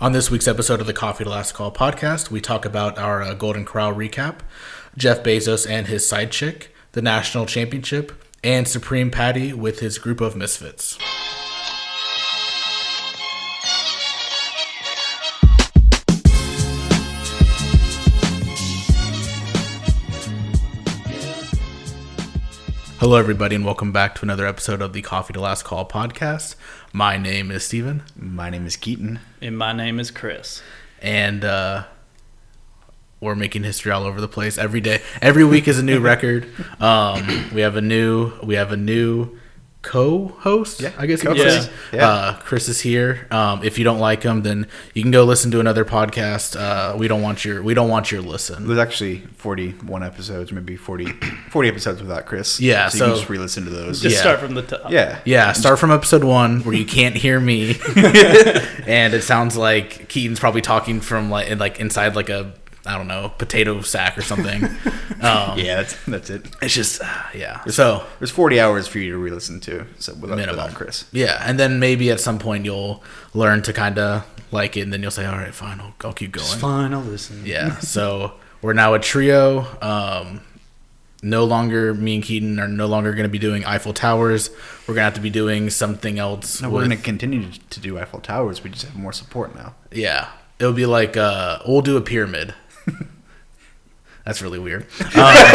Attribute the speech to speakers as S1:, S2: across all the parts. S1: On this week's episode of the Coffee to Last Call podcast, we talk about our uh, Golden Corral recap, Jeff Bezos and his side chick, the national championship, and Supreme Patty with his group of misfits. Hello, everybody, and welcome back to another episode of the Coffee to Last Call podcast. My name is Steven,
S2: My name is Keaton.
S3: And my name is Chris.
S1: and uh, we're making history all over the place every day. Every week is a new record. Um, we have a new we have a new co-host.
S2: Yeah,
S1: I guess you could
S3: co-host.
S1: say.
S2: Yeah.
S1: Uh, Chris is here. Um, if you don't like him, then you can go listen to another podcast. Uh, we don't want your we don't want your listen.
S2: There's actually 41 episodes, maybe 40, 40 episodes without Chris.
S1: Yeah,
S2: so,
S1: so-
S2: you can just re-listen to those.
S3: Just
S1: Yeah.
S3: start from the top.
S2: yeah,
S1: Yeah, start from episode one where you can't hear me, and it sounds like Keaton's probably talking from like in, like inside like a I don't know potato sack or something. Um,
S2: yeah. That's that's it.
S1: It's just uh, yeah. So
S2: There's 40 hours for you to re-listen to. So without,
S1: Minimum.
S2: without Chris,
S1: Yeah, and then maybe at some point you'll learn to kind of like it, and then you'll say, "All right, fine, I'll, I'll keep going."
S3: Fine, I'll listen.
S1: Yeah. so we're now a trio. Um, no longer me and Keaton are no longer going to be doing Eiffel Towers. We're gonna have to be doing something else.
S2: no, we're
S1: with-
S2: going to continue to do Eiffel Towers. We just have more support now.
S1: yeah, it'll be like uh, we'll do a pyramid. That's really weird.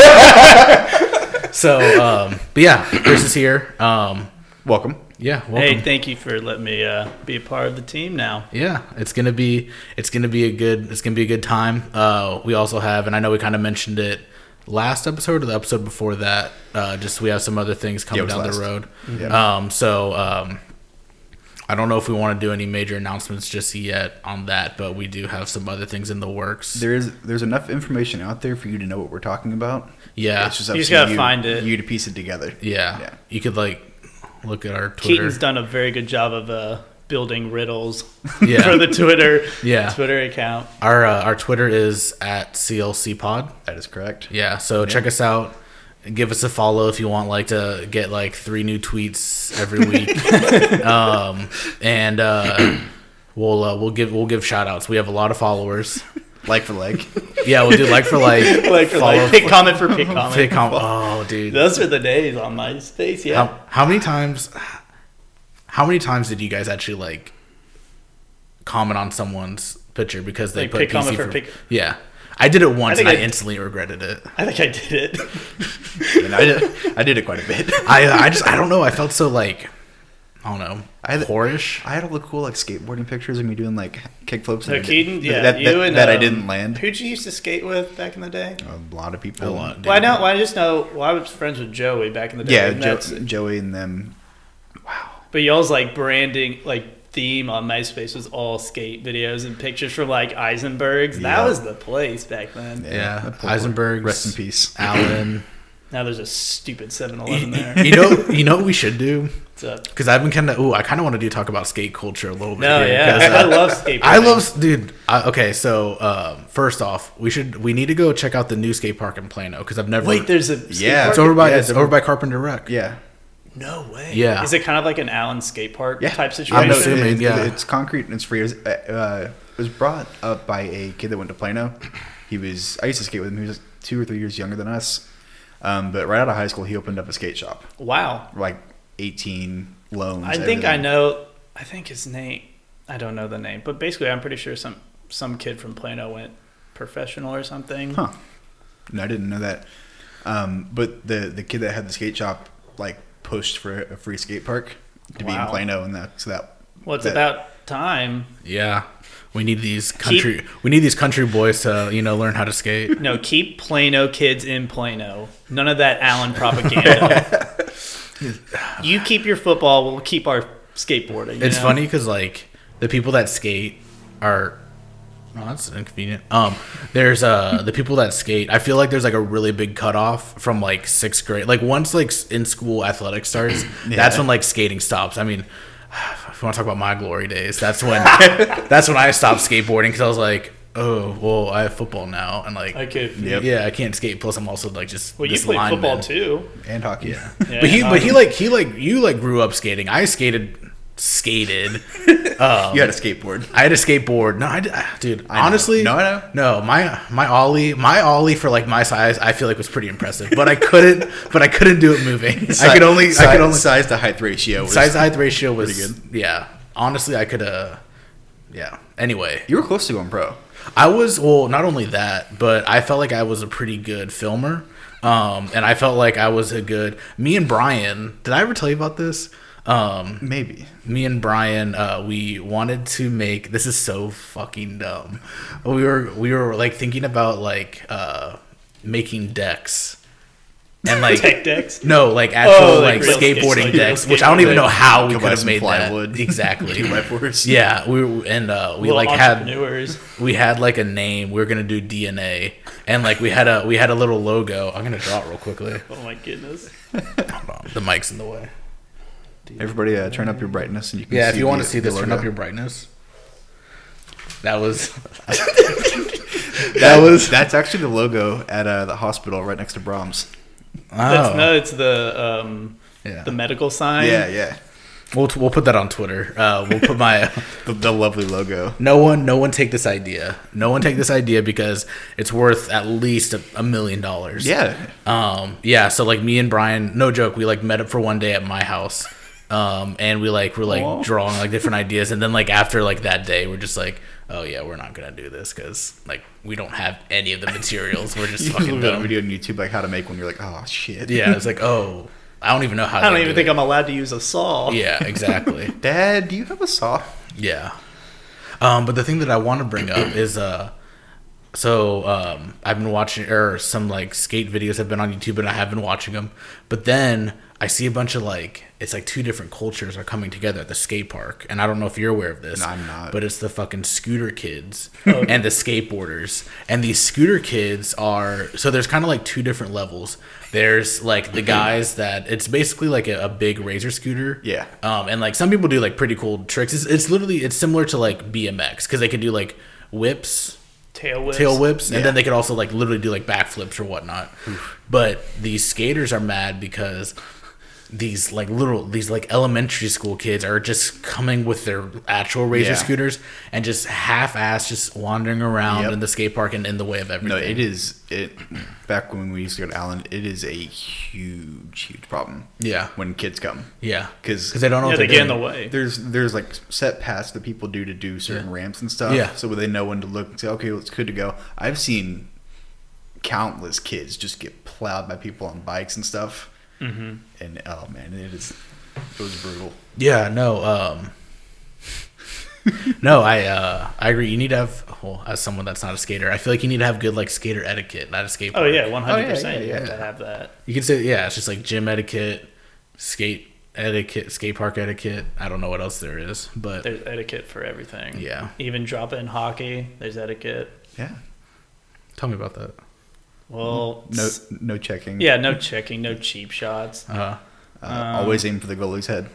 S1: Um, so, um, but yeah, Chris is here. Um,
S2: Welcome.
S1: yeah, welcome.
S3: Hey, thank you for letting me uh, be a part of the team now.
S1: Yeah, it's gonna be it's gonna be a good it's gonna be a good time. Uh, we also have, and I know we kind of mentioned it last episode or the episode before that. Uh, just we have some other things
S2: Yeah, it
S1: coming
S2: was
S1: down
S2: last.
S1: the road.
S2: Yeah.
S1: Um, so um, I don't know if we want to do any major announcements just yet on that, but we do have some other things in the works.
S2: There is there's enough information out there for you to know what we're talking about.
S1: yeah,
S2: It's just up
S3: You just
S2: to
S3: gotta find it.
S2: You to piece it together.
S1: yeah,
S2: Yeah.
S1: You could like look at our Twitter.
S3: Keaton's done a very good job of uh, building riddles
S1: Yeah.
S3: for the Twitter
S1: Yeah.
S3: Twitter account.
S1: Our uh, our Twitter is at CLC Pod.
S2: That is correct.
S1: Yeah, so check us out. Give us a follow if you want, like to get like three new tweets every week, um, and uh, we'll uh, we'll give we'll give shout outs. We have a lot of followers.
S2: Like for like.
S1: Yeah, we'll do like for like,
S3: Like for
S1: follow
S3: like pick comment for pick comment.
S1: pick on. Oh, dude,
S3: Those are the days on MySpace. Yeah.
S1: how, how many times? How many times did you guys actually like comment on someone's picture because they
S3: Like,
S1: put
S3: pick
S1: PC
S3: comment
S1: for,
S3: for pic-
S1: yeah? I did it once
S3: think
S1: and I
S3: I-
S1: instantly regretted it.
S3: I think I did it.
S2: and I did, I did it quite a bit.
S1: I I just I don't know. I felt so like I don't know. I
S2: I-
S1: had whorish.
S2: I had all the cool like skateboarding pictures of me doing like kickflips.
S3: So
S2: and I did-
S3: Keaton, yeah,
S2: that,
S3: you
S2: that-
S3: and
S2: that I
S3: um,
S2: didn't land.
S3: Who'd you used to skate with back in the day?
S2: A lot of people.
S1: A lot.
S3: Well, I know. Well, I just know. Well, I was friends with Joey back in the day.
S2: Yeah,
S3: and
S2: jo-
S3: that's-
S2: Joey and them. Wow.
S3: But y'all's like branding, like theme on MySpace was all skate videos and pictures from like Eisenberg's.
S2: Yeah.
S3: That was the place back then.
S1: Yeah,
S2: that poor-
S1: Eisenberg's.
S2: Rest in peace.
S1: Allen.
S3: Now there's a stupid 7 Eleven there.
S1: you know, you know what we should do
S3: What's up?
S1: because I've been kind of. Ooh, I kind of wanted to talk about skate culture a little bit.
S3: No,
S1: here,
S3: yeah.
S1: 'cause,
S3: I
S1: uh,
S3: love skateboarding.
S1: I love, dude. I, okay, so um, first off, we should we need to go check out the new skate park in Plano because I've never.
S3: Wait, there's a. skate
S2: Yeah,
S1: it's
S3: park?
S1: over by
S2: Yeah,
S1: it's
S2: it's
S1: over by Carpenter Wreck.
S2: Yeah.
S3: No way.
S1: Yeah.
S3: Is it kind of like an Allen skate park
S2: Yeah.
S3: type
S2: I
S3: situation?
S2: know,
S1: assuming,
S2: it- it-
S1: yeah.
S2: It's concrete and it's free. It was, uh, uh, it was brought up by a kid that went to Plano. He was. I used to skate with him. He was like, two or three years younger than us. Um, but right out of high school, he opened up a skate shop.
S3: Wow.
S2: Like 18 loans.
S3: I think I
S2: everything.
S3: know. I think his name. I don't know the name, but basically, I'm pretty sure some some kid from Plano went professional or something.
S2: Huh. No, I didn't know that. Um, but the the kid that had the skate shop like pushed for a free skate park to be in
S3: Wow.
S2: Plano, and that so that.
S3: Well, it's
S2: that-
S3: about time.
S1: Yeah, we need these country we need these country boys to you know learn how to skate.
S3: No, keep Plano kids in Plano. None of that Allen propaganda. you keep your football. We'll keep our skateboarding. you
S1: It's
S3: know?
S1: funny 'cause funny because like the people that skate are. Oh, that's inconvenient. Um, there's uh the people that skate. I feel like there's like a really big cutoff from like sixth grade. Like once like s- in school athletics starts, that's when like skating stops. I mean, if you want to talk about my glory days, that's when that's when I stopped skateboarding because I was like, oh, well, I have football now, and like,
S3: I could.
S2: Yep.
S1: yeah, I can't skate. Plus, I'm also like just
S3: Well, you
S1: this
S3: played football
S1: lineman.
S3: too.
S2: and hockey.
S3: Yeah,
S1: But he,
S3: um,
S1: but he like he like you like grew up skating. I skated skated.
S2: you had a skateboard.
S1: I had a skateboard. No, I did, ah, dude.
S2: know.
S1: honestly,
S2: No, I know.
S1: No, my my ollie, my ollie for like my size, I feel like was pretty impressive. But I couldn't, but I couldn't do it moving. I could only, I could only
S2: size to height ratio. Was,
S1: size to height ratio was
S2: pretty
S1: Yeah, honestly, I could. uh Yeah. Anyway,
S2: You were close to going pro.
S1: I was well, not only that, but I felt like I was a pretty good filmer. Um, and I felt like I was a good me and Brian. Did I ever tell you about this? Um,
S2: Maybe.
S1: me and Brian, uh, we wanted to make this is so fucking dumb. We were we were like thinking about like uh, making decks and like
S3: Tech decks.
S1: no like actual
S3: Oh,
S1: like,
S3: like real skates,
S1: skateboarding
S3: like
S1: decks,
S3: real
S1: which I don't even
S3: skateboarding.
S1: know how we
S2: Go
S1: could
S2: buy
S1: have
S2: some
S1: made
S2: plywood.
S1: that exactly.
S2: Two by fours.
S1: yeah, we were, and uh, we
S3: Little
S1: like had
S3: entrepreneurs.
S1: we had like a name. We were gonna do DNA, and like we had a we had a little logo. I'm gonna draw it real quickly.
S3: Oh my goodness.
S1: Hold on, the mic's in the way.
S2: Everybody, uh, turn up your brightness, and you can.
S1: Yeah, if you want to
S2: the-
S1: see
S2: the
S1: this, turn
S2: logo.
S1: up your brightness. That was
S2: That was. That's actually the logo at uh, the hospital right next to Brahms.
S1: oh
S3: That's no, it's the um,
S1: yeah.
S3: the medical sign.
S2: Yeah, yeah.
S1: We'll we'll put that on Twitter. Uh, we'll put my
S2: The, the lovely logo.
S1: no one no one take this idea. No one take this idea because it's worth at least a, a million dollars.
S2: Yeah.
S1: Um, yeah, so like me and Brian, no joke, we like met up for one day at my house. Um, and we like were like
S3: Aw.
S1: drawing like different ideas, and then like after like that day, we're just like, oh yeah, we're not gonna do this because like we don't have any of the materials. We're just
S2: You
S1: fucking
S2: look at a
S1: dumb.
S2: video on YouTube like how to make one. You're like, oh shit.
S1: Yeah, it's like, oh, I don't even know how.
S3: I don't even think I'm allowed to use a saw.
S1: Yeah, exactly.
S2: Dad, do you have a saw?
S1: yeah. Um, but the thing that I want to bring up is uh, so um, I've been watching or some like skate videos have been on YouTube and I have been watching them, but then I see a bunch of like it's like two different cultures are coming together at the skate park, and I don't know if you're aware of this.
S2: No, I'm not.
S1: But it's the fucking scooter kids and the skateboarders, and these scooter kids are so there's kind of like two different levels. There's like the guys that it's basically like a, a big razor scooter,
S2: Yeah.
S1: um, and like some people do like pretty cool tricks. It's, it's literally it's similar to like BMX because they can do like whips,
S3: Tail whips.
S1: tail whips, and
S2: Yeah.
S1: then they could also like literally do like backflips or whatnot. But these skaters are mad because these like little these like elementary school kids are just coming with their actual razor
S2: Yeah.
S1: scooters and just half ass just wandering around
S2: Yep.
S1: in the skate park and in the way of
S2: No,
S1: everything.
S2: it is. It back when we used to go to Allen, it is a huge, huge problem.
S1: Yeah.
S2: When kids come,
S1: Yeah,
S2: 'Cause-
S1: because they don't know
S3: Yeah,
S1: what
S3: they
S1: they're
S3: get in the
S1: doing.
S3: way.
S2: there's there's like set paths that people do to do certain ramps and stuff.
S1: Yeah.
S2: So they know when to look and say, okay, well, it's good to go. I've seen countless kids just get plowed by people on bikes and stuff. Mm-hmm. And oh man, it is it was brutal.
S1: Yeah, no, um No, I uh I agree. You need to have well, as someone that's not a skater, I feel like you need to have good like skater etiquette, not a skateboard.
S3: Oh yeah, one hundred
S2: Oh, yeah,
S3: percent.
S2: yeah,
S3: You have to
S2: yeah.
S3: have that.
S1: You can say yeah, it's just like gym etiquette, skate etiquette, skate park etiquette. I don't know what else there is, but
S3: There's etiquette for everything.
S1: Yeah.
S3: Even drop in hockey, there's etiquette.
S2: Yeah.
S1: tell me about that.
S3: Well,
S2: No
S3: s-
S2: no checking.
S3: yeah, no checking, no cheap shots.
S1: Uh
S2: Uh, always
S3: um,
S2: aim for the goalie's head.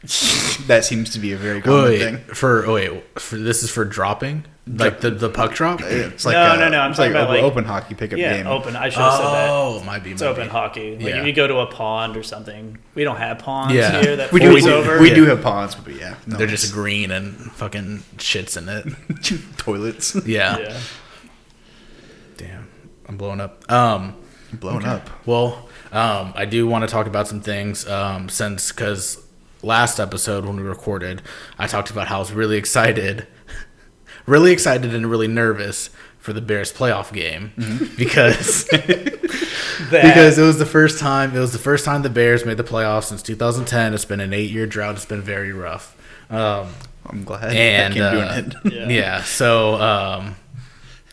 S2: that seems to be a very common
S1: wait,
S2: thing.
S1: for oh wait, for this is for dropping? Like the the puck drop?
S2: It's like
S3: No,
S2: uh,
S3: no, no, I'm
S2: it's like
S3: talking about,
S2: open,
S3: like-
S2: open hockey pickup
S3: Yeah,
S2: game.
S3: open. I should have said that.
S1: Oh, it might be
S3: It's open hockey. Like
S1: Yeah.
S3: if you go to a pond or something, we don't have ponds
S1: Yeah.
S3: here. That
S2: We
S3: we
S2: do, we, do-
S3: over.
S2: we
S1: Yeah.
S2: do have ponds, but yeah, no,
S1: They're just green and fucking shits in it.
S2: toilets
S1: Yeah.
S3: Yeah.
S1: Damn. I'm blowing up. Um
S2: blown up.
S1: Well, um, I do want to talk about some things um, since because last episode when we recorded, I talked about how I was really excited, really excited and really nervous for the Bears playoff game because
S3: That-
S1: because it was the first time it was the first time the Bears made the playoffs since 2010. It's been an eight year drought. It's been very rough. Um,
S2: I'm glad
S1: and
S2: I came
S1: uh,
S2: doing it.
S1: yeah. so um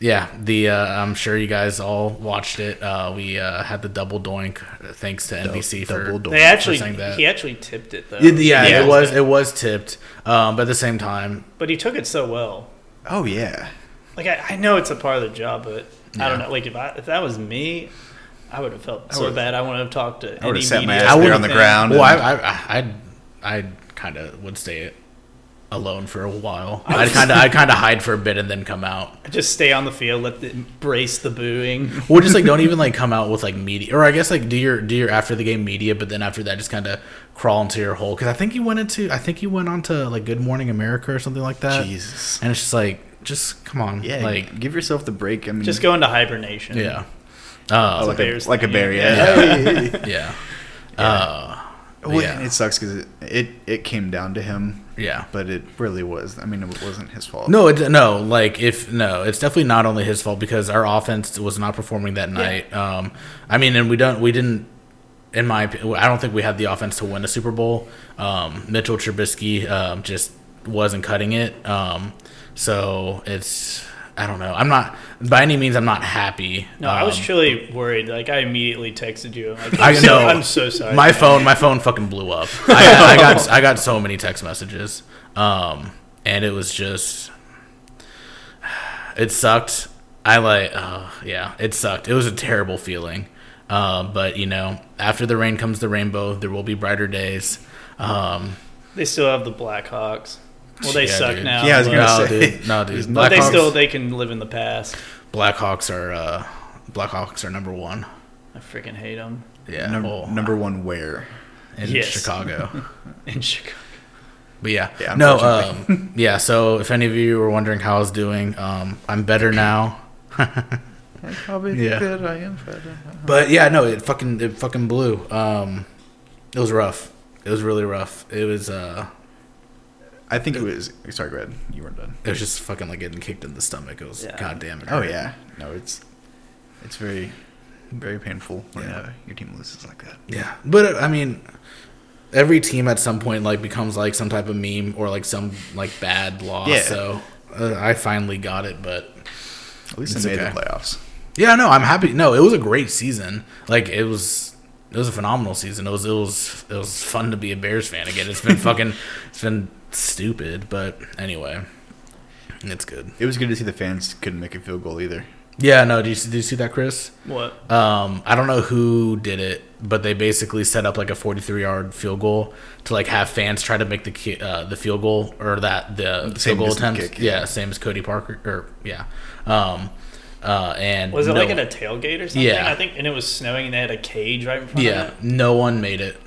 S1: yeah the uh, i'm sure you guys all watched it uh we uh had the double doink thanks to nbc
S2: double
S1: for
S2: doink.
S3: they actually
S1: saying that.
S3: he actually tipped it though.
S1: yeah, yeah,
S2: Yeah.
S1: it was it was tipped um but at the same time
S3: but he took it so well.
S2: Oh yeah,
S3: Like I, I know it's a part of the job, but I don't know. Like if I if that was me, I would have felt so
S2: would've-
S3: bad. I wouldn't have talked to.
S2: I would
S3: any
S2: have sat my
S3: media
S2: ass there
S1: would've
S2: on the
S3: thing.
S2: ground.
S1: well
S2: and-
S1: i i i i kind of would stay it alone for a while. I'd kind of I kind of hide for a bit and then come out.
S3: Just stay on the field, let the, embrace the booing.
S1: Well, just like don't even like come out with like media, or I guess like do your do your after the game media, but then after that just kind of crawl into your hole because I think you went into I think you went on to like Good Morning America or something like that.
S2: Jesus.
S1: and it's just like just come on,
S2: Yeah,
S1: like
S2: like give yourself the break. I mean,
S3: Just go into hibernation.
S1: yeah, uh,
S2: like a,
S3: Bears
S2: like a
S3: thing.
S2: bear.
S1: Yeah.
S2: Yeah. Oh.
S1: yeah, uh,
S2: Well,
S1: Yeah.
S2: It sucks because it, it it came down to him,
S1: yeah.
S2: but it really was. I mean, it wasn't his fault.
S1: No, it, no, like if no, it's definitely not only his fault because our offense was not performing that night. Um, I mean, and we don't, we didn't. In my, opi- I don't think we had the offense to win a Super Bowl. Um, Mitchell Trubisky um, just wasn't cutting it. Um, so it's, I don't know. I'm not by any means. I'm not happy.
S3: No, I was
S1: Um,
S3: truly worried. Like I immediately texted you. I'm like,
S1: I
S3: I'm so,
S1: know.
S3: I'm so sorry.
S1: my
S3: man.
S1: phone my phone fucking blew up I, I got i got so many text messages um and it was just it sucked i like uh, yeah it sucked it was a terrible feeling uh, but you know after the rain comes the rainbow there will be brighter days um
S3: They still have the Blackhawks. Well, they
S1: yeah,
S3: suck
S1: dude.
S3: now.
S2: Yeah, I was
S3: but-
S2: gonna
S1: no,
S2: say.
S1: dude, no, dude.
S2: There's
S3: but they
S1: Blackhawks,
S3: still they can live in the past.
S1: Blackhawks are uh, Blackhawks are number one.
S3: I freaking hate them
S1: Yeah,
S2: Num-
S1: well,
S2: number one, where?
S1: in
S3: Yes.
S1: Chicago.
S3: in Chicago.
S1: But yeah,
S2: Yeah,
S1: no, um, yeah. So if any of you were wondering how I was doing, um, I'm better now.
S2: I probably
S1: think Yeah.
S2: that I am better.
S1: But yeah, no, it fucking it fucking blew. Um, it was rough. It was really rough. It was uh,
S2: I think it was. Sorry, go ahead. You weren't done.
S1: it was just fucking like getting kicked in the stomach. It was
S3: Yeah.
S1: goddamn it.
S2: Oh
S1: hurt.
S2: yeah, no, it's it's very very painful when
S1: Yeah.
S2: uh, your team loses like that.
S1: yeah. But uh, I mean, every team at some point like becomes like some type of meme or like some like bad loss.
S2: Yeah.
S1: So uh, I finally got it, but
S2: At least
S1: It's
S2: they made
S1: okay.
S2: the playoffs.
S1: Yeah, no, I'm happy. No, it was a great season. Like it was, it was a phenomenal season. It was, it was, it was fun to be a Bears fan again. It's been fucking, it's been stupid, but anyway, it's good.
S2: It was good to see the fans couldn't make a field goal either.
S1: Yeah, no, did you, see- did you see that, Chris?
S3: What?
S1: Um, I don't know who did it, but they basically set up like a 43 yard field goal to like have fans try to make the ki- uh, the field goal or that the,
S2: Same
S1: field goal
S2: as the
S1: attempt.
S2: kick,
S1: yeah.
S2: yeah.
S1: same as Cody Parker or yeah. Um, uh, and
S3: Was it
S1: no-
S3: like at a tailgate or something?
S1: Yeah.
S3: I think, and it was snowing, and they had a cage right in front
S1: yeah?
S3: of it.
S1: No one made it.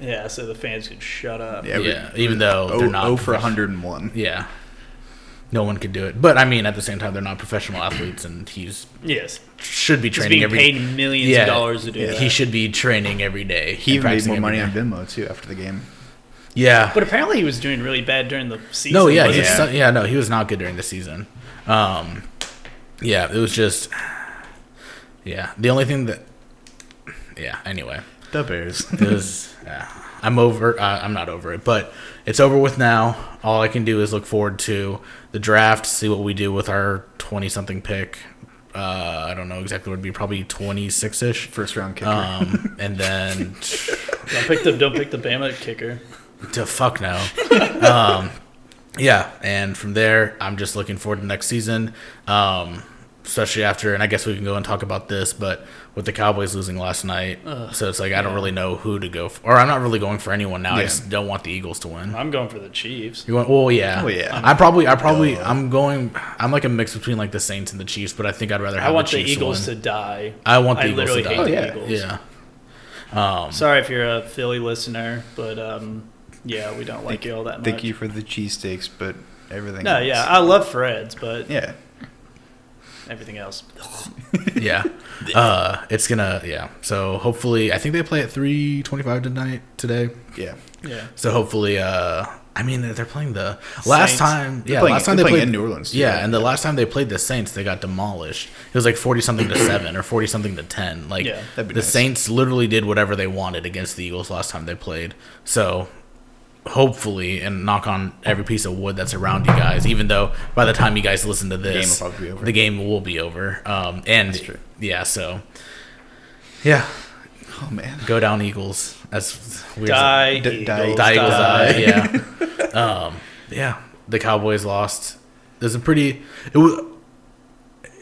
S3: Yeah, so the fans could shut up.
S2: Yeah, we-
S1: yeah, even though
S2: Oh,
S1: they're not
S2: oh for
S1: profe-
S2: 101.
S1: Yeah, no one could do it. But I mean, at the same time, they're not professional athletes, and he's
S3: Yes,
S1: should be
S3: he's
S1: training
S3: being
S1: every.
S3: paid millions
S1: yeah,
S3: of dollars to do that.
S1: He should be training every day. and
S2: He even made
S1: practicing
S2: more money
S1: every
S2: on
S1: day.
S2: Venmo too after the game.
S1: Yeah.
S3: But apparently, he was doing really bad during the season.
S1: no. Yeah.
S3: wasn't
S1: he's-
S3: he?
S1: Yeah. No. He was not good during the season. Um. Yeah. It was just. Yeah. The only thing that. Yeah. Anyway.
S2: The Bears.
S1: It was. yeah. I'm over. Uh, I'm not over it, but it's over with now. All I can do is look forward to the draft, see what we do with our twenty-something pick. Uh, I don't know exactly what it'd be, probably twenty-six-ish.
S2: First round kicker.
S1: Um, and then
S3: Don't pick the don't pick the Bama kicker.
S1: to fuck no. Um, yeah, and from there, I'm just looking forward to next season, um, especially after. And I guess we can go and talk about this, but with the Cowboys losing last night, so it's like I don't really know who to go for, or I'm not really going for anyone now. I
S2: Yeah.
S1: just don't want the Eagles to win.
S3: I'm going for the Chiefs.
S1: You want? Well, yeah.
S2: Oh, yeah.
S1: I probably, I probably,
S2: Duh.
S1: I'm going. I'm like a mix between like the Saints and the Chiefs, but I think I'd rather have
S3: I want the,
S1: the, Chiefs
S3: Eagles
S1: win.
S3: to die.
S1: I want the
S3: I
S1: Eagles
S3: literally
S1: to
S3: hate
S1: die.
S3: the
S2: Oh, yeah.
S3: Eagles.
S1: Yeah.
S3: Sorry if you're a Philly listener, but um, yeah, we don't like you all that much.
S2: Thank you for the cheesesteaks, but everything.
S3: No,
S2: else.
S3: yeah, I love Fred's, but
S2: yeah.
S3: everything else.
S1: yeah uh it's gonna yeah so hopefully i think they play at 325 tonight today
S2: Yeah.
S3: Yeah,
S1: so hopefully uh i mean they're playing the last
S3: Saints.
S1: time yeah
S2: playing-
S1: last time they
S2: they're
S1: played
S2: playing in New Orleans,
S1: yeah
S2: yeah.
S1: and the last time they played the saints they got demolished it was like 40 something to 7 or 40 something to 10 like
S3: Yeah,
S1: the
S2: that'd be nice.
S1: saints literally did whatever they wanted against the eagles last time they played so hopefully and knock on every piece of wood that's around you guys even though by the time you guys listen to this
S2: will probably be over.
S1: the game will be over um and
S2: true.
S1: yeah so yeah
S2: Oh man.
S1: go down Eagles. That's weird.
S3: die,
S2: D-
S3: Eagles,
S2: die,
S3: die,
S2: Eagles,
S1: Die Eagles.
S3: die.
S1: Die. Yeah. um, yeah. The Cowboys lost. It was a pretty. It was.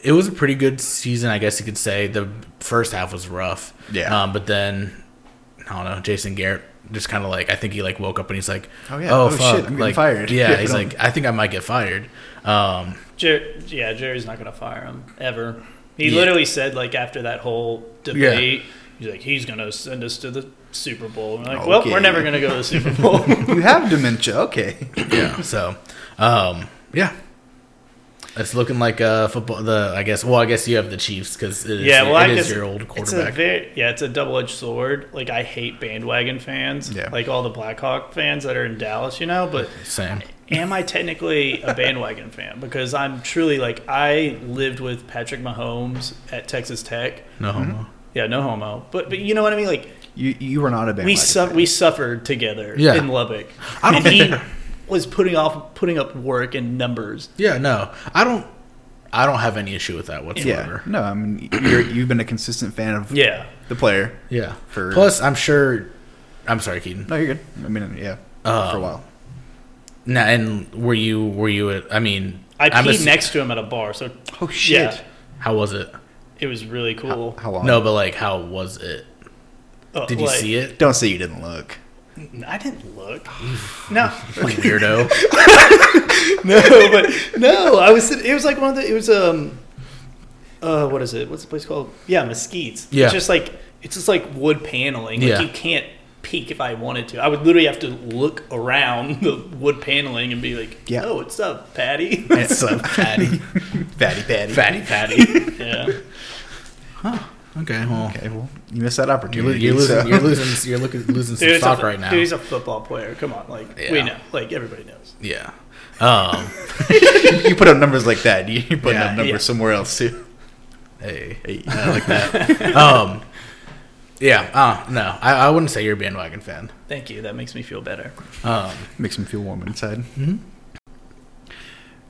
S1: It was a pretty good season, I guess you could say. The first half was rough.
S2: Yeah.
S1: Um, but then, I don't know. Jason Garrett just kind of like I think he like woke up and he's like,
S2: Oh, yeah. Oh, shit,
S1: fuck.
S2: I'm getting
S1: like,
S2: fired.
S1: Yeah,
S2: If I
S1: he's
S2: don't-
S1: like, I think I might get fired. Um,
S3: Jer- yeah, Jerry's not gonna fire him ever. He
S1: Yeah.
S3: literally said like after that whole debate, he's like he's gonna send us to the Super Bowl. And we're like, well,
S2: Okay.
S3: we're never gonna go to the Super Bowl.
S2: You have dementia. Okay.
S1: yeah. So, um, yeah. It's looking like uh football. The I guess. Well, I guess you have the Chiefs because it is,
S3: yeah, well, I
S1: it is
S3: guess
S1: your old
S3: It's a
S1: quarterback.
S3: very, yeah, it's a double-edged sword. Like I hate bandwagon fans,
S2: Yeah.
S3: like all the Blackhawk fans that are in Dallas, you know. But
S1: Same.
S3: am I technically a bandwagon fan? Because I'm truly like I lived with Patrick Mahomes at Texas Tech.
S1: No homo.
S3: Yeah, no homo, but but you know what I mean. Like
S2: You you were not a band.
S3: we su- we suffered together
S1: Yeah.
S3: in Lubbock,
S1: I
S3: and
S1: don't
S3: he was putting off putting up work and numbers.
S1: Yeah. No. I don't. I don't have any issue with that
S2: Yeah.
S1: whatsoever.
S2: No, I mean you're, you've been a consistent fan of
S3: Yeah,
S2: the player.
S1: Yeah.
S2: For-
S1: Plus, I'm sure. I'm sorry, Keaton.
S2: No, you're good. I mean, yeah, for a while.
S1: Now, and were you? Were you? At, I mean,
S3: I
S1: I'm
S3: peed
S1: assu-
S3: next to him at a bar, so
S2: Oh
S3: yeah,
S1: How was it?
S3: it was really cool.
S2: How long?
S1: No, but like, how was it?
S3: Uh,
S1: Did you
S3: like-
S1: see it?
S2: Don't say you didn't look.
S3: I didn't look. No,
S1: Weirdo.
S3: no, but no. I was. It was like one of the. It was um, uh, what is it? What's the place called? Yeah, mesquites.
S1: Yeah.
S3: It's just like it's just like wood paneling. Like
S1: Yeah.
S3: you can't peek if I wanted to. I would literally have to look around the wood paneling and be like,
S2: Yeah.
S3: oh, what's up, Patty?"
S1: so fatty,
S2: Fatty patty.
S1: fatty, fatty.
S3: yeah.
S1: Okay, well,
S2: Okay, well, you missed that
S1: You're, lo-
S2: opportunity.
S1: you're
S2: so-
S1: losing. You're losing. You're looking, losing some
S3: Dude, it's a
S1: stock
S3: fo-
S1: right now.
S3: Dude, he's a football player. Come on, like we
S1: Yeah.
S3: know, like everybody knows.
S1: yeah. Um.
S2: you put up numbers like that. You you put
S1: Yeah,
S2: up numbers
S3: yeah.
S2: somewhere else too.
S1: hey.
S2: Hey.
S1: I like that. Um. Yeah. Uh. No. I, I wouldn't say you're a bandwagon fan.
S3: Thank you. That makes me feel better.
S1: Um.
S2: Makes me feel warm inside. Mm-hmm.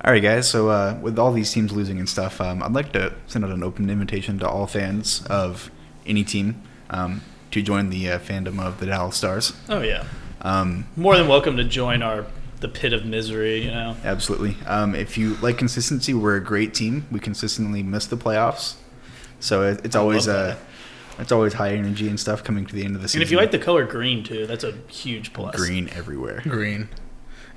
S2: right, guys. So uh, with all these teams losing and stuff, um, I'd like to send out an open invitation to all fans of any team um, to join the uh, fandom of the Dallas Stars.
S3: Oh yeah.
S2: Um,
S3: More than welcome to join our the pit of misery. You know.
S2: Absolutely. Um, if you like consistency, we're a great team. We consistently miss the playoffs, so it, it's always uh,
S3: that.
S2: it's always high energy and stuff coming to the end of the season.
S3: And if you like the color green too, that's a huge plus.
S2: green everywhere,
S1: Green.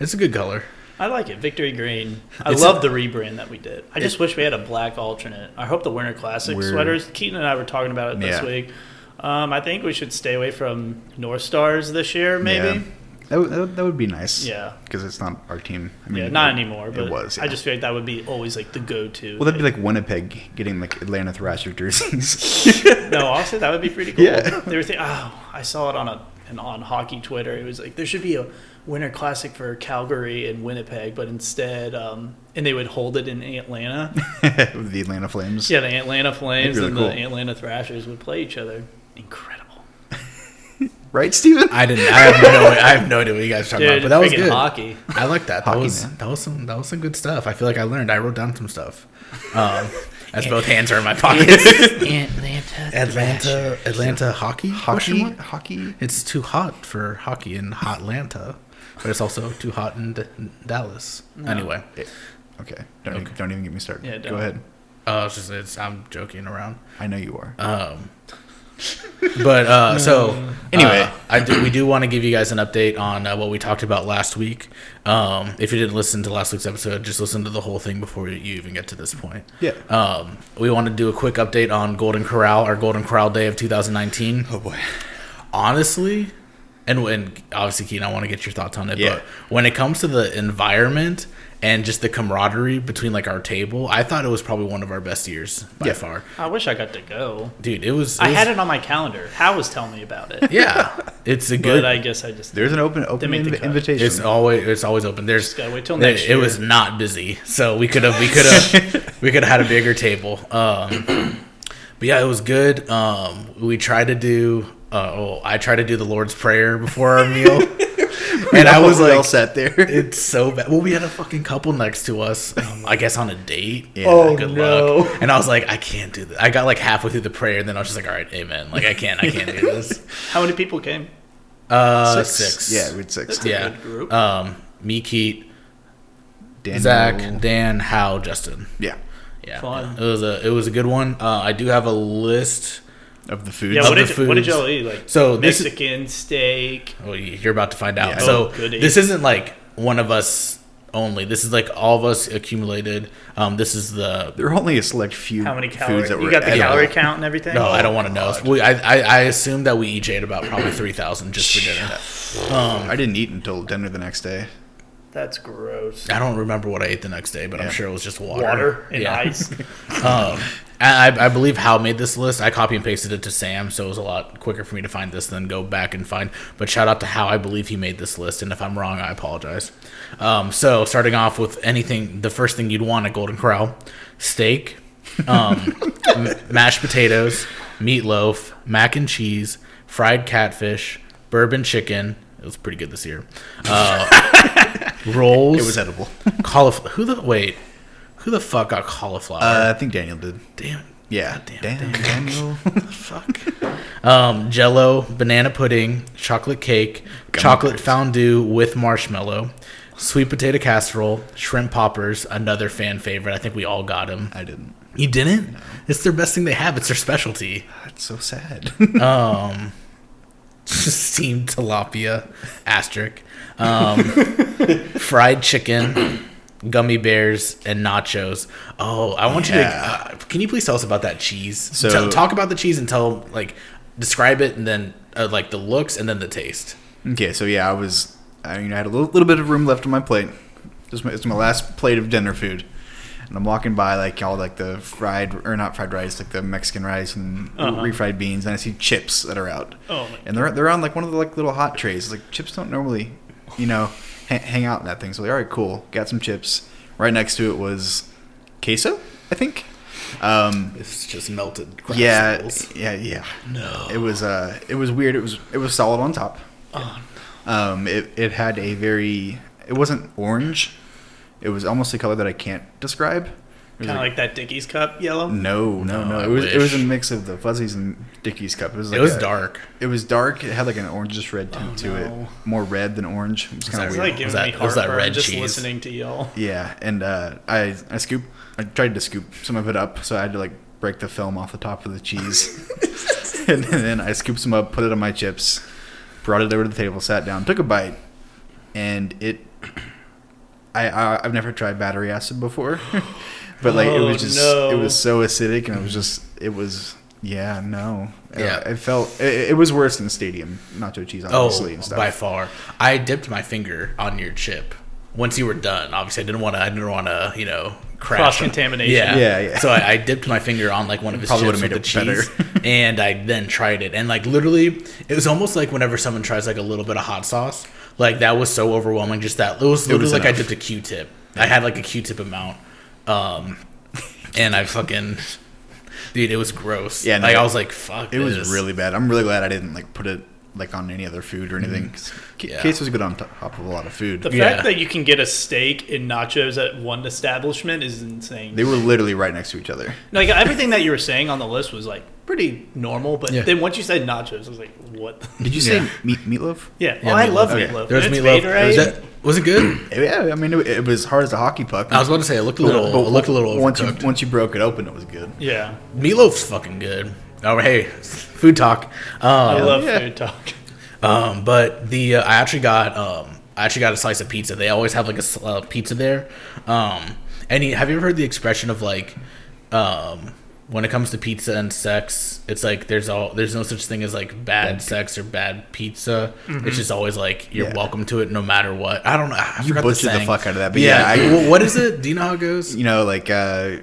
S1: It's a good color.
S3: I like it, Victory Green. I
S2: It's
S3: love
S2: a-
S3: the rebrand that we did. I just wish we had a black alternate. I hope the Winter Classic
S2: We're-
S3: sweaters. Keaton and I were talking about it this
S2: Yeah.
S3: week. Um, I think we should stay away from North Stars this year,
S2: Yeah.
S3: maybe.
S2: That, would- that would- that would be nice.
S3: Yeah.
S2: because it's not our team. I
S3: Yeah, not
S2: it-
S3: anymore. But
S2: it was.
S3: I
S2: yeah.
S3: just feel like that would be always like the go-to.
S2: well, that'd be like Winnipeg getting like Atlanta Thrasher jerseys.
S3: no, honestly, that would be pretty cool.
S2: Yeah.
S3: They were thinking, oh, I saw it on a an, on hockey Twitter. It was like there should be a Winter Classic for Calgary and Winnipeg, but instead, um, and they would hold it in Atlanta.
S2: With the Atlanta Flames.
S3: Yeah, the Atlanta Flames
S2: That'd
S3: and
S2: be really
S3: the Atlanta Thrashers would play each other. Incredible.
S2: Right, Steven?
S1: I didn't. I have no. I have no idea what you guys are talking
S3: Dude,
S1: about. But that was
S3: freaking
S1: good.
S3: hockey.
S1: I like that. That
S2: Hockey,
S1: was
S2: man.
S1: that was some that was some good stuff. I feel like I learned. I wrote down some stuff. Um, as both hands are in my pockets.
S4: Atlanta.
S1: Atlanta, Atlanta hockey.
S2: Hockey,
S1: Question mark?
S2: hockey.
S1: It's too hot for hockey in Hotlanta, but it's also too hot in D- Dallas. Anyway,
S2: Okay, don't even- don't even get me started.
S3: Yeah,
S2: go
S3: don't.
S2: ahead.
S1: uh, it's just it's, I'm joking around.
S2: I know you are.
S1: Um, but uh, so
S2: Anyway.
S1: uh, I do, we do want to give you guys an update on uh, what we talked about last week. Um, if you didn't listen to last week's episode, just listen to the whole thing before you even get to this point.
S2: Yeah.
S1: Um, we want to do a quick update on Golden Corral, our Golden Corral Day of 2019.
S2: oh boy.
S1: honestly, and when obviously Keen, I want to get your thoughts on it.
S2: Yeah.
S1: But when it comes to the environment and just the camaraderie between like our table, I thought it was probably one of our best years by
S2: Yeah.
S1: far,
S3: I wish I got to go.
S1: dude. It was.
S3: I
S1: was-
S3: had it on my calendar. Hal was telling me about it,
S1: Yeah, it's a good.
S3: but I guess I just
S2: There's an open open
S3: make the
S2: inv-
S3: cut.
S2: invitation.
S1: it's always it's always open. There's
S3: gotta wait till
S1: it-
S3: next
S1: it,
S3: year.
S1: was not busy, so we could have we could have we could have had a bigger table. Um, but yeah, it was good. Um, we tried to do. Uh, oh, I tried to do the Lord's Prayer before our meal, and I was
S2: We all
S1: like,
S2: sat there.
S1: It's so bad. Well, we had a fucking couple next to us. Um, I guess on a date.
S2: Yeah. Oh,
S3: no.
S1: And I was like, I can't do this. I got like halfway through the prayer, and then I was just like, all right, amen. Like I can't, I can't do this.
S3: how many people came?
S1: Uh, six.
S2: Yeah, we had six.
S3: That's
S1: yeah.
S3: Good group.
S1: Um, me, Keat,
S2: Daniel.
S1: Zach, Dan, Hal, Justin.
S2: Yeah.
S1: Yeah,
S3: Fun.
S1: it was a it was a good one. Uh, I do have a list
S2: of the food.
S3: Yeah,
S1: Of
S3: what
S1: the
S3: did, what did
S1: foods.
S3: y'all eat? Like
S1: So this is-
S3: Mexican steak.
S1: Well, Oh, y- you're about to find out.
S2: Yeah.
S1: So
S3: Oh, goody.
S1: this isn't like one of us only. This is like all of us accumulated. Um, this is the
S2: there are only a select few
S3: How many
S2: foods
S3: calories?
S2: that were
S3: You got the
S2: edible.
S3: calorie count and everything.
S1: no. I don't want to know. We, I, I I assume that we each ate about probably three thousand just for dinner.
S2: Um, I didn't eat until dinner the next day.
S3: That's gross.
S1: I don't remember what I ate the next day, but I'm
S2: Yeah.
S1: sure it was just water.
S3: Water and
S1: Yeah.
S3: ice.
S1: Um, I, I- I believe Hal made this list. I copy and pasted it to Sam, so it was a lot quicker for me to find this than go back and find. But shout out to Hal. I believe he made this list, and if I'm wrong, I apologize. Um, so starting off with anything, the first thing you'd want at Golden Corral: steak, um, m- mashed potatoes, meatloaf, mac and cheese, fried catfish, bourbon chicken. It was pretty good this year. Uh, rolls.
S2: It was edible.
S1: cauliflower. Who the wait? Who the fuck got cauliflower?
S2: Uh, I think Daniel did.
S1: Damn it.
S2: Yeah.
S1: God damn,
S2: Damn, Daniel.
S1: Fuck. Um, Jello, banana pudding, chocolate cake, chocolate fondue with marshmallow, sweet potato casserole, shrimp poppers. Another fan favorite. I think we all got them.
S2: I didn't.
S1: You didn't? It's their best thing they have. It's their specialty.
S2: That's so sad.
S1: Um, steamed tilapia, asterisk, um, fried chicken, gummy bears, and nachos. Oh, I want
S2: Yeah.
S1: you to. Uh, can you please tell us about that cheese?
S2: So-
S1: Tell- talk about the cheese and tell like describe it and then uh, like the looks and then the taste.
S2: okay, so yeah, I was. I mean, I had a little, little bit of room left on my plate. This is my, it's my last plate of dinner food, and I'm walking by like all like the fried or not fried rice, like the Mexican rice and
S3: Uh-huh.
S2: refried beans, and I see chips that are out.
S3: Oh my
S2: and they're they're on like one of the like little hot trays. Like chips don't normally, you know, ha- hang out in that thing. So like, all right, cool, got some chips. Right next to it was queso, I think. Um,
S1: It's just melted.
S2: yeah, yeah, yeah.
S1: No.
S2: It was uh, it was weird. It was it was solid on top.
S3: Oh,
S2: Um, it it had a very it wasn't orange. It was almost a color that I can't describe. It was
S3: kind of like that Dickies cup yellow.
S1: Mm,
S2: no,
S1: No,
S2: no, no.
S1: I
S2: It was it was a
S1: wish.
S2: mix of the fuzzies and Dickies cup. It was
S1: It
S2: like
S1: was
S2: a-
S1: dark.
S2: it was dark. It had like an orangish red tint
S3: Oh,
S2: to
S3: no.
S2: it, more red than orange. It was kind of
S3: It's
S1: that
S2: weird.
S3: like giving
S1: Was that-
S3: me
S1: was that
S3: heartburn
S1: red
S3: just
S1: cheese?
S3: listening to y'all.
S2: yeah, and uh, I I scoop. I tried to scoop some of it up, so I had to like break the film off the top of the cheese, and then I scooped some up, put it on my chips, brought it over to the table, sat down, took a bite, and it. I, I I've never tried battery acid before, but like it
S3: Oh,
S2: was just it
S3: no.
S2: was so acidic, and it was just it was. Yeah, no.
S1: Yeah.
S2: Uh, it felt it, it was worse than stadium nacho cheese, obviously,
S1: oh,
S2: and stuff.
S1: by far. I dipped my finger on your chip once you were done. Obviously, I didn't want to. I didn't want to. You know, crash
S3: Cross-contamination.
S1: Yeah,
S2: Yeah, yeah.
S1: So I, I dipped my finger on like one of his
S2: Probably
S1: chips
S2: would've
S1: with the
S2: made it
S1: cheese, and I then tried it. And like literally, it was almost like whenever someone tries like a little bit of hot sauce, like that was so overwhelming. Just that it was
S2: It
S1: literally
S2: was
S1: like I
S2: enough.
S1: dipped a Q-tip. I had like a Q-tip amount, um, and I fucking. Dude, it was gross.
S2: Yeah,
S1: Yeah,
S2: no,
S1: like I was like, "Fuck."
S2: It was
S1: this.
S2: really bad. I'm really glad I didn't like put it like on any other food or anything. 'Cause Ca-
S1: Mm-hmm. Yeah.
S2: Queso's good on top of a lot of food.
S3: The
S1: Yeah.
S3: fact that you can get a steak and nachos at one establishment is insane.
S2: they were literally right next to each other.
S3: like everything that you were saying on the list was like pretty normal, but
S1: Yeah.
S3: then once you said nachos, I was like, what?
S2: Did you say meat, meatloaf?
S3: yeah,
S1: Yeah,
S3: oh, I
S1: meatloaf.
S3: love
S2: Okay.
S3: meatloaf.
S1: There was
S3: It's
S1: meatloaf.
S3: Vaderade.
S1: That- was it good?
S2: Yeah, I mean it, it was hard as a hockey puck.
S1: I was about to say it looked a little, it looked a little
S2: Once you
S1: overcooked.
S2: once you broke it open, it was good.
S3: yeah,
S1: Meatloaf's fucking good. Oh, hey, food talk.
S3: I
S1: Um,
S3: love
S2: yeah.
S3: food talk.
S1: um, but the uh, I actually got um, I actually got a slice of pizza. They always have like a s- uh, pizza there. Um, and you, have you ever heard the expression of like, um, when it comes to pizza and sex, it's like there's all there's no such thing as like bad sex or bad pizza. It's just always like you're
S2: Mm-hmm. Yeah.
S1: welcome to it no matter what. I don't know. I
S2: You
S1: forgot
S2: butchered the
S1: saying.
S2: fuck out of that, but yeah, I-
S1: well, what is it? Do you know how it goes?
S2: You know, like uh,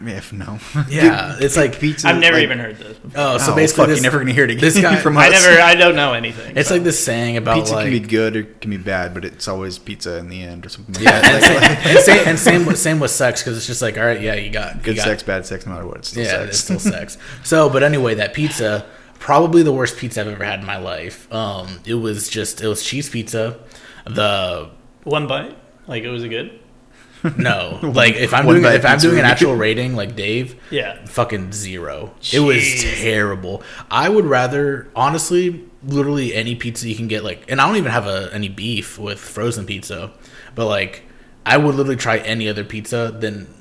S2: if no,
S1: Yeah, it's like
S2: pizza.
S3: I've never
S2: like-
S3: even heard this. before.
S1: Oh, so
S2: Oh,
S1: basically,
S2: fuck,
S1: this,
S2: you're never gonna hear it again
S1: this guy-
S2: from us.
S3: I never, I don't know anything.
S1: It's
S3: so.
S1: like this saying about
S2: Pizza
S1: like
S2: can be good or it can be bad, but it's always pizza in the end or something like
S1: yeah,
S2: that.
S1: and, same, and same and same with same with sex because it's just like all right, yeah, you got you
S2: Good
S1: got-
S2: sex, bad sex, no matter what. It's still
S1: yeah,
S2: sex.
S1: it's still sex. So, but anyway, that pizza probably the worst pizza I've ever had in my life. Um, it was just it was cheese pizza. The
S3: one bite. Like it was a good.
S1: no, like if I'm
S2: One
S1: doing
S2: bite
S1: if I'm
S2: pizza
S1: doing an
S2: would be-
S1: actual rating, like Dave,
S3: Yeah.
S1: fucking zero. It was
S3: Jeez.
S1: terrible. I would rather, honestly, literally any pizza you can get, like, and I don't even have a, any beef with frozen pizza, but like, I would literally try any other pizza than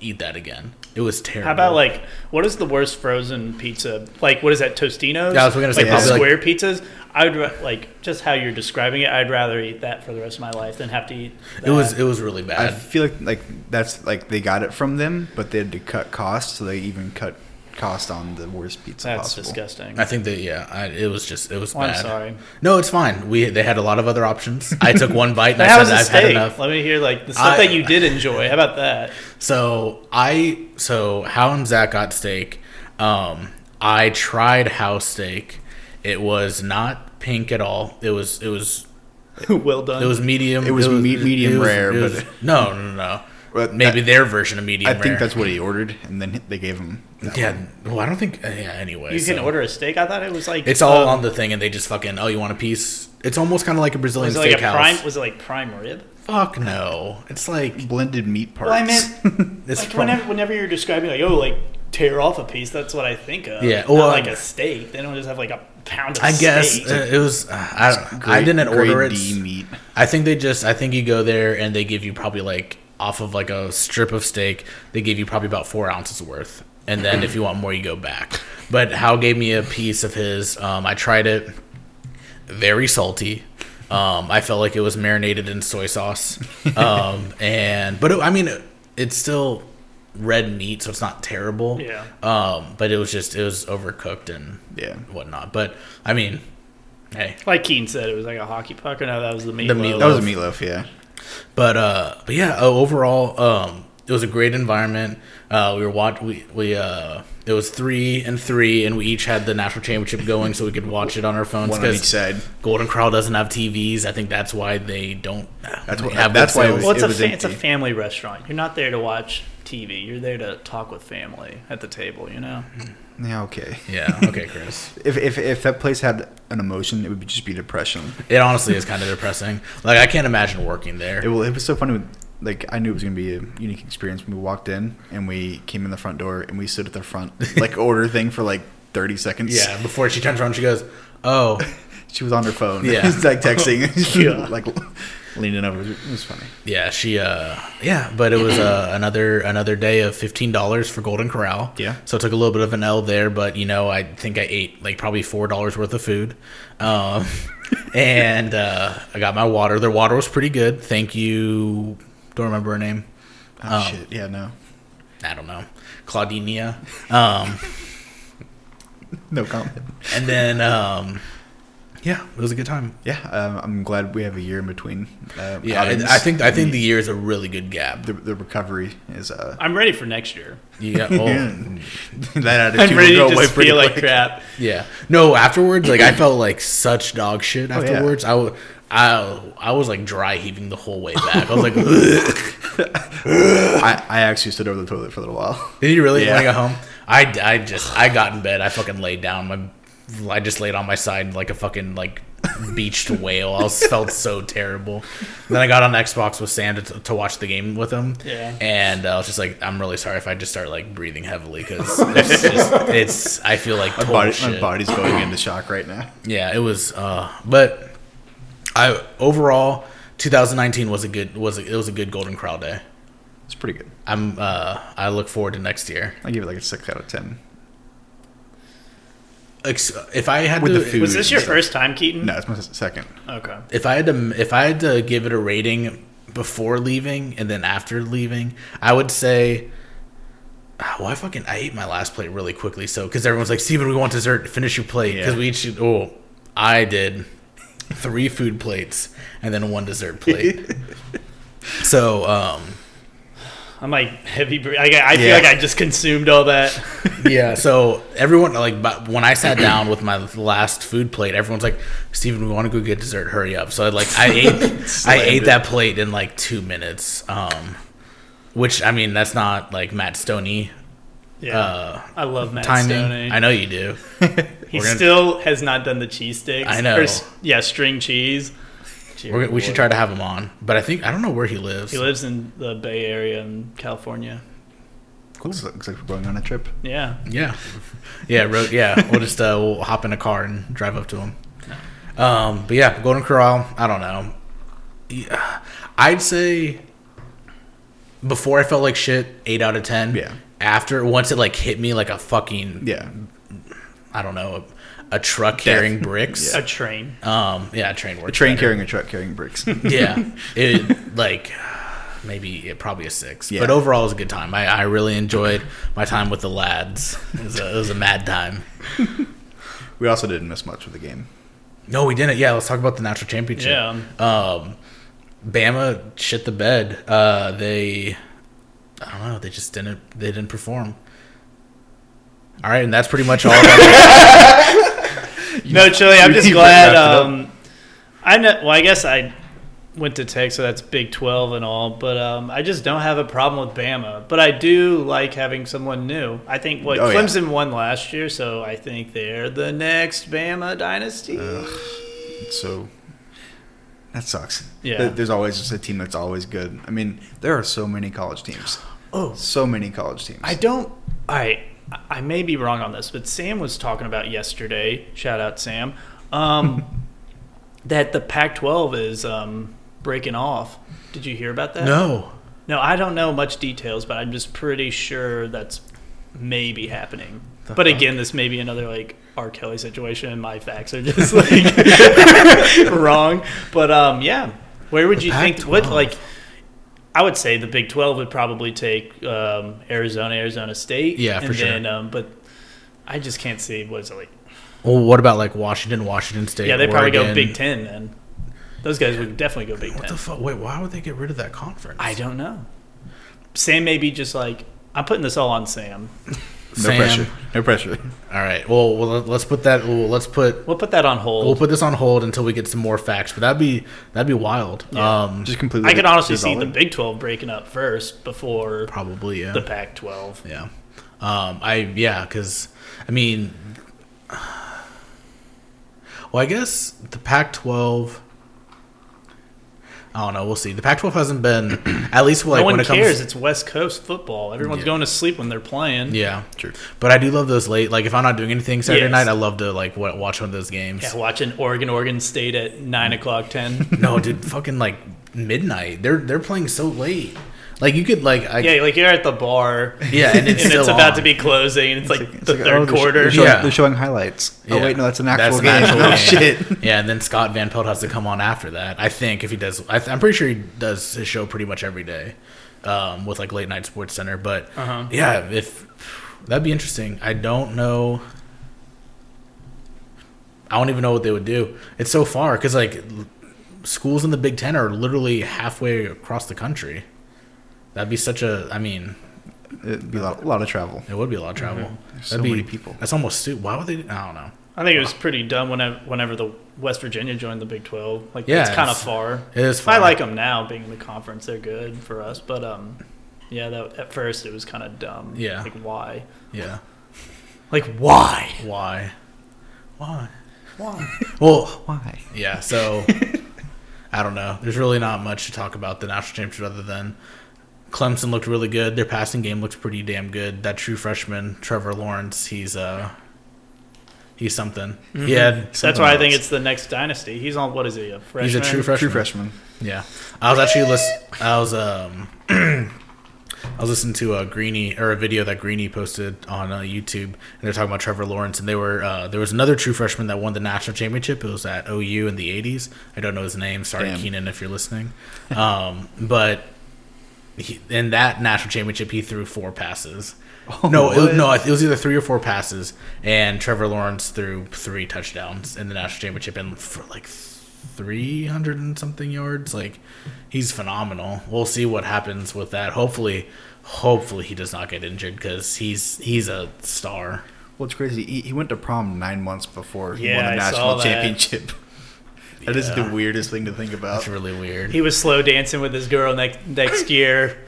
S1: eat that again. It was terrible.
S3: How about like what is the worst frozen pizza? Like what is that Tostinos?
S1: Yeah, I was gonna say
S3: like the
S1: probably, like-
S3: square pizzas. I would ra- like just how you're describing it. I'd rather eat that for the rest of my life than have to eat.
S1: it was?
S3: that.
S1: It was really
S2: I
S1: bad.
S2: feel like like that's like they got it from them, but they had to cut costs, so they even cut cost on the worst pizza
S3: That's
S2: possible.
S3: disgusting.
S1: I think that yeah, I, it was just it was
S3: Oh, I'm
S1: bad.
S3: sorry.
S1: No, it's fine. We they had a lot of other options. I took one bite and
S3: That
S1: I
S3: was
S1: said
S3: a
S1: I've had
S3: steak.
S1: enough.
S3: Let me hear like the stuff
S1: I-
S3: that you did enjoy. How about that?
S1: So I so how and Zach got steak. Um, I tried house steak. It was not pink at all. It was it was
S3: well done.
S1: it was medium.
S2: It was me- medium rare, but-
S1: no, no, no.
S2: But
S1: Maybe
S2: that-
S1: their version of medium.
S2: I think
S1: rare.
S2: that's what he ordered, and then they gave him. that one.
S1: Yeah. Well, I don't think. uh, Yeah. Anyway,
S3: you can
S1: so-
S3: order a steak. I thought it was like
S1: It's all
S3: um,
S1: on the thing, and they just fucking. Oh, you want a piece? It's almost kind of like a Brazilian
S3: Was it like a
S1: steakhouse.
S3: prime? Was it like prime rib?
S1: Fuck no. It's like
S2: blended meat parts.
S3: Well, I meant
S1: it's
S3: like
S1: from-
S3: whenever, whenever you're describing like oh like tear off a piece. That's what I think of.
S1: Yeah,
S3: Not
S1: well,
S3: like
S1: um,
S3: a steak. They don't just have like a pound of
S1: I guess
S3: steak.
S1: uh, it was. Uh, I don't. I
S2: Grade-
S1: didn't
S2: grade
S1: order it.
S2: D meat.
S1: I think they just. I think you go there and they give you probably like off of like a strip of steak. They give you probably about four ounces worth, and then if you want more, you go back. But Hal gave me a piece of his. Um, I tried it. Very salty. Um, I felt like it was marinated in soy sauce. Um, and but it, I mean, it, it's still red meat, so it's not terrible.
S3: Yeah.
S1: Um, but it was just it was overcooked and
S2: Yeah.
S1: whatnot. But I mean, hey,
S3: like Keen said, it was like a hockey puck, or no, that was the meatloaf.
S1: meatloaf.
S2: That was a meatloaf, yeah.
S1: but uh, but yeah, o- overall, um, it was a great environment. Uh, we were watch we we uh, it was three and three, and we each had the national championship going, so we could watch it on our phones
S2: One on each
S1: because
S2: side.
S1: Golden Corral doesn't have TVs. I think that's why they don't. That's
S2: what- that's why it
S3: Well, it's
S2: It
S3: a
S2: was
S3: fa- it's a
S2: empty.
S3: family restaurant. You're not there to watch TV. You're there to talk with family at the table. You know.
S1: Mm-hmm.
S2: Yeah, okay.
S1: Yeah. Okay, Chris.
S2: If, if if that place had an emotion, it would just be depression.
S1: It honestly is kind of depressing. Like I can't imagine working
S2: It
S1: there.
S2: well, it was so funny. With, like I knew it was gonna be a unique experience when we walked in and we came in the front door and we stood at the front like order thing for like thirty seconds.
S1: Yeah. Before she turns around, she goes, "Oh,
S2: she was on her phone.
S1: Yeah.
S2: like texting,
S3: Yeah.
S2: like leaning over. It was funny.
S1: Yeah, she. uh Yeah, but it was uh, another another day of fifteen dollars for Golden Corral.
S2: Yeah.
S1: so I took a little bit of an L there, but you know, I think I ate like probably four dollars worth of food, um, and uh, I got my water. Their water was pretty good. Thank you. Don't remember her name.
S2: Oh,
S1: Um,
S2: shit. Yeah, no,
S1: I don't know. Claudinia. Um,
S2: no comment.
S1: and then um, yeah, it was a good time.
S2: Yeah, um, I'm glad we have a year in between. Um,
S1: Yeah, and
S2: outings.
S1: I think I think the year is a really good gap.
S2: the, the recovery is uh.
S3: I'm ready for next year.
S1: Yeah. Oh,
S2: that
S3: I'm
S2: attitude
S3: ready
S2: will
S3: to
S2: go away
S3: just
S2: pretty
S3: feel like
S2: quick.
S3: crap.
S1: Yeah. No, afterwards, like I felt like such dog shit
S2: Oh, yeah.
S1: afterwards. I, w- I, I was like dry heaving the whole way back. I was like, "Ugh."
S2: I, I actually stood over the toilet for a little while.
S1: did you really
S2: Yeah.
S1: want to go home? I, I just, I got in bed. I fucking laid down. My, I just laid on my side like a fucking like beached whale. I was, felt so terrible. Then I got on Xbox with Sam to, to watch the game with him.
S3: Yeah.
S1: And uh, I was just like, I'm really sorry if I just start like breathing heavily because it's, just- it's, I feel like total
S2: Body,
S1: Oh, shit.
S2: my body's going into shock right now.
S1: yeah it was uh but i overall 2019 was a good was a, it was a good golden crow day
S2: It's pretty good.
S1: i'm uh i look forward to next year
S2: I give it like a six out of ten.
S1: Ex- if i had
S2: With
S1: to
S2: the food.
S3: Was this your
S2: Yeah.
S3: first time, Keaton?
S2: No, it's my second.
S3: Okay.
S1: if i had to if i had to give it a rating before leaving and then after leaving i would say Ah, well, I fucking I ate my last plate really quickly, so because everyone's like, "Steven, we want dessert. Finish your plate." Because
S2: Yeah.
S1: we each oh, I did three food plates and then one dessert plate. so, um,
S3: I'm like heavy. Bre- I, I feel
S2: Yeah.
S3: like I just consumed all that.
S1: yeah. So everyone like but when I sat down with my last food plate, everyone's like, "Steven, we want to go get dessert. Hurry up!" So I like I ate I
S2: Slammed
S1: ate
S2: it.
S1: that plate in like two minutes. Um, which I mean that's not like Matt Stoney
S3: Yeah.
S1: Uh,
S3: I love Matt
S1: timing.
S3: Stoney.
S1: I know you do.
S3: He
S1: We're gonna-
S3: still has not done the cheese sticks.
S1: I know.
S3: Or s- yeah, string cheese.
S1: We're, gonna- we should try to have him on, but I think I don't know where he lives.
S3: He lives in the Bay Area in California.
S2: Cool. So it looks like we're going on a trip.
S3: Yeah.
S1: Yeah, yeah, road, yeah. We'll just uh, we'll hop in a car and drive up to him. Um, but yeah, Golden Corral. I don't know. Yeah, I'd say before I felt like shit, eight out of ten.
S2: Yeah.
S1: After once it like hit me like a fucking
S2: Yeah.
S1: I don't know a, a truck carrying bricks.
S3: A train.
S1: Um, yeah, a train works.
S2: A train
S1: better.
S2: carrying a truck carrying bricks.
S1: yeah, it like maybe it probably a six.
S2: Yeah.
S1: But overall, it was a good time. I, I really enjoyed my time with the lads. It was a, it was a mad time.
S2: we also didn't miss much with the game.
S1: No, we didn't. Yeah, let's talk about the national championship.
S3: Yeah.
S1: Um, Bama shit the bed. Uh, they, I don't know. They just didn't. They didn't perform. All right, and that's pretty much all. That
S3: No, Chili, I'm
S2: you
S3: just
S2: keep
S3: glad.
S2: wrapping up.
S3: Um, I know. Well, I guess I went to Tech, so that's Big 12 and all. But um, I just don't have a problem with Bama. But I do like having someone new. I think what
S2: Oh, yeah.
S3: Clemson won last year, so I think they're the next Bama dynasty.
S2: So that sucks.
S3: Yeah.
S2: There- There's always just a team that's always good. I mean, there are so many college teams.
S3: Oh,
S2: So many college teams.
S3: I don't. I I may be wrong on this, but Sam was talking about yesterday. Shout out Sam. Um, that the Pac-12 is um, breaking off. Did you hear about that?
S1: no,
S3: No, I don't know much details, but I'm just pretty sure that's maybe happening.
S1: The
S3: but
S1: fuck?
S3: again, this may be another like R. Kelly situation, and my facts are just like wrong. But um, yeah, where would
S1: The
S3: you think? What
S1: Pac-12.
S3: like? I would say the Big Twelve would probably take um, Arizona, Arizona State.
S1: Yeah, for
S3: and
S1: sure.
S3: Then, um, but I just can't see what's it like.
S1: Well, what about like Washington, Washington State?
S3: yeah, they probably go
S1: Oregon?
S3: Big Ten then. Those guys would definitely go Big
S1: What
S3: Ten.
S1: the fuck? Wait, why would they get rid of that conference?
S3: I don't know. Sam may be just like I'm putting this all on Sam.
S2: no
S1: Sam.
S2: pressure. No pressure.
S1: All right. Well, well, let's put that. Well, let's put.
S3: We'll put that on hold.
S1: We'll put this on hold until we get some more facts. But that'd be that'd be wild.
S3: Yeah.
S1: Um,
S2: Just completely.
S3: I could honestly see
S2: dissolve
S3: the
S2: it.
S3: Big 12 breaking up first before
S1: probably yeah.
S3: the Pac 12.
S1: Yeah. Um, I yeah, because I mean, well, I guess the Pac-12. I don't know. We'll see. The Pac-12 hasn't been at least like
S3: no
S1: when
S3: one
S1: it
S3: cares.
S1: comes.
S3: it's West Coast football. Everyone's
S1: Yeah.
S3: going to sleep when they're playing.
S1: Yeah,
S2: True.
S1: but I do love those late. Like if I'm not doing anything Saturday
S3: Yes.
S1: night, I love to like wa watch one of those games.
S3: Yeah, watching Oregon, Oregon State at 9 o'clock, 10.
S1: no, dude, fucking like midnight. They're they're playing so late. Like you could like I, yeah,
S3: yeah, like you're at the bar.
S1: and
S3: And
S1: it's
S3: it's
S1: still
S3: about
S1: on.
S3: to be closing. It's like
S2: It's
S3: the
S2: like,
S3: third
S2: oh, they're sh-
S3: quarter.
S2: They're showing,
S1: Yeah.
S2: they're showing highlights. Oh
S1: Yeah.
S2: wait, no, that's an actual
S1: an actual
S2: game.
S1: game.
S2: oh shit.
S1: Yeah, and then Scott Van Pelt has to come on after that. I think if he does, I th- I'm pretty sure he does his show pretty much every day um, with like late night Sports Center. But
S3: Uh-huh.
S1: yeah, if that'd be interesting. I don't know. I don't even know what they would do. It's so far because like l- schools in the Big Ten are literally halfway across the country. That'd be such a. I mean,
S2: It'd be a lot, a lot of travel.
S1: it would be a lot of travel. That'd
S2: Mm-hmm. There's so
S1: be
S2: many people.
S1: That's almost. su- Why would they? I don't know.
S3: I think it was pretty dumb whenever, whenever the West Virginia joined the Big 12. Like,
S1: Yeah,
S3: it's kind of
S1: it's-
S3: far.
S1: It is.
S3: I
S1: far.
S3: like them now being in the conference. They're good for us. But, um, yeah, that, at first it was kind of dumb.
S1: Yeah.
S3: Like, why?
S1: Yeah.
S3: Like, why?
S1: Why? Why?
S3: Why?
S1: Well,
S2: Why?
S1: yeah. So I don't know. There's really not much to talk about the national championship other than Clemson looked really good. Their passing game looked pretty damn good. That true freshman, Trevor Lawrence, he's uh he's something. He had
S3: Mm-hmm. That's
S2: Something
S3: why I
S2: else.
S3: think it's the next dynasty. He's on what is he? A freshman.
S1: he's a true freshman.
S2: True freshman.
S1: Yeah, I was actually listen. I was um, I was listening to a Greeny or a video that Greeny posted on uh, YouTube, and they're talking about Trevor Lawrence, and they were uh, there was another true freshman that won the national championship. It was at OU in the '80s. I don't know his name. Sorry,
S2: Damn.
S1: Keenan, if you're listening. Um, but he, in that national championship, he threw four passes. no, it,
S2: Oh, what?
S1: no, it was either three or four passes, and Trevor Lawrence threw three touchdowns in the national championship, and for like three hundred and something yards. Like he's phenomenal. We'll see what happens with that. Hopefully, hopefully he does not get injured because he's he's a star.
S2: Well, it's crazy. He, he went to prom nine months before he won
S3: Yeah,
S2: the
S3: I
S2: national
S3: saw that.
S2: championship. That is
S1: Yeah.
S2: the weirdest thing to think about.
S1: That's really weird.
S3: He was slow dancing with his girl next next year,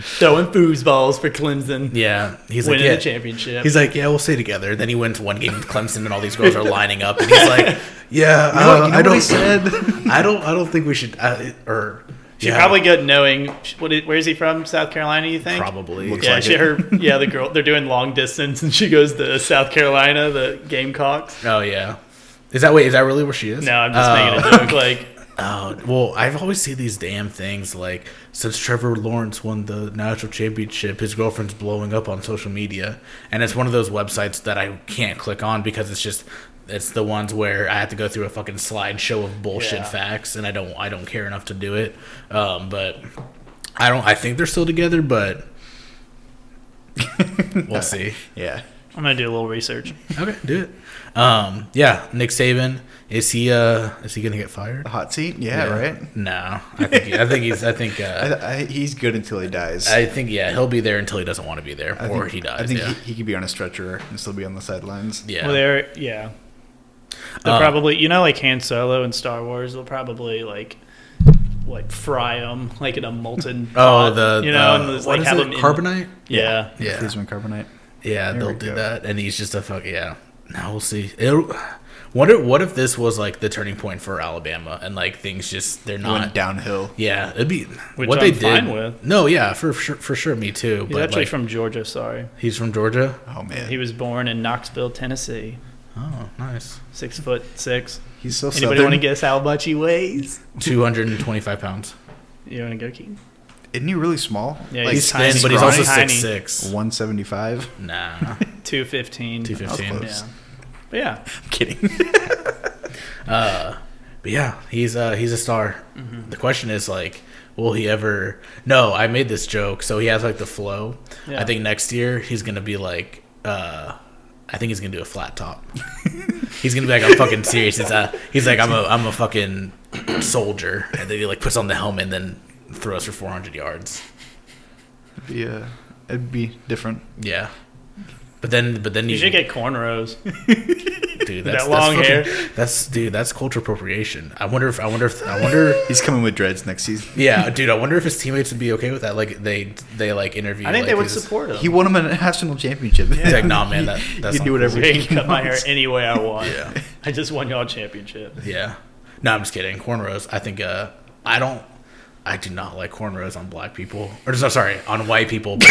S3: throwing foosballs for Clemson,
S1: yeah, he's like
S3: winning
S1: yeah.
S3: the championship.
S1: He's like, yeah, we'll stay together. Then he wins one game with Clemson, and all these girls are lining up, and he's like, yeah,
S2: You know-
S1: uh,
S2: you know
S1: I
S2: what
S1: don't,
S2: I said.
S1: I don't, I don't think we should, uh, or
S3: she probably good knowing what is, where is he from? South Carolina, you think?
S1: probably,
S2: Looks
S3: Yeah,
S2: like
S3: she,
S2: it.
S3: her, yeah, the girl. They're doing long distance, and she goes to South Carolina, the Gamecocks.
S1: oh yeah, is that wait, is that really where she is?
S3: No, I'm just
S1: Oh.
S3: making a joke. Like,
S1: Oh well, I've always seen these damn things like since Trevor Lawrence won the national championship, his girlfriend's blowing up on social media, and it's one of those websites that I can't click on because it's just it's the ones where I have to go through a fucking slideshow of bullshit
S3: Yeah.
S1: facts, and I don't I don't care enough to do it. Um, but I don't I think they're still together, but we'll see.
S2: Yeah.
S3: I'm gonna do a little research.
S1: Okay, do it. Um, yeah, Nick Saban is he uh is he gonna get fired?
S2: The hot seat? Yeah, right?
S1: No, I think I think he's I think uh,
S2: I, I, he's good until he dies.
S1: I think yeah, he'll be there until he doesn't want to be there,
S2: I
S1: or
S2: think-
S1: he dies.
S2: I think
S1: yeah.
S2: he, he could be on a stretcher and still be on the sidelines.
S1: yeah.
S3: Well, they're yeah. They'll
S1: Uh,
S3: probably you know like Han Solo in Star Wars. They'll probably like like fry them like in a molten.
S1: oh,
S3: pot,
S1: the
S3: you know
S1: uh,
S3: and just,
S1: what
S3: like
S1: is
S3: have
S1: it?
S3: them in-
S1: carbonite.
S3: yeah.
S1: Yeah.
S2: Freeze him in carbonite.
S1: Yeah,
S2: There
S1: they'll
S2: we
S1: do
S2: go.
S1: that, and he's just a fuck. Yeah, now we'll see. It'll, what if what if this was like the turning point for Alabama, and like things just they're
S2: He Went
S1: not.
S2: downhill.
S1: Yeah, it'd be
S3: Which
S1: what they
S3: I'm fine
S1: did.
S3: with.
S1: No, yeah, for sure, for sure, me too.
S3: He's
S1: But
S3: actually
S1: like,
S3: from Georgia. Sorry,
S1: he's from Georgia.
S2: Oh, man.
S3: he was born in Knoxville, Tennessee.
S1: Oh, nice.
S3: Six foot six.
S2: he's so
S3: Anybody
S2: southern.
S3: want to guess how much he weighs?
S1: Two hundred and twenty-five pounds.
S3: You want to go, Keaton?
S2: Isn't he really small?
S3: Yeah,
S2: like
S3: he's
S1: He's
S3: tiny,
S1: thin, but he's also
S3: scrawny.
S1: six six.
S2: 175?
S1: Nah,
S3: Two fifteen.
S1: two fifteen.
S2: close.
S3: Yeah. But yeah.
S2: I'm kidding.
S1: Uh, but yeah, he's uh, he's a star.
S3: Mm-hmm.
S1: The question is like, will he ever? No, I made this joke. So he has like the flow.
S3: Yeah.
S1: I think next year he's gonna be like, uh, I think he's gonna do a flat top. he's gonna be like, I'm fucking serious. It's uh he's like, I'm a I'm a fucking soldier, and then he like puts on the helmet and then throws for 400 yards.
S2: it'd, be, uh, it'd be different.
S1: Yeah. But then, but then
S3: You should get cornrows.
S1: dude,
S3: that long hair.
S1: That's dude. That's cultural appropriation. I wonder if I wonder if I wonder
S2: He's coming with dreads next season.
S1: Yeah, dude. I wonder if his teammates would be okay with that. Like they they like interview.
S3: I think they
S1: like,
S3: would
S1: his-
S3: support him.
S2: He won him a national championship.
S1: He's like, nah, man. That, that's
S2: he can
S1: not
S2: do whatever
S3: They
S2: he
S3: can cut my hair
S2: wants.
S3: any way I want.
S1: Yeah.
S3: I just won y'all championship.
S1: Yeah. No, I'm just kidding. Cornrows. I think. Uh, I don't. I do not like cornrows on black people. Or no, sorry, on white people.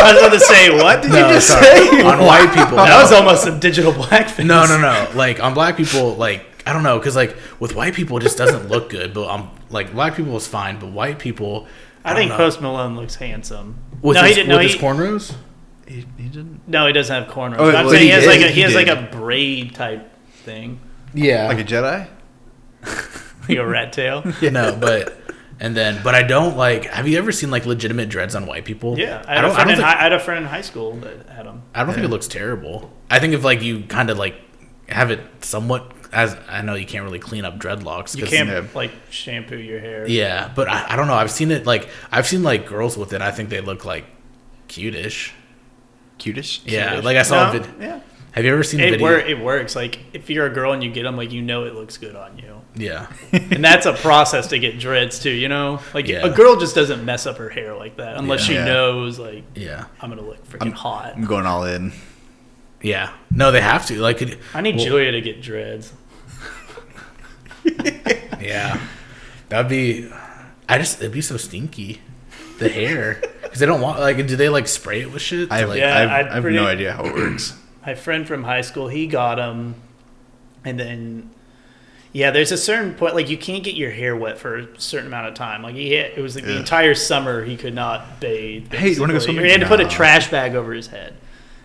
S1: But
S3: I was about to say, what did
S1: No,
S3: you just
S1: sorry,
S3: say?
S1: on white people.
S3: That was almost some digital blackface.
S1: No, no, no. Like on black people, like I don't know, because like with white people, it just doesn't look good. But um, like black people is fine, but white people.
S3: I,
S1: don't
S3: think
S1: know.
S3: Post Malone looks handsome.
S1: with
S3: no,
S1: his,
S3: he didn't. No,
S1: with
S3: he,
S1: his cornrows.
S2: He, he didn't.
S3: no, he doesn't have cornrows.
S2: Oh,
S3: But I'm
S2: well,
S3: saying he,
S2: he
S3: has
S2: did,
S3: like a he,
S2: he
S3: has like
S2: did.
S3: a braid type thing,
S1: Yeah,
S2: Like a Jedi?
S3: like a rat tail.
S1: you know but and then but i don't like have you ever seen like legitimate dreads on white people
S3: Yeah, I
S1: i
S3: had, a
S1: don't, I
S3: friend
S1: don't,
S3: in
S1: think,
S3: hi- I had a friend in high school that had them.
S1: I don't think it looks terrible i think if like you kind of like have it somewhat as i know you can't really clean up dreadlocks
S3: You
S1: 'cause-
S3: can't
S2: no.
S3: like shampoo your hair.
S1: yeah but I, I don't know i've seen it like i've seen like girls with it i think they look like cutish
S2: Cutish?
S1: yeah like i saw a
S3: No,
S1: vid-
S3: yeah.
S1: have you ever seen the
S3: It,
S1: video
S3: wor- it works. Like if you're a girl and you get them, like you know it looks good on you,
S1: yeah
S3: and that's a process to get dreads too. You know, like
S1: Yeah.
S3: a girl just doesn't mess up her hair like that unless she
S2: Yeah.
S3: knows like
S1: yeah
S3: I'm gonna look freaking hot.
S2: I'm going all in.
S1: yeah no they have to like it,
S3: I need
S1: well,
S3: Julia to get dreads.
S1: Yeah, that'd be. I just it'd be so stinky, the hair because they don't want like. Do they like spray it with shit?
S2: I have,
S1: like,
S3: Yeah,
S2: I have,
S3: I'd
S2: I have
S3: pretty-
S2: no idea how it works.
S3: My friend from high school, he got them, and then yeah, there's a certain point like you can't get your hair wet for a certain amount of time. Like he had, it was like, the
S2: Yeah.
S3: entire summer he could not bathe.
S2: Hey, you wanna go
S3: basically.
S2: swimming?
S3: He had to put a
S2: No.
S3: trash bag over his head,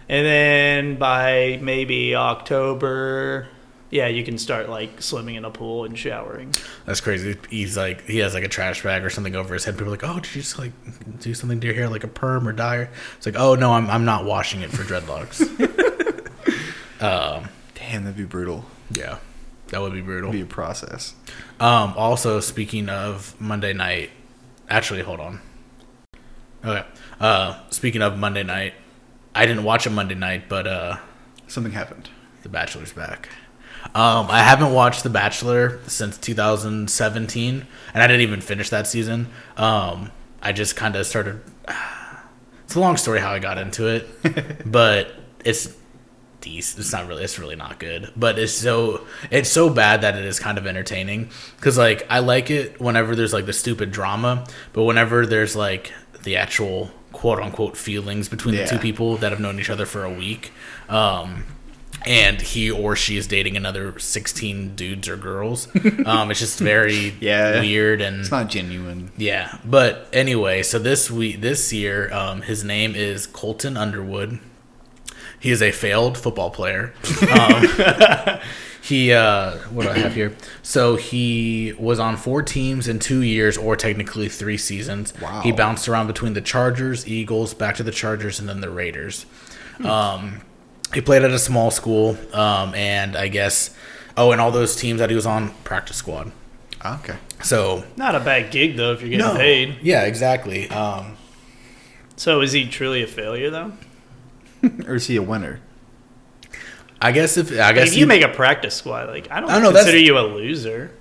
S3: and then by maybe October. Yeah, you can start like swimming in a pool and showering.
S1: that's crazy. He's like he has like a trash bag or something over his head. People are like, oh, did you just like do something to your hair like a perm or dye? It's like, oh no, I'm I'm not washing it for dreadlocks.
S2: Damn, that'd be brutal.
S1: yeah, that would be brutal.
S2: It'd be a process.
S1: Um, also, speaking of Monday night, actually, hold on. Okay. Uh, speaking of Monday night, I didn't watch it Monday night, but uh,
S2: Something happened.
S1: The Bachelor's back. Um, I haven't watched The Bachelor since 2017, and I didn't even finish that season. Um, I just kind of started. It's a long story how I got into it, but it's decent. It's not really. It's really not good, but it's so it's so bad that it is kind of entertaining. Cause like I like it whenever there's like the stupid drama, but whenever there's like the actual quote unquote feelings between
S2: Yeah.
S1: the two people that have known each other for a week, um, and he or she is dating another 16 dudes or girls. Um, it's just very
S2: Yeah.
S1: weird and
S2: It's not genuine.
S1: yeah. But anyway, so this week, this year, um, his name is Colton Underwood. He is a failed football player. Um, he, uh, what do I have here? So he was on four teams in two years, or technically three seasons.
S2: Wow.
S1: He bounced around between the Chargers, Eagles, back to the Chargers, and then the Raiders. Um, he played at a small school, um, and I guess, oh, and all those teams that he was on practice squad.
S2: Ah, okay.
S1: So
S3: Not a bad gig though if you're getting paid.
S1: yeah, exactly. Um,
S3: So is he truly a failure though?
S2: Or is he a winner?
S1: I guess if I
S3: Like,
S1: guess
S3: if you make a practice squad, like I don't,
S1: I know, that's-
S3: consider you a loser.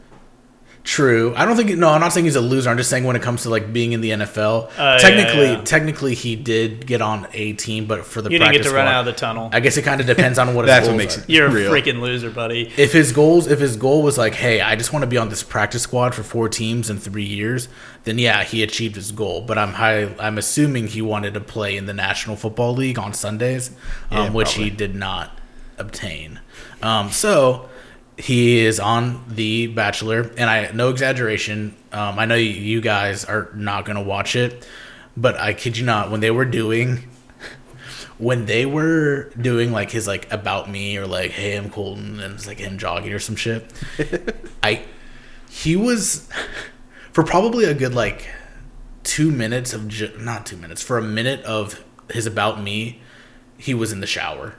S1: true. I don't think no. I'm not saying he's a loser. I'm just saying when it comes to like being in the NFL,
S3: Oh, yeah,
S1: technically,
S3: yeah.
S1: technically he did get on a team, but for the
S3: You didn't
S1: practice
S3: get to run
S1: squad-
S3: out of the tunnel.
S1: I guess it kind of depends on what his
S2: That's what
S1: goals
S2: makes
S1: are.
S2: it-
S3: You're
S2: Real.
S3: a freaking loser, buddy.
S1: If his goals, if his goal was like, hey, I just want to be on this practice squad for four teams in three years, then yeah, he achieved his goal. But I'm high, I'm assuming he wanted to play in the National Football League on Sundays, um,
S2: Yeah,
S1: which he
S2: probably.
S1: did not obtain. Um, so he is on The Bachelor, and I no exaggeration. Um, I know you, you guys are not gonna watch it, but I kid you not, when they were doing when they were doing like his like about me or like hey I'm Colton and it's like him jogging or some shit, I he was for probably a good like two minutes of ju- not two minutes for a minute of his about me, he was in the shower.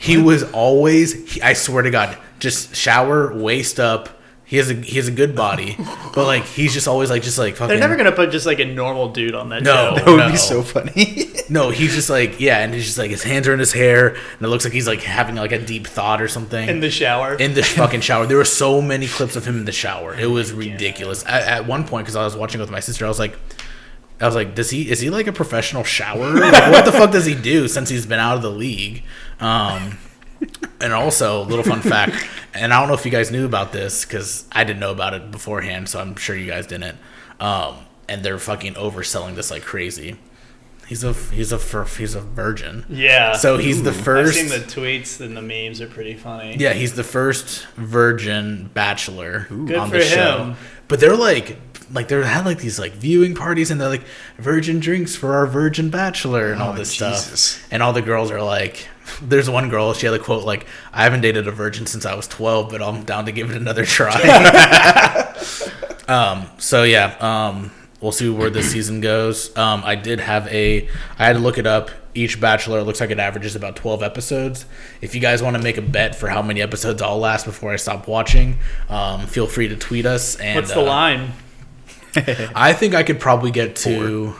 S1: He was always he, I swear to God just shower waist up. He has a he has a good body, but like he's just always like just like fucking.
S3: They're never gonna put just like a normal dude on that
S1: No.
S3: show.
S2: That would
S1: No.
S2: be so funny.
S1: No, he's just like yeah, and he's just like his hands are in his hair, and it looks like he's like having like a deep thought or something
S3: In the shower.
S1: in the fucking shower. There were so many clips of him in the shower. It was ridiculous. At, at one point, because I was watching with my sister, I was like, I was like, does he is he like a professional shower? Like, what the fuck does he do since he's been out of the league? Um, and also, little fun fact, and I don't know if you guys knew about this because I didn't know about it beforehand, so I'm sure you guys didn't. Um, and they're fucking overselling this like crazy. He's a he's a fir- he's a virgin.
S3: yeah.
S1: So he's the
S3: I've
S1: first.
S3: seen the tweets and the memes are pretty funny.
S1: Yeah, he's the first virgin bachelor
S3: Good
S1: on
S3: for
S1: the show.
S3: him.
S1: But they're like like they had like these like viewing parties and they're like virgin drinks for our virgin bachelor and all
S2: Oh,
S1: this
S2: Jesus.
S1: stuff. And all the girls are like there's one girl, she had a quote like, I haven't dated a virgin since I was twelve, but I'm down to give it another try. um so yeah, um we'll see where this season goes. Um I did have a I had to look it up. Each bachelor it looks like it averages about twelve episodes. If you guys want to make a bet for how many episodes I'll last before I stop watching, um feel free to tweet us and
S3: What's the
S1: uh,
S3: line?
S1: I think I could probably get to.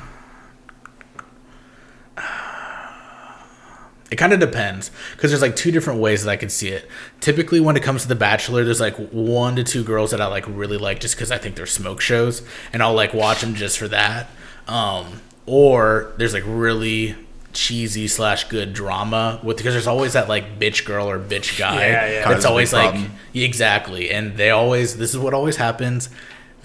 S1: It kind of depends because there's like two different ways that I can see it. Typically, when it comes to The Bachelor, there's like one to two girls that I like really like just because I think they're smoke shows, and I'll like watch them just for that. Um, or there's like really cheesy slash good drama with because there's always that like bitch girl or bitch guy
S3: Yeah, yeah.
S1: that's
S2: Causes a
S1: always
S2: big
S1: like
S2: problem.
S1: exactly, and they always this is what always happens.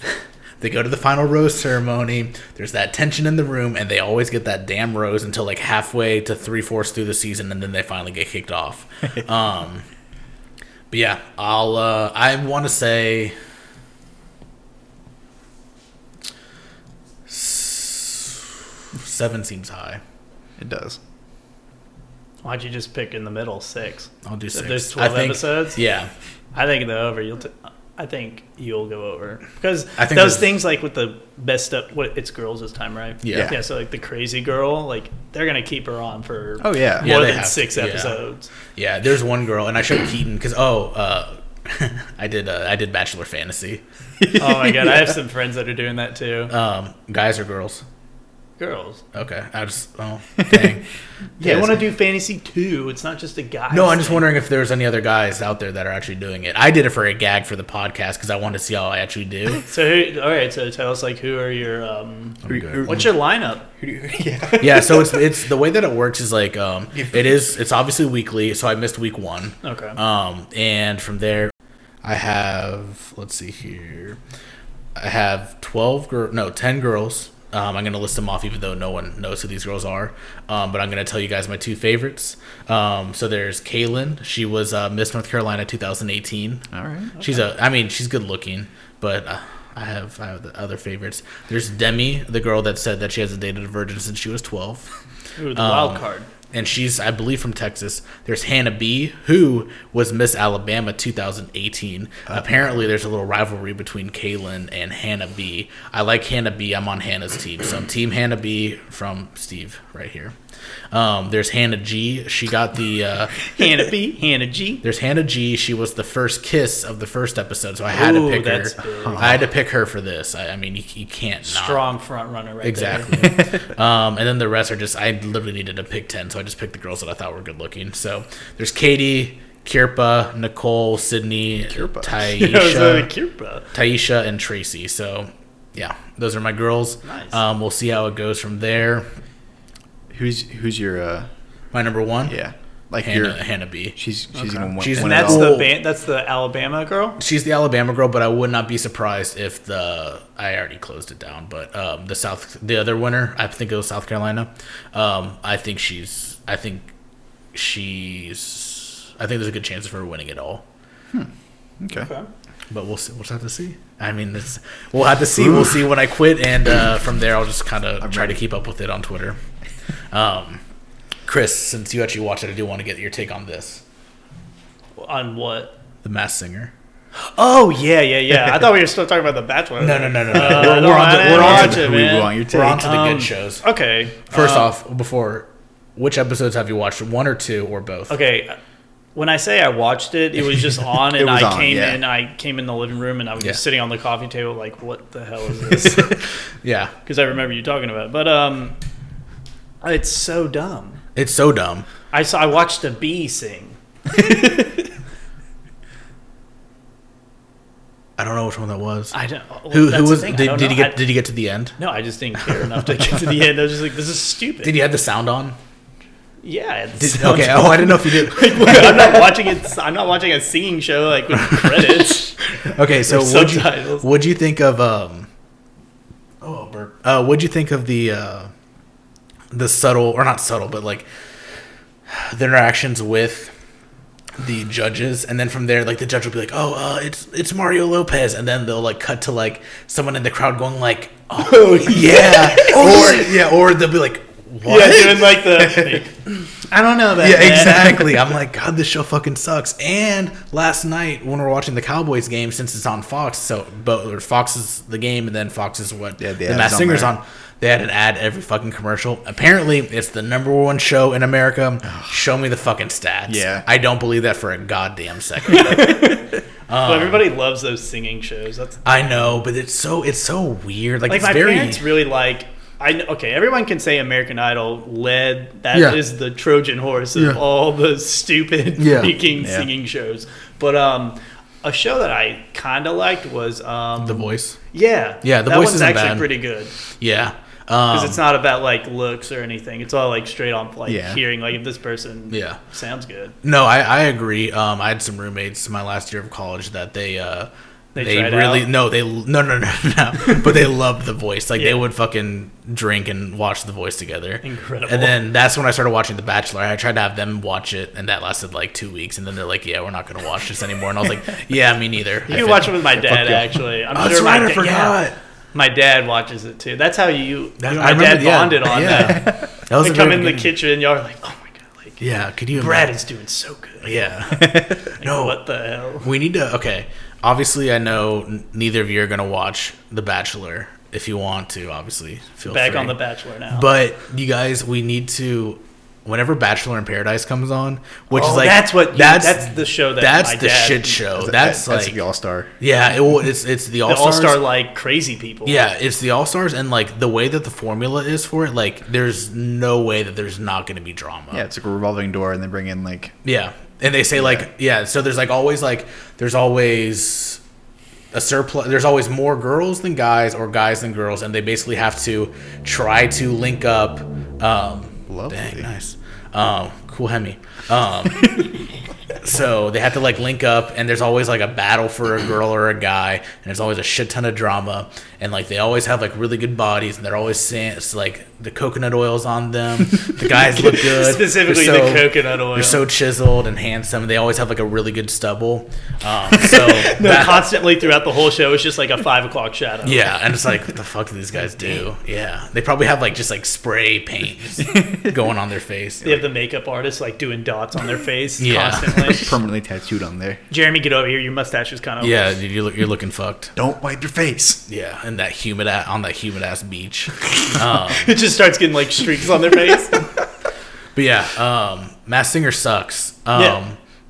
S1: They go to the final rose ceremony. There's that tension in the room, and they always get that damn rose until like halfway to three fourths through the season, and then they finally get kicked off. um, but yeah, I'll. Uh, I want to say. s- Seven seems high.
S2: it does.
S3: Why'd you just pick in the middle six?
S1: I'll do
S3: So
S1: six.
S3: there's 12
S1: I think-
S3: episodes?
S1: Yeah,
S3: I think the over. You'll. T- I think you'll go over because
S1: I think there's-
S3: those things like with the best up. What it's girls this time, right?
S1: Yeah.
S3: Yeah. So like the crazy girl, like they're gonna keep her on for
S2: Oh yeah.
S1: Yeah.
S3: more
S1: they
S3: than
S1: have to,
S3: six
S1: yeah.
S3: episodes.
S1: yeah. There's one girl, and I showed Keaton because oh, uh, I did. Uh, I did Bachelor Fantasy.
S3: Oh my god, I have some friends that are doing that too.
S1: Um, guys or girls?
S3: Girls.
S1: Okay, I just oh dang.
S3: Yeah,
S2: Yeah,
S3: they want to
S2: it's-
S3: do fantasy too. It's not just a guy.
S1: No, I'm just wondering if there's any other guys out there that are actually doing it. I did it for a gag for the podcast because I wanted to see how I actually do.
S3: So who, all right, so tell us like who are your um,
S1: I'm good.
S3: what's your lineup?
S2: yeah.
S1: yeah, so it's it's the way that it works is like um, it is it's obviously weekly, so I missed week one.
S3: Okay.
S1: Um, and from there, I have let's see here, I have twelve girl, no ten girls, Um, I'm going to list them off, even though no one knows who these girls are. Um, but I'm going to tell you guys my two favorites. Um, so there's Kaylin. She was uh, Miss North Carolina 2018.
S2: All right.
S1: She's a. I mean, she's good looking, but uh, I have I have the other favorites. There's Demi, the girl that said that she hasn't dated a virgin since she was 12.
S3: Ooh, the
S1: Um,
S3: wild card.
S1: And she's, I believe, from Texas. There's Hannah B, who was Miss Alabama 2018.
S3: Uh-huh.
S1: Apparently, there's a little rivalry between Kaylin and Hannah B. I like Hannah B. I'm on Hannah's team, so I'm Team Hannah B from Steve right here. Um, there's Hannah G. She got the. Uh,
S3: Hannah B, Hannah G.
S1: there's Hannah G. She was the first kiss of the first episode, so I had
S3: Ooh,
S1: to pick
S3: that's big.
S1: her. I had to pick her for this. I, I mean, you, you can't not.
S3: Strong front runner right
S1: Exactly. um, and then the rest are just I literally needed to pick ten, so I just picked the girls that I thought were good looking. So there's Katie, Kirpa, Nicole, Sydney,
S2: Kirpa.
S3: there. Yeah, I was like,
S1: Taisha,
S3: "Cute, bro."
S1: Taisha, and Tracy. So yeah, those are my girls.
S3: Nice.
S1: Um, we'll see how it goes from there.
S2: Who's who's your uh
S1: My number one,
S2: yeah like
S1: Hannah,
S2: your
S1: Hannah B.
S2: she's she's even one.
S1: She's- When
S2: one
S3: And
S1: it
S3: that's
S2: adult.
S1: all-
S3: the band, that's the Alabama girl.
S1: She's the Alabama girl, but I would not be surprised if the I already closed it down. But um, the South, the other winner, I think it was South Carolina. Um, I think she's. I think she's. I think there's a good chance of her winning it all.
S2: okay.
S1: But we'll see. We'll just have to see. I mean, it's, we'll have to see. We'll see when I quit, and uh, from there, I'll just kind of try to keep up with it on Twitter. Um, Chris, since you actually watched it, I do want to get your take on this.
S3: On what?
S1: The Mass Singer.
S3: Oh yeah, yeah, yeah. I thought we were still talking about the Bachelor.
S1: No, no, no, no. no.
S3: Uh,
S1: we're,
S3: no,
S1: we're on
S3: I
S1: the,
S3: didn't
S1: we're on
S3: watch
S1: to
S3: it,
S1: the,
S2: We
S3: man.
S2: want your
S1: we're
S2: take.
S1: on to the
S3: Um,
S1: good shows.
S3: Okay.
S1: First
S3: um,
S1: off, before which episodes have you watched? One or two or both?
S3: Okay. When I say I watched it, it was just on,
S2: It
S3: and
S2: was
S3: I
S2: on,
S3: came
S2: yeah.
S3: in. I came in the living room, and I was
S1: Yeah.
S3: just sitting on the coffee table, like, "What the hell is this?"
S1: Yeah,
S3: Because I remember you talking about. It. But um, it's so dumb.
S1: it's so dumb.
S3: I saw. I watched a bee sing.
S1: I don't know which one that was.
S3: I don't. well,
S1: who
S3: that's
S1: who
S3: the
S1: was?
S3: thing,
S1: Did,
S3: I don't
S1: did you
S3: know.
S1: get?
S3: I-
S1: did you get to the end?
S3: no, I just didn't care enough to get to the end. I was just like, "This is stupid."
S1: Did you have the sound on?
S3: yeah. It's
S1: Did, okay. Oh, I didn't know if you did.
S3: I'm not watching it. I'm not watching a singing show like with credits.
S1: Okay, so
S3: There's
S1: would you
S3: subtitles.
S1: would you think of um? Oh, burp. Uh, what'd you think of the uh, the subtle or not subtle, but like the interactions with the judges, and then from there, like the judge will be like, "Oh, uh, it's it's Mario Lopez," and then they'll like cut to like someone in the crowd going like, "Oh yeah," or yeah, or they'll be like, "What?"
S3: Yeah, doing like the. I don't know that.
S1: Yeah,
S3: man.
S1: exactly. I'm like, God, this show fucking sucks. And last night when we were watching the Cowboys game, since it's on Fox, so both or Fox is the game, and then Fox is what
S2: Yeah, the
S1: the
S2: ad's
S1: Mass
S2: on
S1: Singer's
S2: there.
S1: on. They had an ad every fucking commercial. Apparently, it's the number one show in America. Show me the fucking stats.
S2: Yeah.
S1: I don't believe that for a goddamn second. Uh.
S3: Well, everybody loves those singing shows. That's
S1: I know, but it's so it's so weird. Like,
S3: like
S1: it's
S3: my
S1: very
S3: parents really like. I kn- okay. Everyone can say American Idol led. That is
S1: Yeah.
S3: the Trojan horse of
S1: Yeah.
S3: all the stupid
S1: Yeah.
S3: freaking
S2: Yeah.
S3: singing shows. But um, a show that I kind of liked was um,
S1: the voice.
S3: yeah
S1: Yeah, The
S3: that
S1: Voice
S3: one's
S1: isn't
S3: actually
S1: bad.
S3: pretty good.
S1: Yeah. Um,
S3: because it's not about like looks or anything. It's all like straight on like
S2: Yeah.
S3: hearing like if this person
S1: Yeah.
S3: sounds good.
S1: No, I, I agree. Um, I had some roommates my last year of college that they uh,
S3: They
S1: they,
S3: tried
S1: really
S3: out?
S1: no they no no no no, but they loved the voice. Like
S3: Yeah.
S1: they would fucking drink and watch the voice together.
S3: Incredible.
S1: And then that's when I started watching The Bachelor. I tried to have them watch it, and that lasted like two weeks. And then they're like, "Yeah, we're not gonna watch this anymore." And I was like, "Yeah, me neither."
S3: You can watch it with my dad actually. I'm
S1: Oh, that's
S3: sure
S1: right,
S3: my
S1: I
S3: da-
S1: forgot.
S3: My dad watches it too. That's how you,
S1: That-
S3: you
S1: I
S3: and my
S1: remember-
S3: dad
S1: yeah,
S3: bonded on
S1: yeah.
S3: that.
S1: That was
S3: They
S1: a
S3: come
S1: very
S3: in the
S1: good-
S3: kitchen, y'all are like, oh my god, like
S1: Yeah, could you?
S3: Brad
S1: imagine?
S3: is doing so good.
S1: Yeah. no,
S3: What the hell?
S1: We need to. Okay. Obviously, I know n- neither of you are going to watch The Bachelor. If you want to, obviously, feel
S3: Back
S1: free.
S3: on the Bachelor now.
S1: But you guys, we need to. Whenever Bachelor in Paradise comes on, which is
S3: Oh,
S1: like
S3: that's what you- that's the show that
S1: that's
S3: my
S1: the
S3: dad-
S1: shit show.
S2: That-
S1: Oh, That's, like
S2: the all star.
S1: yeah, it, will- it's it's the
S3: the
S1: all
S3: All Star
S1: star.
S3: like crazy people.
S1: Yeah, it's the all stars, and like the way that the formula is for it, like there's no way that there's not going to be drama.
S2: Yeah, it's like a revolving door, and they bring in like
S1: Yeah. And they say like yeah, so there's like always like there's always a surplus there's always more girls than guys or guys than girls and they basically have to try to link up um
S2: Lovely.
S1: dang nice Um, cool Hemi. Um, so they have to like link up, and there's always like a battle for a girl or a guy, and there's always a shit ton of drama, and like they always have like really good bodies, and they're always saying it's like the coconut oils on them. The guys look good,
S3: Specifically
S1: They're
S3: the coconut oil.
S1: They're so chiseled and handsome. They always have like a really good stubble. Um, so
S3: no,
S1: that-
S3: constantly throughout the whole show, it's just like a five o'clock shadow.
S1: yeah, and it's like, what the fuck do these guys do? Yeah, they probably have like just like spray paint just going on their face.
S3: They have the makeup artist like doing dots on their face
S1: Yeah.
S3: constantly.
S2: Permanently tattooed on there.
S3: Jeremy, get over here. Your mustache is kind of
S1: Yeah, dude, you're, look- you're looking fucked.
S2: Don't wipe your face.
S1: Yeah, and that humid a on that humid ass beach. um,
S3: It just starts getting like streaks on their face.
S1: but yeah, um, Mass Singer sucks. Um,
S3: Yeah.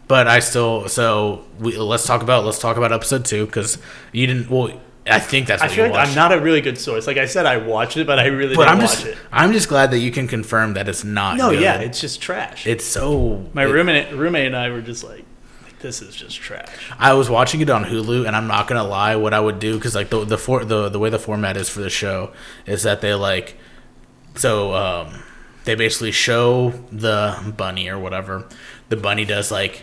S1: But I still so we, let's talk about let's talk about episode two because you didn't. Well, I think that's.
S3: I
S1: What
S3: feel
S1: you
S3: like I'm
S1: watched.
S3: not a really good source. Like I said, I watched it, but I really
S1: But
S3: didn't
S1: I'm
S3: watch
S1: just
S3: it.
S1: I'm just glad that you can confirm that it's not.
S3: No,
S1: good.
S3: yeah, it's just trash.
S1: it's so
S3: My
S1: it-
S3: roommate, roommate and I were just like, like, this is just trash.
S1: I was watching it on Hulu, and I'm not gonna lie. What I would do, because like the the for the the way the format is for the show, is that they like, so um, they basically show the bunny or whatever. The bunny does like,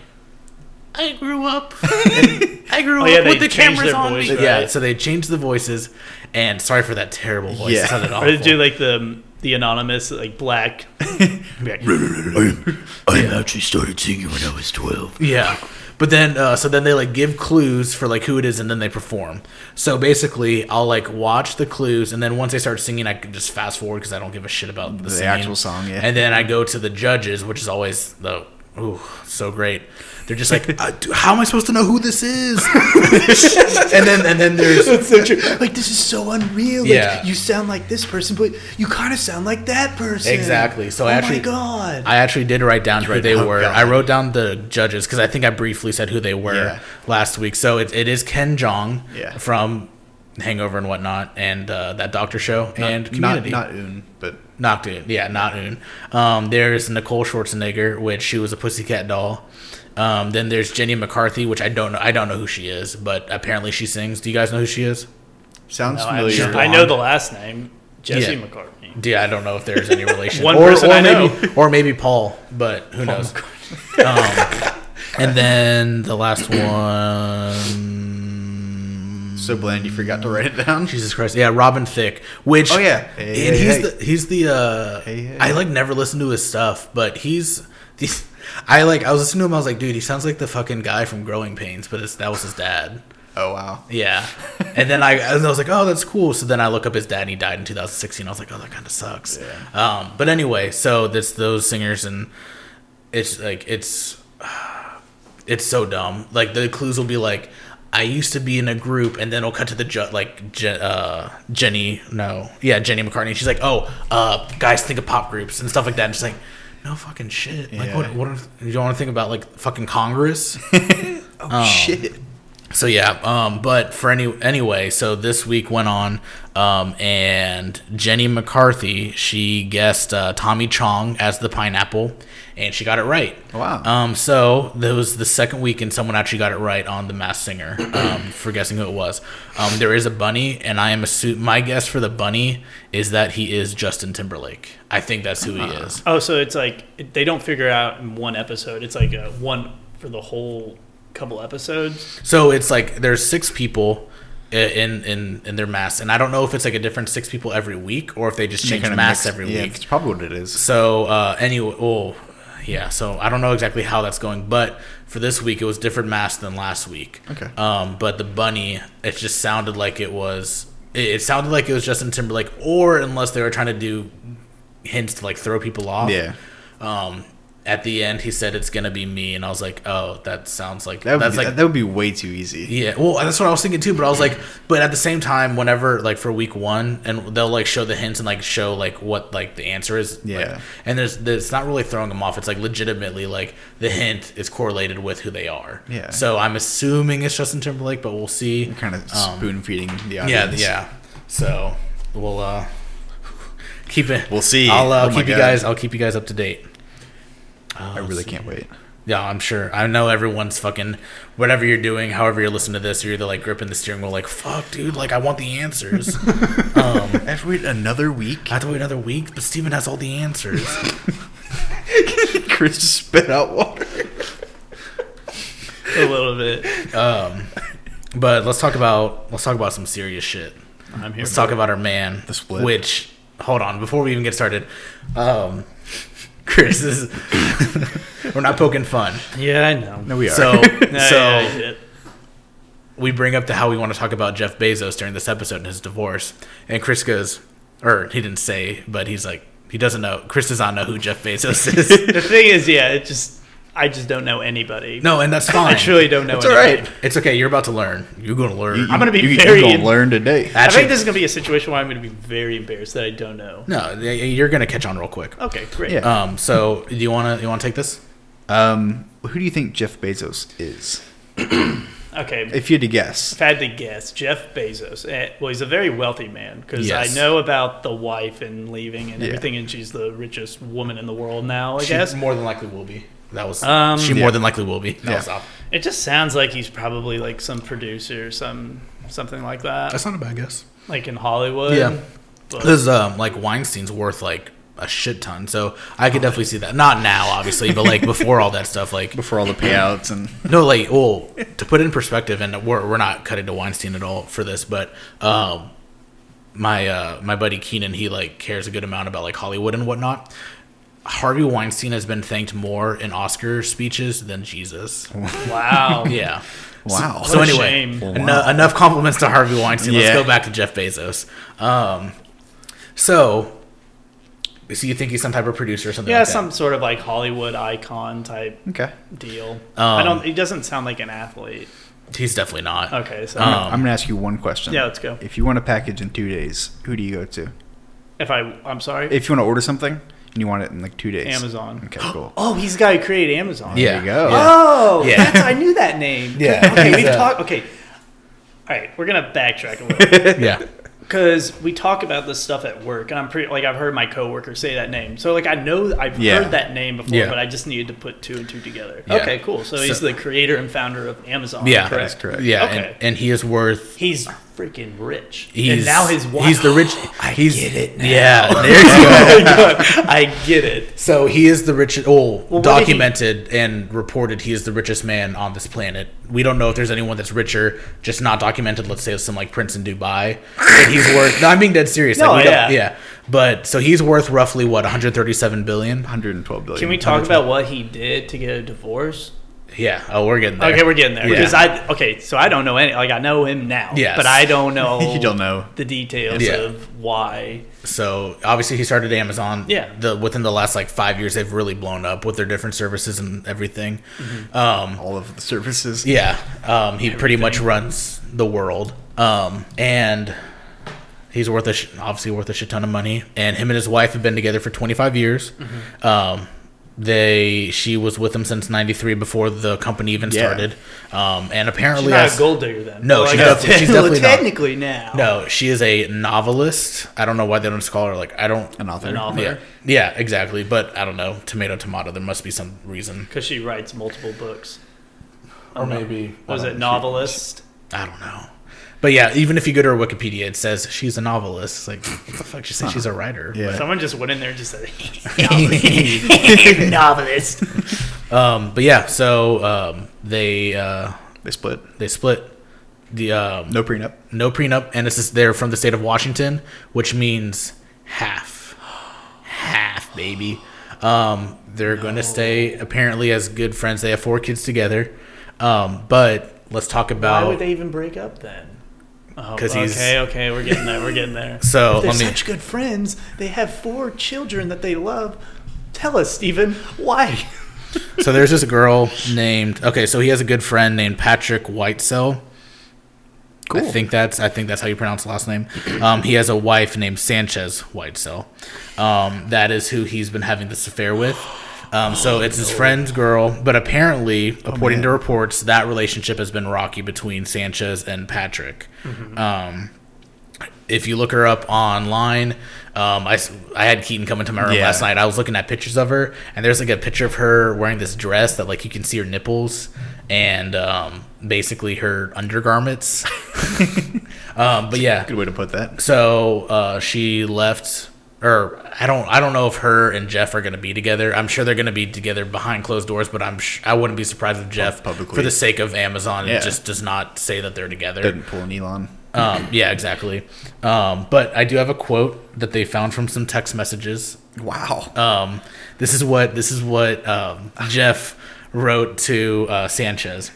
S1: I grew up, I grew
S3: Oh, yeah,
S1: up with
S3: they
S1: the
S3: changed
S1: cameras
S3: their
S1: on
S3: voice,
S1: me.
S3: right?
S1: Yeah, so they changed the voices, and sorry for that terrible voice.
S2: Yeah.
S1: It sounded
S3: Or they do
S1: awful.
S3: like the the anonymous like black.
S4: I actually started singing when I was 12.
S1: Yeah. But then, uh, so then they like give clues for like who it is, and then they perform. So basically, I'll like watch the clues, and then once they start singing, I can just fast forward because I don't give a shit about the,
S2: The
S1: singing.
S2: actual song, yeah.
S1: And then I go to the judges, which is always the ooh so great. They're just like, uh, dude, how am I supposed to know who this is? and then and then there's
S2: So true. Like this is so unreal.
S1: Like, Yeah. you
S2: sound like this person, but you kind of sound like that person. Oh
S1: Exactly. So I actually,
S2: God.
S1: I actually did write down who
S2: write
S1: they
S2: down-
S1: were.
S2: God.
S1: I wrote down the judges because I think I briefly said who they were
S2: Yeah.
S1: last week. So it, it is Ken Jong
S2: Yeah.
S1: from Hangover and whatnot, and uh, that Doctor Show and Community.
S2: Not, not Un, but
S1: Knocked in. Yeah, not Un. Um, there's Nicole Schwarzenegger, which she was a pussycat doll. Um, then there's Jenny McCarthy, which I don't know. I don't know who she is, but apparently she sings. Do you guys know who she is?
S2: sounds
S3: No, I,
S2: familiar.
S3: I know the last name, Jesse
S1: Yeah.
S3: McCartney.
S1: Yeah, I don't know if there's any relation.
S3: One person I know. Oh
S1: Maybe, or maybe Paul, but who knows? Um, and then the last one.
S2: So bland, you forgot to write it down.
S1: Jesus Christ! Yeah, Robin Thicke. Which
S2: Oh, yeah. Hey,
S1: and
S2: hey,
S1: he's
S2: hey.
S1: the he's the. Uh,
S2: Hey, hey.
S1: I like never listened to his stuff, but he's. he's- I like I was listening to him. I was like, dude, he sounds like the fucking guy from Growing Pains, but it's, that was his dad.
S2: Oh wow.
S1: Yeah, and then I, and I was like, oh, that's cool. So then I look up his dad, and he died in 2016. I was like, oh, that kind of sucks. Um, but anyway, so that's those singers, and it's like it's it's so dumb. Like the clues will be like, I used to be in a group, and then it'll cut to the ju- like Je- uh, Jenny, no, yeah, Jenny McCartney. She's like, oh, uh, guys, think of pop groups and stuff like that. And she's like. No fucking shit. Like,
S2: Yeah.
S1: what, what if you don't want to think about, like, fucking Congress?
S2: Oh shit.
S1: So yeah, um, but for any anyway, so this week went on, um, and Jenny McCarthy she guessed uh, Tommy Chong as the pineapple, and she got it right.
S2: Wow.
S1: Um, so that was the second week, and someone actually got it right on the Mass Singer um, for guessing who it was. Um, there is a bunny, and I am assu- my guess for the bunny is that he is Justin Timberlake. I think that's who he is.
S3: Oh, so it's like they don't figure out in one episode. It's like a one for the whole couple episodes.
S1: So it's like there's six people i- in in in their mass, and I don't know if it's like a different six people every week or if they just change
S2: Kinda
S1: mass
S2: mixed-
S1: every
S2: yeah,
S1: week.
S2: That's probably what it is.
S1: So uh, anyway, oh yeah. So I don't know exactly how that's going, but for this week it was different mass than last week.
S2: Okay.
S1: Um, but the bunny, it just sounded like it was. It, it sounded like it was Justin Timberlake, or unless they were trying to do hints to like throw people off.
S2: Yeah.
S1: Um, at the end, he said it's gonna be me, and I was like, oh, that sounds like
S2: That would,
S1: that's
S2: be,
S1: like
S2: that would be way too easy.
S1: yeah, well, that's what I was thinking too. But I was like, but at the same time, whenever like for week one, and they'll like show the hints and like show like what like the answer is. like-
S2: Yeah.
S1: and there's, there's it's not really throwing them off. It's like legitimately like the hint is correlated with who they are.
S2: Yeah.
S1: So I'm assuming it's Justin Timberlake, but we'll see.
S2: Kind of
S1: Um,
S2: spoon feeding the
S1: yeah,
S2: audience.
S1: yeah. So we'll uh keep it.
S2: We'll see.
S1: I'll uh,
S2: Oh my
S1: keep you
S2: God.
S1: guys. I'll keep you guys up to date.
S2: I really can't wait.
S1: Yeah, I'm sure. I know everyone's fucking whatever you're doing, however you're listening to this, you're either like gripping the steering wheel, like fuck, dude, like I want the answers. I
S2: I have to wait another week.
S1: have to wait another week, but Steven has all the answers.
S2: Chris just spit out water.
S3: a little bit.
S1: Um, but let's talk about let's talk about some serious shit.
S3: I'm here.
S1: Let's
S3: for
S1: talk about our man,
S2: The Split.
S1: Which, hold on, before we even get started, um, Chris is. we're not poking fun.
S3: it. Yeah, I know.
S2: No, we are.
S1: So,
S3: Yeah,
S1: so
S3: yeah, I get it.
S1: we bring up to how we want to talk about Jeff Bezos during this episode and his divorce, and Chris goes, or he didn't say, but he's like, he doesn't know. Chris does not know who Jeff Bezos is.
S3: the thing is, yeah, it just I just don't know anybody.
S1: no, and that's fine.
S3: I truly don't know.
S2: It's all
S3: anybody.
S2: right.
S1: It's okay. You're about to learn. You're going to learn.
S2: You-
S3: I'm gonna be
S2: you,
S3: very
S2: You gonna
S3: in-
S2: learn today.
S3: I
S1: Actually,
S3: think this is gonna be a situation where I'm gonna be very embarrassed that I don't know.
S1: no, y- y- you're going to catch on real quick.
S3: Okay, great.
S2: Yeah.
S1: Um, so do you want to you want to take this?
S2: Um, who do you think Jeff Bezos is?
S3: Okay.
S2: If you had to guess,
S3: If I had to guess, Jeff Bezos. eh, Well, he's a very wealthy man because
S1: Yes.
S3: I know about the wife and leaving and
S2: Yeah.
S3: everything, and she's the richest woman in the world now. I
S1: She
S3: guess
S1: more than likely will be. That was
S3: Um,
S1: she
S2: Yeah.
S1: more than likely will be. That
S2: Yeah.
S1: was off.
S3: it just sounds like he's probably like some producer, or some something like that,
S1: not a bad guess.
S3: like in Hollywood.
S1: Yeah.
S3: But-
S1: Because um, like Weinstein's worth like a shit ton, so I
S3: Oh.
S1: could definitely see that. Not now, obviously, but like before all that stuff. Like
S2: before all the payouts and
S1: no, like well, to put it in perspective, and we're we're not cutting to Weinstein at all for this, but um, my uh, my buddy Keenan, he like cares a good amount about like Hollywood and whatnot. Harvey Weinstein has been thanked more in Oscar speeches than Jesus.
S3: wow.
S1: Yeah.
S2: wow.
S1: So
S3: What a
S1: anyway,
S3: shame.
S1: eno- enough compliments to Harvey Weinstein. Let's
S2: Yeah.
S1: go back to Jeff Bezos. Um, so, so you think he's some type of producer or something?
S3: Yeah,
S1: like
S3: some sort of like Hollywood icon type
S2: okay,
S3: deal. I
S1: Um,
S3: don't. He doesn't sound like an athlete.
S1: That. He's definitely not.
S3: Okay, so
S1: Um,
S2: I'm gonna ask you one question.
S3: Yeah, let's go.
S2: If you want a package in two days, who do you go to?
S3: if I, I'm sorry,
S2: If you want to order something and you want it in like two days,
S3: Amazon.
S2: Okay, cool.
S3: Oh, he's the guy who created Amazon.
S1: Yeah.
S2: There you go.
S1: Yeah.
S3: Oh,
S1: Yeah.
S3: that's, I knew that name.
S2: Yeah.
S3: Okay, we've
S1: Yeah. uh,
S3: talked. Okay. All right, we're gonna backtrack a little bit
S1: Yeah.
S3: because we talk about this stuff at work, and I'm pretty like I've heard my coworker say that name, so like I know I've
S2: Yeah.
S3: heard that name before,
S1: Yeah.
S3: but I just needed to put two and two together.
S1: Yeah.
S3: Okay, cool. So,
S1: So-
S3: he's the creator and founder of Amazon.
S1: Yeah.
S3: correct.
S2: That's correct.
S1: Yeah.
S3: Okay.
S1: And, and he is worth.
S3: He's freaking rich,
S1: He's,
S3: and now his wife.
S1: He's the rich.
S4: I
S1: he's,
S4: get it now.
S1: Yeah. There's
S3: Oh my God, I get it.
S1: So he is the richest. Oh,
S3: what did he-
S1: documented and reported he is the richest man on this planet. We don't know if there's anyone that's richer, just not documented. Let's say some like prince in Dubai. But he's worth. No, I'm being dead serious.
S3: No,
S1: we don't-
S3: yeah.
S1: yeah. But so he's worth roughly what 137 billion.
S2: 112 billion.
S3: Can we talk about what he did to get a divorce?
S1: Yeah. Oh, we're getting there.
S3: Okay, we're getting there.
S1: Yeah.
S3: Because I okay, so I don't know any. Like I know him now,
S1: Yes.
S3: but I don't know.
S2: You don't know.
S3: the details
S1: Yeah.
S3: of why.
S1: So obviously he started Amazon.
S3: Yeah.
S1: The within the last like five years they've really blown up with their different services and everything. Um,
S2: all of the services?
S1: Yeah, um, he pretty much runs the world, um, and he's worth a sh- obviously worth a shit ton of money. And him and his wife have been together for 25 years.
S3: Mm-hmm.
S1: Um, they she was with him since '93 before the company even
S2: Yeah.
S1: started. Um, and apparently,
S3: She's not
S1: as-
S3: a gold digger then.
S1: No,
S3: Well,
S1: she's
S3: I guess
S1: definitely- she's
S3: te- well,
S1: definitely not.
S3: technically now.
S1: no, she is a novelist. I don't know why they don't just call her like I don't.
S2: An author.
S3: An author.
S1: Yeah, yeah, exactly. But I don't know. Tomato, tomato. There must be some reason.
S3: because she writes multiple books.
S1: Or maybe
S3: Was it novelist?
S1: I don't know. But yeah, even if you go to her Wikipedia, it says she's a novelist. It's like, what the fuck? She said she's a writer.
S2: Yeah.
S3: Someone just went in there and just said
S1: But,
S3: novelist.
S1: um, but yeah, so um, they uh,
S2: They split.
S1: they split the um,
S2: No prenup.
S1: no prenup, and this is they're from the state of Washington, which means half, half baby. Um, they're going to stay apparently as good friends. They have four kids together. Um, but let's talk
S3: Why
S1: about
S3: would they even break up then? Oh,
S1: 'Cause he's-
S3: okay, okay, we're getting there. We're getting there.
S1: So,
S3: If they're
S1: let me-
S3: such good friends. They have four children that they love. Tell us, Stephen, why?
S1: so there's this girl named okay so he has a good friend named patrick whitesell cool. i think that's i think that's how you pronounce the last name um, he has a wife named sanchez whitesell um, that is who he's been having this affair with um, so it's his friend's girl but apparently according to reports that relationship has been rocky between sanchez and patrick um, if you look her up online, um, I, s- I had Keaton come into my room
S2: Yeah.
S1: last night. I was looking at pictures of her, and there's like a picture of her wearing this dress that like you can see her nipples and um, basically her undergarments. um, but yeah,
S2: Good way to put that.
S1: so uh, she left or I don't I don't know if her and Jeff are going to be together. I'm sure thure going to be together behind closed doors, but I'm sh- I wouldn't be surprised if Jeff
S2: publicly.
S1: for the sake of Amazon
S2: Yeah.
S1: just does not say that they're together.
S2: Didn't pull an Elon.
S1: Um, yeah, exactly. Um, but I do have a quote that they found from some text messages.
S2: Wow.
S1: Um, this is what this is what um, Jeff wrote to uh, Sanchez.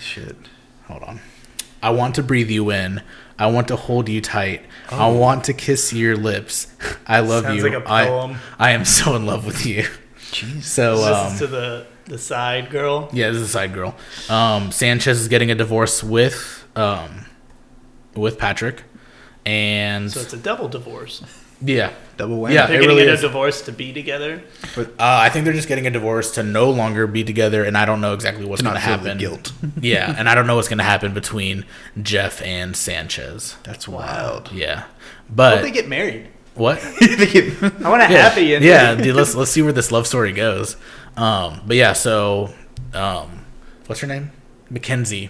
S2: Shit.
S1: Hold on. I want to breathe you in. I want to hold you tight. I want to kiss your lips. I love
S3: Oh. Sounds
S1: you.
S3: like a
S1: I-
S3: poem.
S1: I, am so in love with you.
S2: Jeez.
S1: So
S3: this
S1: um,
S3: is to the the side girl.
S1: yeah, this is a side girl. Um, Sanchez is getting a divorce with um, with Patrick, and
S3: So it's a double divorce.
S1: yeah,
S2: Double whammy.
S1: Yeah.
S3: They're
S1: It
S3: getting
S1: really
S3: in a
S1: is.
S3: divorce to be together.
S1: Uh, I think they're just getting a divorce to no longer be together, and I don't know exactly what's
S2: To
S1: going to
S2: not feel the
S1: happen.
S2: guilt.
S1: yeah, and I don't know what's going to happen between Jeff and Sanchez.
S2: That's wild.
S1: Yeah,
S3: Hope
S1: but
S3: they get married.
S1: what?
S3: I want a
S1: Yeah.
S3: happy ending.
S1: Yeah, dude, let's let's see where this love story goes. Um, but yeah, so um, what's her name? Mackenzie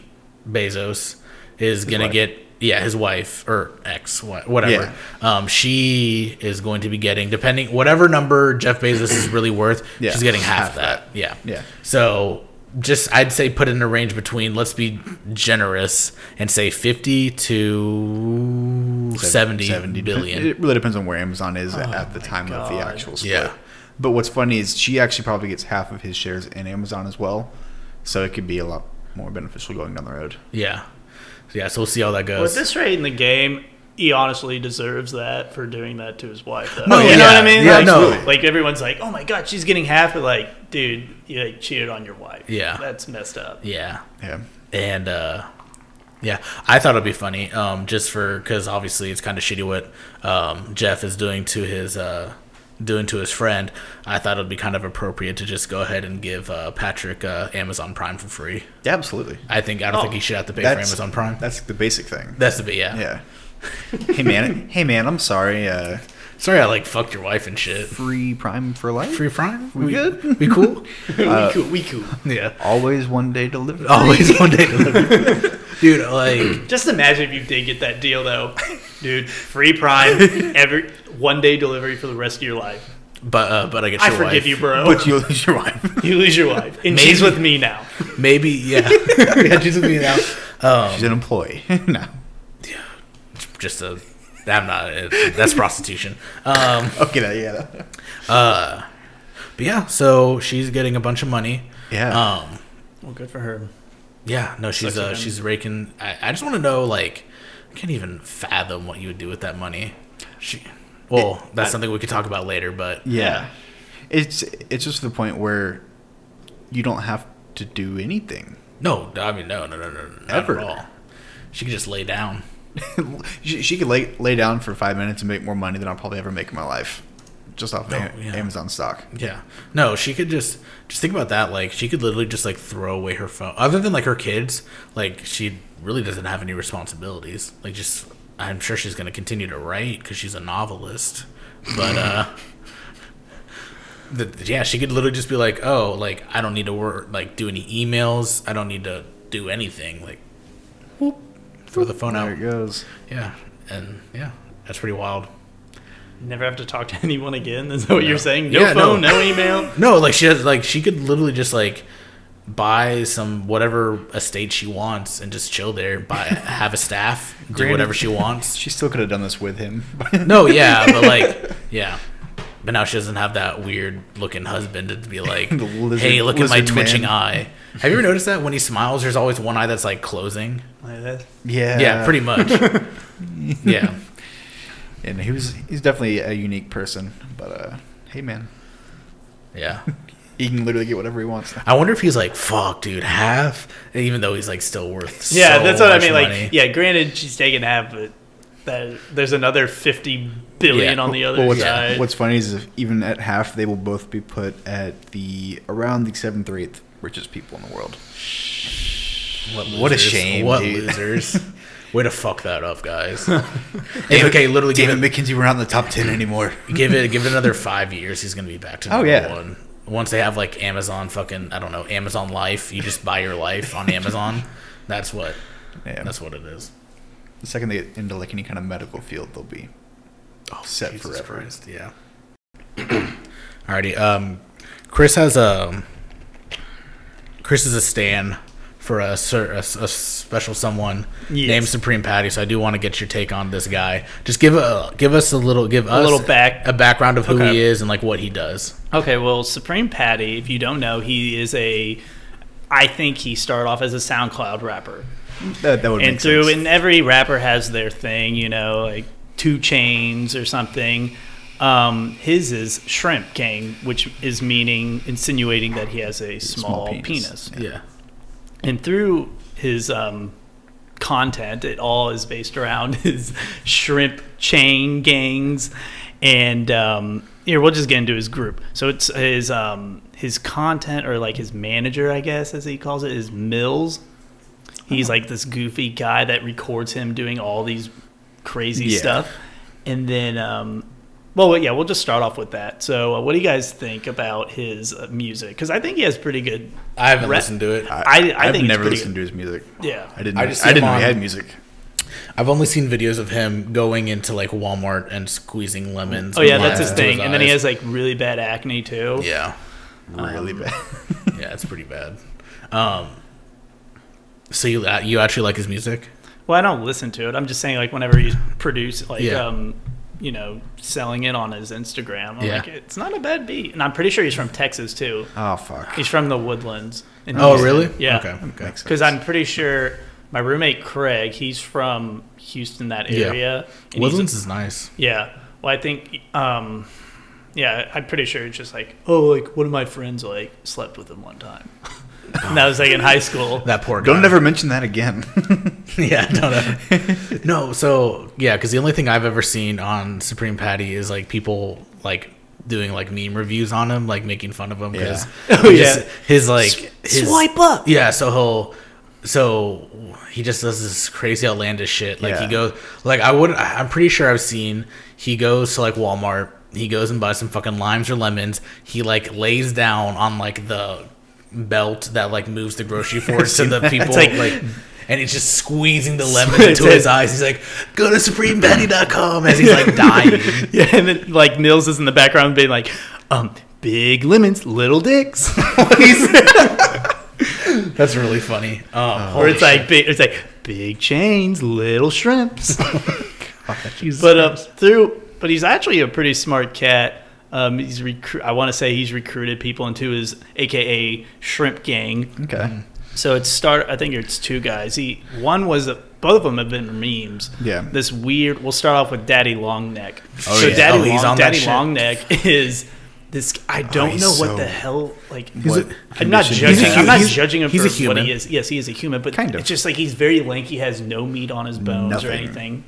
S1: Bezos is gonna
S2: wife.
S1: get yeah his wife or ex wha- whatever. Um, she is going to be getting depending whatever number Jeff Bezos is really worth.
S2: Yeah,
S1: she's getting half,
S2: half
S1: that. Yeah.
S2: Yeah.
S1: So. Just, I'd say put it in a range between let's be generous and say fifty to seventy, 70 billion.
S2: It really depends on where Amazon is at the time of the
S3: God.
S2: actual split.
S1: Yeah.
S2: But what's funny is she actually probably gets half of his shares in Amazon as well, so it could be a lot more beneficial going down the road.
S1: Yeah. So, yeah, so we'll see how that
S3: Well, at
S1: goes.
S3: this rate in the game, he honestly deserves that for doing that to his wife. Though.
S1: No,
S3: you
S1: Oh, yeah.
S3: know what I mean?
S1: Yeah,
S3: like,
S1: no.
S3: like everyone's like, "Oh my god, she's getting half." But like, dude, you like, cheated on your wife.
S1: Yeah.
S3: that's messed up.
S1: yeah.
S2: Yeah.
S1: And uh yeah, I thought it'd be funny um just for cuz obviously it's kind of shitty what um Jeff is doing to his uh doing to his friend. I thought it'd be kind of appropriate to just go ahead and give uh Patrick uh Amazon Prime for free.
S2: Yeah, absolutely.
S1: I think I don't
S3: Oh,
S1: think he should have to pay for
S2: That's-
S1: Amazon Prime.
S2: That's the basic thing.
S1: That's the bit, yeah.
S2: Yeah. hey man, hey man, I'm sorry. Uh,
S1: Sorry I like fucked your wife and shit.
S2: free Prime for life.
S1: Free Prime?
S2: We good?
S1: We cool?
S3: we cool, we cool.
S1: yeah.
S2: Always one day delivery.
S1: Always one day delivery. Dude, like
S3: Just imagine if you did get that deal though, dude. Free Prime, every one day delivery for the rest of your life.
S1: but uh, but I get
S3: I
S1: your
S3: forgive
S1: wife.
S3: you, bro.
S2: But you lose your wife.
S3: you lose your wife, and
S1: Maybe.
S3: she's with me now.
S1: Maybe, yeah. yeah, just with me now. Um,
S2: She's an employee. no.
S1: just a, I'm not. It, that's prostitution. Um,
S2: Okay. That, yeah.
S1: but yeah, so she's getting a bunch of money.
S2: Yeah.
S1: Um,
S3: Well, good for her.
S1: yeah, no, she's
S3: Sucks for
S1: uh,
S3: them.
S1: she's raking. I, I just want to know, like, I can't even fathom what you would do with that money. She, well, that's something we could talk about later, but
S2: yeah. It's it's just to the point where you don't have to do anything.
S1: no, I mean, no, no, no, no, no, ever
S2: Ever.
S1: at all. She could just lay down.
S2: she, she could lay lay down for five minutes and make more money than I'll probably ever make in my life, just off of
S1: Oh,
S2: A-
S1: yeah.
S2: Amazon stock.
S1: Yeah. No, she could just just think about that. Like she could literally just like throw away her phone. Other than like her kids, like she really doesn't have any responsibilities. Like just I'm sure she's gonna continue to write because she's a novelist. But uh, the, yeah, she could literally just be like, oh, like I don't need to work, like do any emails. I don't need to do anything. Like, whoop, throw the phone
S2: There
S1: out.
S2: it goes.
S1: Yeah, and yeah, that's pretty wild.
S3: Never have to talk to anyone again. Is that what you're saying? No
S1: Yeah, no.
S3: phone, no email.
S1: No, like she has, like she could literally just like buy some whatever estate she wants and just chill there. Buy have a staff, do
S2: Granted-
S1: whatever she wants.
S2: She still could have done this with him.
S1: No, yeah, but like, yeah. But now she doesn't have that weird looking husband to be like,
S2: The lizard-
S1: hey, look at my
S2: lizard man.
S1: twitching eye. Have you ever noticed that when he smiles, there's always one eye that's like closing?
S3: Like that.
S2: yeah,
S1: yeah, pretty much. yeah.
S2: And he was he's definitely a unique person. But uh, hey, man,
S1: Yeah.
S2: he can literally get whatever he wants.
S1: I wonder if he's like, fuck, dude, half? Even though he's like still worth
S3: Yeah,
S1: so
S3: that's what I
S1: much
S3: mean.
S1: money.
S3: Like, yeah, granted, she's taking half, but that, there's another fifty billion
S1: Yeah.
S3: on the other
S2: Well, what's,
S3: side.
S2: what's funny is if even at half, they will both be put at the around the seventh or eighth richest people in the world.
S1: What,
S2: What a
S1: losers.
S2: shame,
S1: What
S2: dude.
S1: losers. Way to fuck that up, guys. hey, okay, literally give
S2: David
S1: it,
S2: McKinsey, we're not in the top ten anymore.
S1: give it give it another five years. He's gonna be back to
S2: Oh,
S1: number
S2: yeah.
S1: one. Once they have like Amazon, fucking I don't know, Amazon Life. You just buy your life on Amazon. That's what.
S2: Yeah.
S1: That's what it is.
S2: The second they get into like any kind of medical field, they'll be
S1: Oh,
S2: set
S1: Jesus
S2: forever.
S1: Christ, yeah. Alrighty. Um, Chris has a Chris is a stan for a, cer- a, s- a special someone
S3: Yes.
S1: named Supreme Patty. So I do want to get your take on this guy. Just give a give us a little give us
S3: little back-
S1: a background of who
S3: Okay.
S1: he is and like what he does.
S3: Okay, well, Supreme Patty, if you don't know, he is a. I think he started off as a SoundCloud rapper,
S2: That, that would
S3: and
S2: make
S3: through
S2: sense.
S3: and every rapper has their thing, you know, like Two Chains or something. Um, his is Shrimp Gang, which is meaning insinuating that he has a small,
S2: Small penis.
S3: penis.
S1: Yeah.
S3: And through his um, content, it all is based around his shrimp chain gangs. And um, here, we'll just get into his group. So it's his um, his content, or like his manager, I guess, as he calls it, is Mills. He's like this goofy guy that records him doing all these crazy
S2: Yeah.
S3: stuff. And then, um, well, yeah, we'll just start off with that. So, uh, what do you guys think about his uh, music? Because I think he has pretty good.
S1: I haven't
S3: Re-
S1: listened to it.
S2: I,
S3: I- I
S2: have
S3: think it's
S2: never
S3: pretty
S2: listened to his music.
S3: Yeah.
S2: I didn't.
S1: I
S2: I,
S1: just see
S2: I
S1: him
S2: didn't know
S1: on-
S2: he had music.
S1: I've only seen videos of him going into like Walmart and squeezing lemons.
S3: Oh yeah,
S1: and
S3: that's
S1: lines
S3: his
S1: to
S3: thing. and then he
S1: eyes.
S3: has like really bad acne too.
S1: yeah. um,
S2: Really bad.
S1: Yeah, it's pretty bad. Um, so you uh, you actually like his music?
S3: Well, I don't listen to it. I'm just saying like whenever he's produced like
S1: Yeah.
S3: um you know selling it on his Instagram, I'm
S1: Yeah.
S3: like it's not a bad beat. And I'm pretty sure he's from Texas too.
S2: Oh fuck.
S3: He's from the Woodlands. in
S1: Oh,
S3: Houston.
S1: really?
S3: Yeah.
S1: Okay. Okay.
S2: Makes
S3: Because I'm pretty sure my roommate Craig, he's from Houston that
S1: Yeah.
S3: area. and he's-
S1: Woodlands is nice.
S3: Yeah. Well, I think, um, yeah, I'm pretty sure it's just like, oh, like one of my friends like slept with him one time. and that was like in high school.
S1: That poor guy.
S2: Don't ever mention that again.
S1: yeah, don't ever. no, so yeah, because the only thing I've ever seen on Supreme Patty is like people like doing like meme reviews on him, like making fun of him because
S2: Yeah.
S3: Oh,
S1: his,
S3: yeah.
S1: his like
S3: S-
S1: his,
S3: swipe up.
S1: Yeah, so he'll so he just does this crazy outlandish shit. Like he
S2: Yeah.
S1: goes like I would I- I'm pretty sure I've seen he goes to like Walmart, he goes and buys some fucking limes or lemons. He like lays down on like the belt that like moves the grocery force to the people like,
S3: like-
S1: and he's just squeezing the lemon into his eyes. He's like, go to supremepatty.com as he's like dying.
S3: Yeah, and then like Mills is in the background being like, um, big lemons, little dicks.
S1: That's really funny. Um,
S3: or
S1: holy
S3: it's like big, it's like big chains, little shrimps.
S1: Jesus.
S3: but uh, through, but he's actually a pretty smart cat. Um, he's recru- I want to say he's recruited people into his AKA shrimp gang.
S1: Hmm.
S2: okay.
S3: So it's start. I think it's two guys. He one was both of them have been memes.
S2: Yeah.
S3: This weird. We'll start off with Daddy Longneck.
S1: Oh,
S3: so
S1: yeah.
S3: Daddy,
S1: Oh, he's
S3: Long,
S1: on that
S3: Daddy
S1: shit.
S3: Longneck is this. I don't
S2: he's
S3: know what
S2: so-
S3: the hell. Like
S2: He's a-
S3: I'm not
S2: condition he's
S3: judging.
S2: a
S3: I'm
S2: hu-
S3: not
S1: he's-
S3: judging him
S1: he's
S3: for
S1: a human.
S3: what he is. Yes, he is a human, but
S2: Kind of.
S3: it's just like he's very lanky, has no meat on his bones
S2: Nothing.
S3: or anything,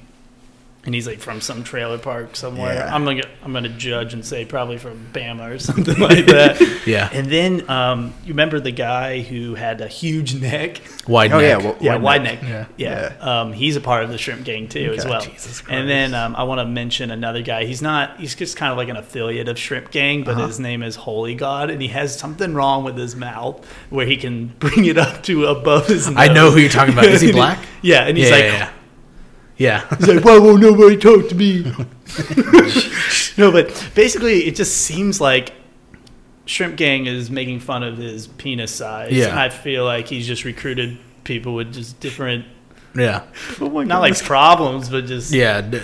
S3: and he's like from some trailer park somewhere.
S2: Yeah.
S3: I'm gonna I'm gonna judge and say probably from Bama or something like that.
S1: Yeah.
S3: And then um, you remember the guy who had a huge neck?
S1: Wide
S2: Oh
S1: neck.
S2: yeah. Well,
S3: Yeah,
S2: why
S3: wide
S2: not?
S3: neck. Yeah. Um, he's a part of the shrimp gang too as
S2: Okay.
S3: well.
S1: Jesus
S3: and then um, I want to mention another guy. He's not. He's just kind of like an affiliate of shrimp gang, but
S1: Uh-huh.
S3: his name is Holy God, and he has something wrong with his mouth where he can bring it up to above his. Nose.
S1: I know who you're talking about. Is he black?
S3: yeah, and he's
S1: yeah,
S3: like.
S1: yeah, yeah. Yeah.
S3: He's like, why won't nobody talk to me? no, but basically, it just seems like Shrimp Gang is making fun of his penis size.
S1: Yeah.
S3: And I feel like he's just recruited people with just different,
S1: yeah.
S2: Oh my
S3: not like problems, but just,
S1: Yeah, d-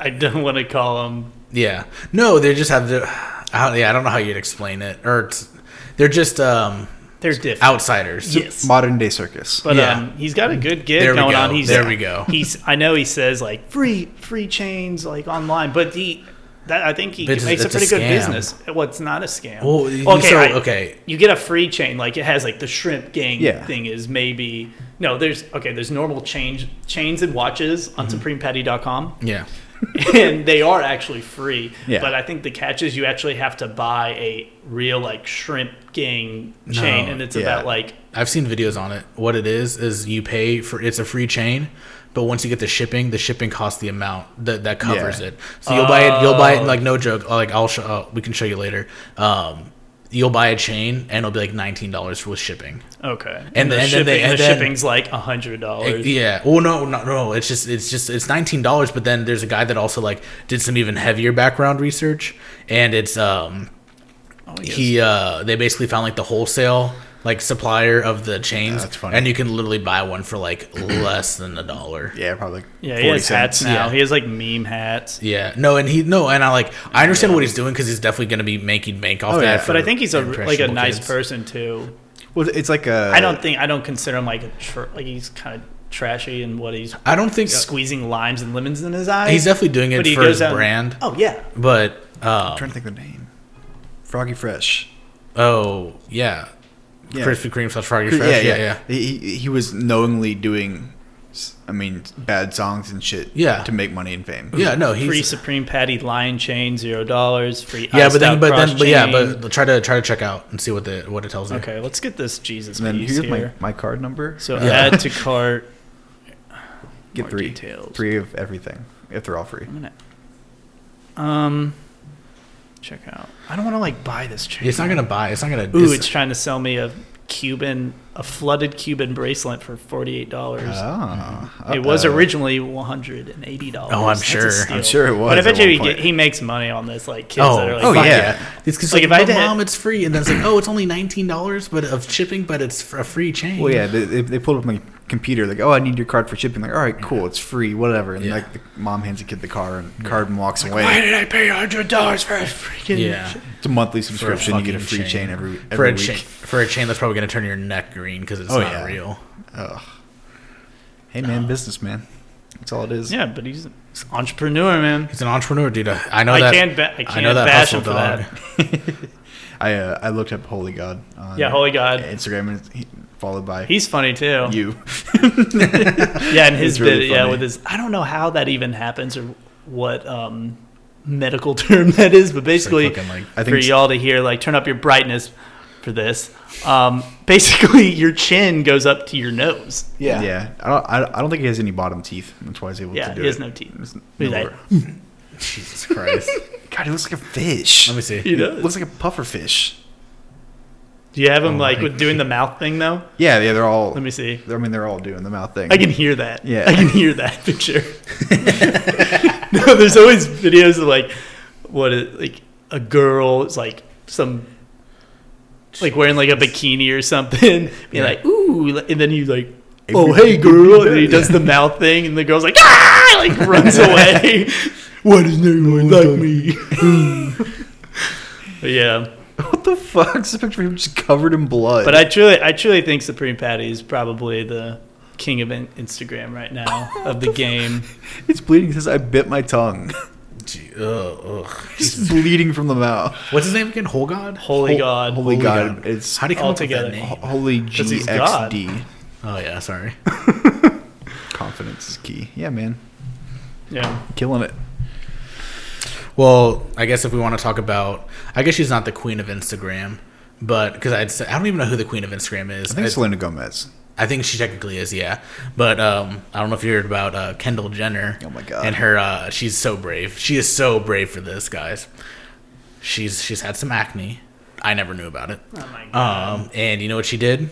S3: I don't want to call them.
S1: yeah. No, they just have the. I don't, yeah, I don't know how you'd explain it, or it's, they're just um,
S3: They're different.
S1: outsiders.
S3: yes.
S2: modern day circus.
S3: But
S1: Yeah.
S3: um, he's got a good gig
S1: There we
S3: going
S1: go.
S3: on. He's,
S1: There we go.
S3: He's. I know he says like free free chains like online, but he. That, I think he
S1: But it's-
S3: makes a
S1: it's a
S3: pretty good
S1: scam.
S3: business. Well, it's not a scam.
S1: Well, you- so,
S3: I-
S1: okay.
S3: You get a free chain like it has like the shrimp gang
S2: Yeah.
S3: thing is maybe no. There's okay. There's normal change chains and watches on
S1: Mm-hmm.
S3: SupremePetty.com,
S1: Yeah.
S3: and they are actually free.
S2: Yeah.
S3: But I think the catch is you actually have to buy a real like shrimp gang chain,
S1: No,
S3: and it's
S2: yeah.
S3: about like
S1: I've seen videos on it. What it is is you pay for it's a free chain, but once you get the shipping, the shipping costs the amount that that covers
S2: Yeah.
S1: it. So you'll buy it. You'll buy it. Like no joke. Like I'll show. Uh, we can show you later. Um, you'll buy a chain and it'll be like nineteen dollars with shipping.
S3: Okay. And,
S1: And
S3: the,
S1: then- and
S3: shipping,
S1: then they- and
S3: the
S1: then-
S3: shipping's like a hundred
S1: It-
S3: dollars.
S1: yeah. Well, no, no, no. It's just, it's just, it's nineteen dollars. But then there's a guy that also like did some even heavier background research, and it's um
S3: Oh,
S1: he uh they basically found like the wholesale like supplier of the chains.
S2: That's funny.
S1: And you can literally buy one for like less than a dollar.
S2: Yeah, probably. like
S3: Yeah,
S2: 40
S3: he has
S2: cents.
S3: hats now.
S1: Yeah.
S3: He has like meme hats.
S1: Yeah. No, and he no, and I like I understand what he's doing because he's definitely going to be making bank off
S2: Oh,
S1: that.
S2: yeah.
S1: for
S3: But I think he's a like a
S1: impressionable
S3: nice
S1: kids. Uh,
S3: person too.
S2: Well, it's like uh, a.
S3: I don't think I don't consider him like a tr- like he's kind of trashy and what he's
S1: I don't think
S3: squeezing limes and lemons in his eyes.
S1: he's definitely doing it
S3: But he
S1: for
S3: goes
S1: his
S3: out and-
S1: brand.
S3: oh yeah,
S1: But uh,
S2: I'm trying to think of the name. Froggy Fresh.
S1: oh yeah,
S2: Yeah.
S1: Krispy Kreme slash Froggy Fresh. Yeah, yeah, yeah.
S2: He he- he was knowingly doing, s- I mean, bad songs and shit.
S1: Yeah.
S2: To make money and fame.
S1: Yeah, no,
S3: free
S1: he's
S3: Supreme Patty Lion Chain zero dollars. Free
S1: yeah,
S3: iced
S1: but then,
S3: out
S1: but then,
S3: cross
S1: but yeah,
S3: chain.
S1: but try to try to check out and see what the what it tells you.
S3: okay, let's get this Jesus
S2: And then
S3: piece
S2: here's my,
S3: here.
S2: my card number.
S3: So
S1: Yeah.
S3: add to cart.
S2: Get
S3: more
S2: three.
S3: details.
S2: Three of everything. If they're all free.
S3: I'm gonna um check out. I don't want to like buy this chain.
S1: It's not gonna buy. It's not gonna.
S3: Ooh, it's,
S1: it's-
S3: trying to sell me a Cuban, a flooded Cuban bracelet for forty eight dollars.
S1: Uh, Mm-hmm.
S2: Ah.
S3: it was
S2: uh-oh.
S3: originally one hundred and eighty dollars.
S1: Oh, I'm sure.
S2: I'm sure it was
S3: But I
S2: at
S3: bet you
S2: one
S3: he,
S2: point.
S3: get, he makes money on this, like kids
S1: oh,
S3: that are like,
S1: oh
S3: fuck
S1: yeah.
S2: yeah.
S1: It's 'cause,
S3: Like,
S1: like,
S3: if I
S1: "But
S3: did-
S1: mom, it's free, and then it's like, oh, it's only nineteen dollars, but of shipping, but it's for a free chain.
S2: Well, yeah, they, they- they pulled up my computer, like, oh, I need your card for shipping. Like, all right, cool, it's free, whatever. And,
S1: Yeah.
S2: like, the mom hands the kid the car and card and walks
S4: Why
S2: away.
S4: did I pay hundred dollars for a freaking?
S1: yeah.
S2: It's a monthly subscription. you get a
S1: fucking
S2: free chain,
S1: chain.
S2: every, every
S1: For a
S2: week.
S1: chain, for a chain that's probably gonna turn your neck green because it's
S2: Oh,
S1: not
S2: yeah.
S1: real.
S2: Ugh. Hey, man, business, man. That's all it is.
S3: yeah, but he's an entrepreneur, man.
S1: He's an entrepreneur, dude. I I know
S3: I
S1: that.
S3: can't ba- I
S1: I know
S3: can't
S1: that
S3: bash
S1: hustle
S3: him for
S1: dog.
S3: that.
S2: I uh, I looked up Holy God on
S3: Yeah, holy God,
S2: Instagram, and he, followed by
S3: he's funny too.
S2: you.
S3: yeah, and his
S2: It's really
S3: bit, yeah,
S2: funny.
S3: with his. I don't know how that even happens or what um, medical term that is, but
S1: It's
S3: basically,
S1: Like fucking, like,
S2: I
S3: for
S2: think
S3: y'all to hear, like turn up your brightness for this. Um, basically, your chin goes up to your nose.
S2: yeah. yeah. I don't I, I don't think he has any bottom teeth. That's why he's able
S3: Yeah,
S2: to do
S3: he has
S2: it.
S3: no teeth.
S2: There's
S3: He's
S2: no
S3: like-
S2: more.
S1: Jesus Christ.
S2: God, he looks like a fish.
S1: Let me see.
S3: He
S2: He
S3: does.
S2: looks like a puffer fish.
S3: Do you have
S2: Oh
S3: him like
S1: my
S3: with doing the mouth thing though?
S2: Yeah, yeah, they're all.
S3: Let me see.
S2: I mean, they're all doing the mouth thing.
S3: I can hear that.
S2: Yeah.
S3: I can hear that picture. no, there's always videos of like what is like a girl is like some like wearing like a bikini or something,
S1: Yeah.
S3: being like, ooh and then he's like
S2: Every-
S3: Oh hey girl and then he does the mouth thing and the girl's like ah like runs away. Why does no one like me? But yeah.
S2: What the fuck? This is a picture of him just covered in blood.
S3: But I truly, I truly think Supreme Patty is probably the king of in- Instagram right now of the game.
S2: it's bleeding. It says I bit my tongue.
S1: Gee, ugh, ugh.
S2: It's bleeding from the mouth.
S1: What's his name again? Whole God.
S3: Holy
S2: Hol-
S3: God!
S2: Holy,
S1: Holy
S2: God.
S1: God.
S2: It's
S1: How do you come
S3: All
S1: up with that
S3: together.
S1: name?
S2: holy
S3: he's God.
S2: GXD.
S1: Oh yeah, sorry.
S2: Confidence is key. Yeah, man,
S3: yeah,
S2: killing it.
S1: Well, I guess if we want to talk about, I guess she's not the queen of Instagram, but because I'd say I don't even know who the queen of Instagram is.
S2: I
S1: I,
S2: think it's Selena Gomez.
S1: I think she technically is, yeah. But um, I don't know if you heard about uh, Kendall Jenner.
S2: Oh my God.
S1: And her, uh, she's so brave. She is so brave for this, guys. She's she's had some acne. I never knew about it.
S3: oh my God!
S1: Um, and you know what she did?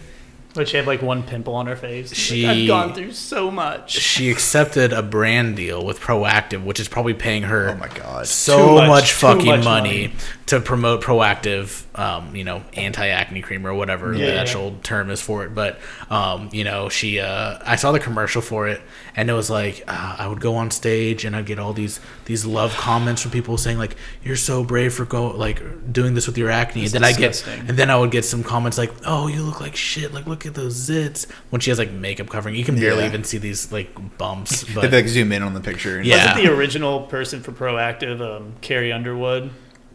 S3: but she had like one pimple on her face. She's
S1: She-
S3: like, I've gone through so much.
S1: She accepted a brand deal with Proactive, which is probably paying her.
S2: Oh my God.
S1: so
S3: Too
S1: much,
S3: much- too
S1: fucking
S3: much
S1: money,
S3: money.
S1: to promote proactive um, you know anti-acne cream or whatever
S3: Yeah.
S1: the actual term is for it but um, you know she uh, i saw the commercial for it and it was like uh, i would go on stage and i'd get all these these love comments from people saying like you're so brave for go like doing this with your acne and then i
S3: disgusting.
S1: get and then i would get some comments like oh you look like shit like look at those zits when she has like makeup covering you can barely
S2: Yeah.
S1: even see these like bumps
S2: They
S1: but
S2: like zoom in on the picture. And
S1: Yeah.
S3: Wasn't the original person for Proactive um, Carrie Underwood?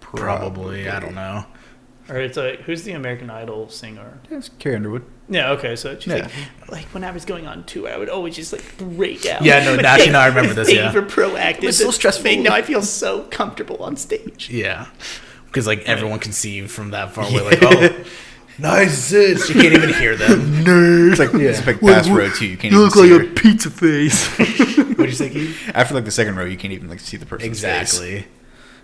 S1: probably i don't know
S3: Or it's like who's the American Idol singer?
S2: Yeah, it's Carrie Underwood.
S3: Yeah, okay, so she's
S2: Yeah.
S3: like, like when I was going on tour, I would always just like break out.
S1: Yeah, no, now she- now I remember this,
S3: Thank you
S1: yeah.
S3: for proactive.
S2: was so
S3: It's
S2: stressful.
S3: made- Now I feel so comfortable on stage.
S1: Yeah, because like everyone can see from that far away. Like, oh, nice zits. You can't even hear them.
S2: It's like it's like past row too. You can't even see her.
S4: pizza face.
S1: What'd you say, Keith?
S2: After like the second row, you can't even like see the person.
S1: Exactly.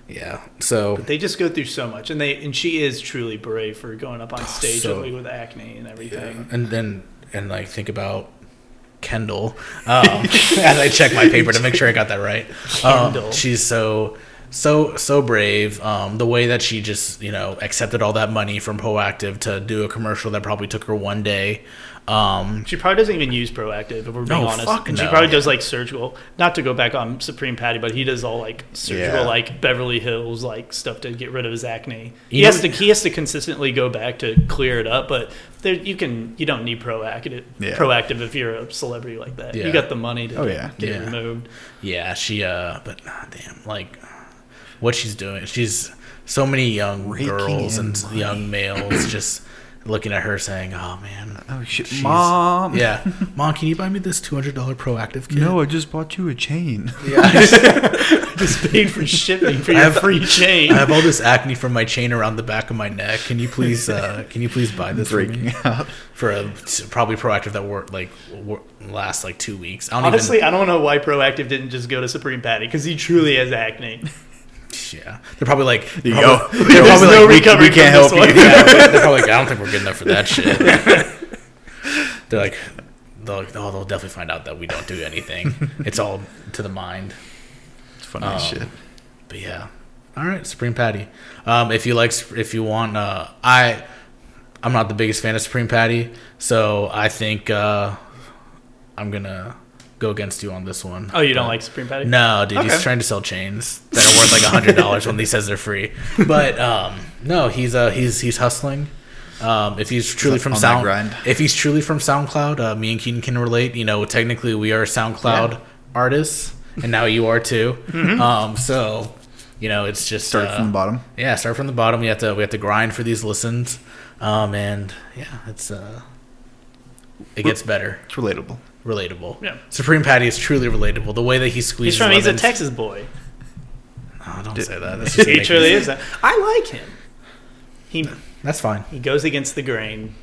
S1: Yeah. So
S3: They just go through so much, and they and she is truly brave for going up on stage
S1: so-
S3: like, with acne and everything.
S1: and then and like think about Kendall um, as I check my paper to make sure I got that right. Um,
S3: Kendall.
S1: she's so so so brave. Um, the way that she just you know accepted all that money from Proactive to do a commercial that probably took her one day. Um,
S3: She probably doesn't even use proactive, if we're being
S1: No,
S3: honest.
S1: fuck
S3: and she
S1: no.
S3: probably does like surgical. Not to go back on Supreme Patty, but he does all like surgical,
S2: Yeah.
S3: like Beverly Hills, like stuff to get rid of his acne. He
S1: You
S3: has to
S1: know-
S3: he has to consistently go back to clear it up, but there you can you don't need proactive
S2: Yeah.
S3: proactive if you're a celebrity like that.
S1: Yeah.
S3: You got the money to
S2: Oh, yeah.
S3: get
S1: Yeah.
S3: it removed.
S1: yeah, she. Uh, but ah, damn, like what she's doing, she's so many young
S2: Raking
S1: girls
S2: in
S1: and young males just looking at her saying, "Oh man."
S2: Oh shit,
S1: she's-
S2: mom.
S1: Yeah, mom, can you buy me this two hundred dollar proactive kit?
S2: No, I just bought you a chain.
S3: Just paid for shipping for
S1: I
S3: your
S1: have-
S3: free chain.
S1: I have all this acne from my chain around the back of my neck. Can you please, uh, can you please buy this for
S2: Breaking
S1: me?
S2: out.
S1: For a probably proactive that worked like wor- lasts like two weeks. I don't
S3: Honestly, I don't know why Proactive didn't just go to Supreme Patty because he truly has acne.
S1: even. Yeah, they're probably like,
S2: There you go.
S1: probably-
S2: There's
S1: they're probably
S3: no
S1: like, we-
S3: recovering
S1: we, can't
S3: from this
S1: help you.
S3: one.
S1: Yeah, they're probably like, I don't think we're good enough for that shit. they're like, they'll, oh, they'll definitely find out that we don't do anything. It's all to the mind.
S2: It's funny as
S1: Um,
S2: shit.
S1: But yeah, all right, Supreme Patty. Um, if you like, if you want, uh, I, I'm not the biggest fan of Supreme Patty, so I think uh, I'm gonna go against you on this one.
S3: Oh, you don't
S1: But-
S3: like Supreme Patty?
S1: No, dude, he's
S2: Okay.
S1: trying to sell chains that are worth like hundred dollars when he says they're free. But um, no, he's uh, he's he's hustling. Um, if he's truly from
S2: on that
S1: Sound,
S2: grind.
S1: if he's truly from SoundCloud, uh, me and Keaton can relate. You know, technically we are SoundCloud
S2: Yeah.
S1: artists, and now you are too. Um, so, you know, it's just
S2: Started
S1: uh,
S2: from the bottom.
S1: Yeah, start from the bottom. We have to we have to grind for these listens, um, and yeah, it's uh, it gets better,
S2: It's relatable.
S1: relatable.
S3: Yeah.
S1: Supreme Patty is truly relatable. The way that he squeezes.
S3: He's from he's a
S1: lemons-
S3: Texas boy.
S1: Oh, don't
S2: Dude,
S1: say that. That's just
S3: he
S1: making-
S3: truly is. That. I like him. He
S1: That's fine.
S3: he goes against the grain.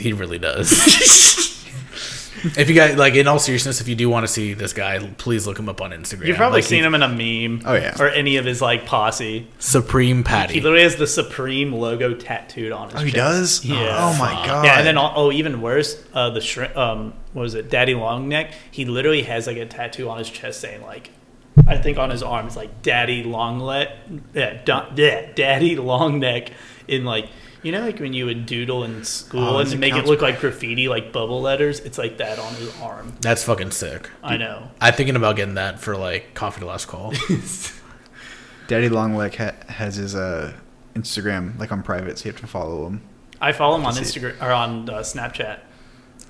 S1: He really does. if you guys like, in all seriousness, if you do want to see this guy, please look him up on Instagram.
S3: You've probably
S1: Like,
S3: seen
S1: he's
S3: him in a meme.
S2: Oh, yeah.
S3: Or any of his like posse.
S1: Supreme
S3: He
S1: Patty.
S3: literally has the Supreme logo tattooed on his.
S2: Oh, he
S3: chest.
S2: does.
S3: Yeah.
S2: Oh my god.
S3: Yeah, and then all, oh, even worse, uh, the shrimp. Um, what was it, Daddy Long Neck? He literally has like a tattoo on his chest saying like, I think on his arm it's like Daddy Long Let, yeah, da- yeah, Daddy Long Neck, in like you know like when you would doodle in school
S2: Oh,
S3: and
S2: it
S3: make it
S2: counts-
S3: look like graffiti, like bubble letters. It's like that on his arm.
S1: That's fucking sick.
S3: I know.
S1: I'm thinking about getting that for like coffee to last call.
S2: Daddy Longleg ha- has his uh, Instagram like on private, so you have to follow him.
S3: I follow him on
S2: Let's see.
S3: Instagram or on uh, Snapchat.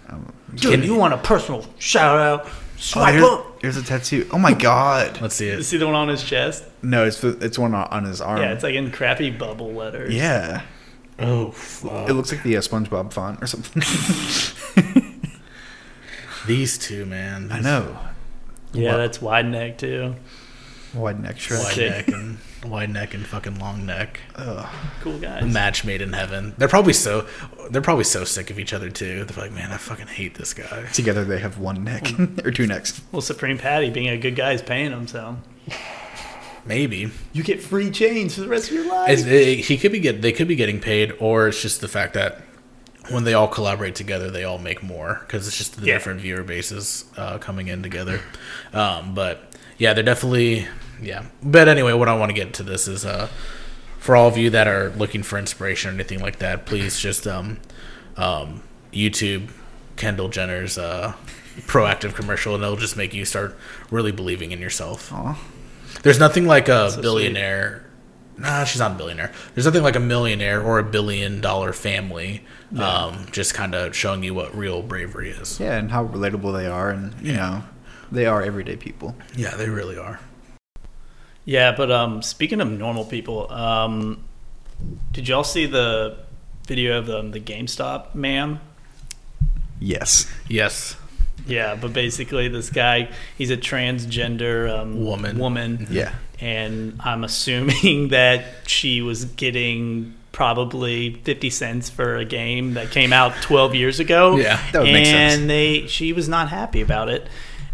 S2: Um,
S3: Dude,
S1: Can-
S3: you want a personal shout out?
S2: oh,
S3: Swipe
S2: here's,
S3: up.
S2: here's a tattoo. Oh my god.
S1: Let's see it.
S3: See the one on his chest?
S2: No, it's the, it's one on, on his arm.
S3: Yeah, it's like in crappy bubble letters.
S2: Yeah.
S1: Oh,
S2: It looks like the uh, SpongeBob font or something.
S1: these two, man.
S2: I know.
S3: Yeah,
S1: Wow.
S3: that's wide neck too.
S2: Wide neck shirt.
S1: Wide
S3: Sick.
S1: neck and wide neck and fucking long neck.
S2: Ugh.
S3: Cool guys.
S1: A match made in heaven. They're probably so. They're probably so sick of each other too. They're like, man, I fucking hate this guy.
S2: Together they have one neck or two necks.
S3: Well, Supreme Patty being a good guy is paying him, so
S1: Maybe.
S3: you get free chains for the rest of your life.
S1: It's, it, he could be get they could be getting paid, or it's just the fact that when they all collaborate together, they all make more because it's just the
S3: Yeah.
S1: different viewer bases uh, coming in together. Um, but yeah, they're definitely yeah. But anyway, what I want to get to this is uh, for all of you that are looking for inspiration or anything like that, please just um, um, YouTube Kendall Jenner's uh, proactive commercial, and it'll just make you start really believing in yourself.
S2: Aw.
S1: There's nothing like a
S3: sweet.
S1: billionaire. Nah, she's not a billionaire. There's nothing like a millionaire or a billion dollar family um, just kind of showing you what real bravery is.
S2: Yeah, and how relatable they are, and you know, they are everyday people.
S1: Yeah, they really are.
S3: yeah, but um, speaking of normal people, um, did y'all see the video of um, the GameStop ma'am?
S2: Yes.
S1: Yes.
S3: Yeah, but basically this guy, he's a transgender um,
S1: Woman.
S3: Woman.
S2: Yeah.
S3: and I'm assuming that she was getting probably 50 cents for a game that came out 12 years ago.
S1: Yeah,
S2: that would
S3: and
S2: make sense.
S3: they she was not happy about it.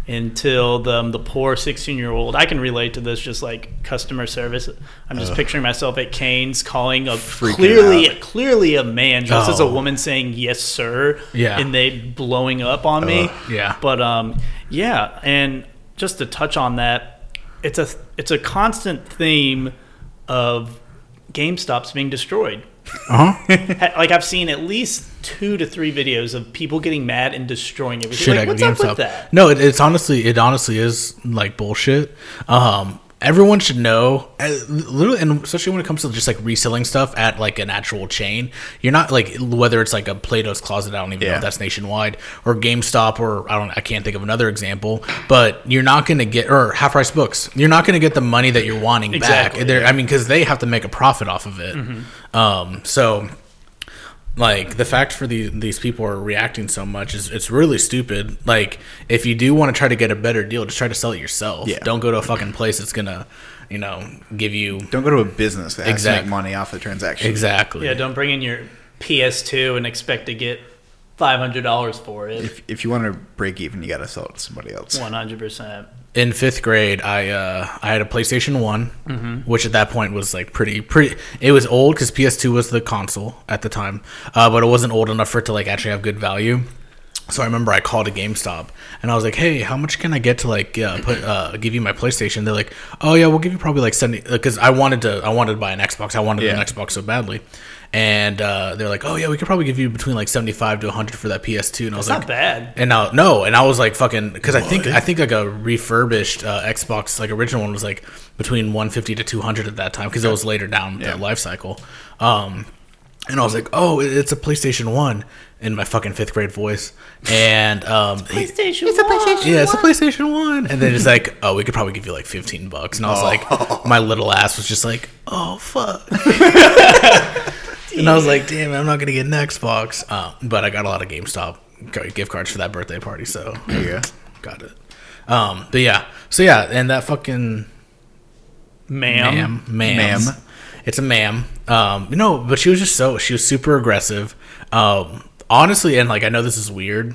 S3: until the, um, the poor 16 year old. I can relate to this just like customer service. I'm just picturing myself at Canes calling a clearly clearly a man just as a
S1: Oh.
S3: woman saying yes sir
S1: Yeah.
S3: and they blowing up on me.
S1: yeah.
S3: But um yeah, and just to touch on that, it's a it's a constant theme of GameStop's being destroyed.
S1: Uh-huh.
S3: Ha- like I've seen at least two to three videos of people getting mad and destroying everything.
S1: Shit
S3: like,
S1: at
S3: what's
S1: GameStop.
S3: up with that?
S1: No, it, it's honestly it honestly is like bullshit. Um, everyone should know, uh, literally, and especially when it comes to just like reselling stuff at like an actual chain. You're not like whether it's like a Plato's Closet. I don't even know
S2: Yeah.
S1: if that's nationwide or GameStop or I don't. I can't think of another example. But you're not going to get or half price books. You're not going to get the money that you're wanting
S3: Exactly,
S1: back.
S3: Mm-hmm.
S1: They're- I mean, because they have to make a profit off of it. Um, so like the fact for the, these people are reacting so much is it's really stupid like if you do want to try to get a better deal just try to sell it yourself
S2: Yeah.
S1: don't go to a fucking place that's gonna you know give you
S2: Don't go to a business that has to
S1: Exact-
S2: make money off the transaction.
S1: exactly
S3: Yeah, don't bring in your PS2 and expect to get five hundred dollars for it.
S2: If, if you want to break even, you got to sell it to somebody else.
S3: One hundred percent.
S1: in fifth grade i uh i had a playstation one
S3: Mm-hmm.
S1: which at that point was like pretty pretty it was old because ps2 was the console at the time uh but it wasn't old enough for it to like actually have good value so I remember I called a GameStop and I was like, "Hey, how much can I get to like uh, put uh, give you my PlayStation?" They're like, "Oh yeah, we'll give you probably like seventy because I wanted to I wanted to buy an Xbox. I wanted
S2: Yeah.
S1: an Xbox so badly." And uh, they're like, "Oh yeah, we could probably give you between like seventy five to hundred for that PS2." And I was
S3: It's
S1: like,
S3: not bad.
S1: and now no, and I was like fucking because I think I think like a refurbished uh, Xbox like original one was like between 150 to 200 at that time because it was later down
S2: Yeah.
S1: the life cycle. Um, and I was like, oh, it- it's a PlayStation One in my fucking fifth grade voice, and um,
S3: PlayStation. It's a PlayStation.
S1: yeah, it's a PlayStation One, and then it's like, oh, we could probably give you like 15 bucks, and I was like, my little ass was just like, oh fuck. And I was like, "Damn, I'm not gonna get an Xbox," um, but I got a lot of GameStop gift cards for that birthday party, so
S2: There you go.
S1: Got it. Um, but yeah, so yeah, and that fucking
S3: Ma'am.
S1: ma'am, ma'am,
S2: Ma'am.
S1: it's a ma'am. Um, no, but she was just so she was super aggressive. Um, honestly, and like I know this is weird,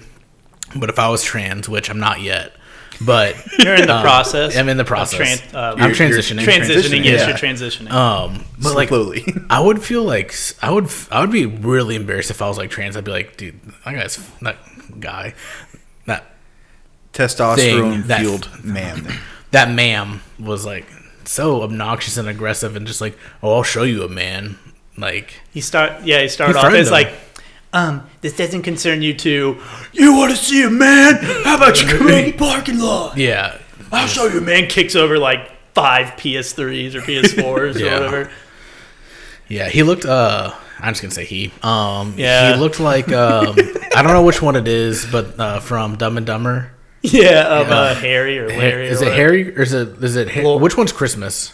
S1: but if I was trans, which I'm not yet, but um,
S3: You're in the process.
S1: I'm in the
S3: of
S1: process.
S3: tran- uh,
S1: I'm
S2: You're- you're
S1: transitioning,
S3: transitioning.
S2: transitioning,
S3: Yes,
S2: yeah.
S3: you're transitioning.
S1: Um, but like
S2: Slowly.
S1: I would feel like s- I would f- I would be really embarrassed if I was like trans. I'd be like, dude, that guy's f- that guy, that
S2: Testosterone
S1: that-
S2: fueled man.
S1: that ma'am was like so obnoxious and aggressive and just like, oh, I'll show you a man. Like,
S3: he start. Yeah, he started
S1: He
S3: off
S1: friend
S3: as
S1: them.
S3: like, um, this doesn't concern you two.
S4: You want to see a man? How about you come in the parking lot?
S1: yeah,
S3: I'll show you. Man kicks over like five PS3s or PS4s
S1: Yeah.
S3: or whatever.
S1: yeah. He looked. Uh, I'm just gonna say he. Um,
S3: Yeah.
S1: he looked like um, I don't know which one it is, but uh, from Dumb and Dumber.
S3: Yeah, of Uh, Harry or Larry.
S1: is
S3: or
S1: it
S3: whatever.
S1: Harry or is it is it Har-
S3: Well-
S1: which one's Christmas?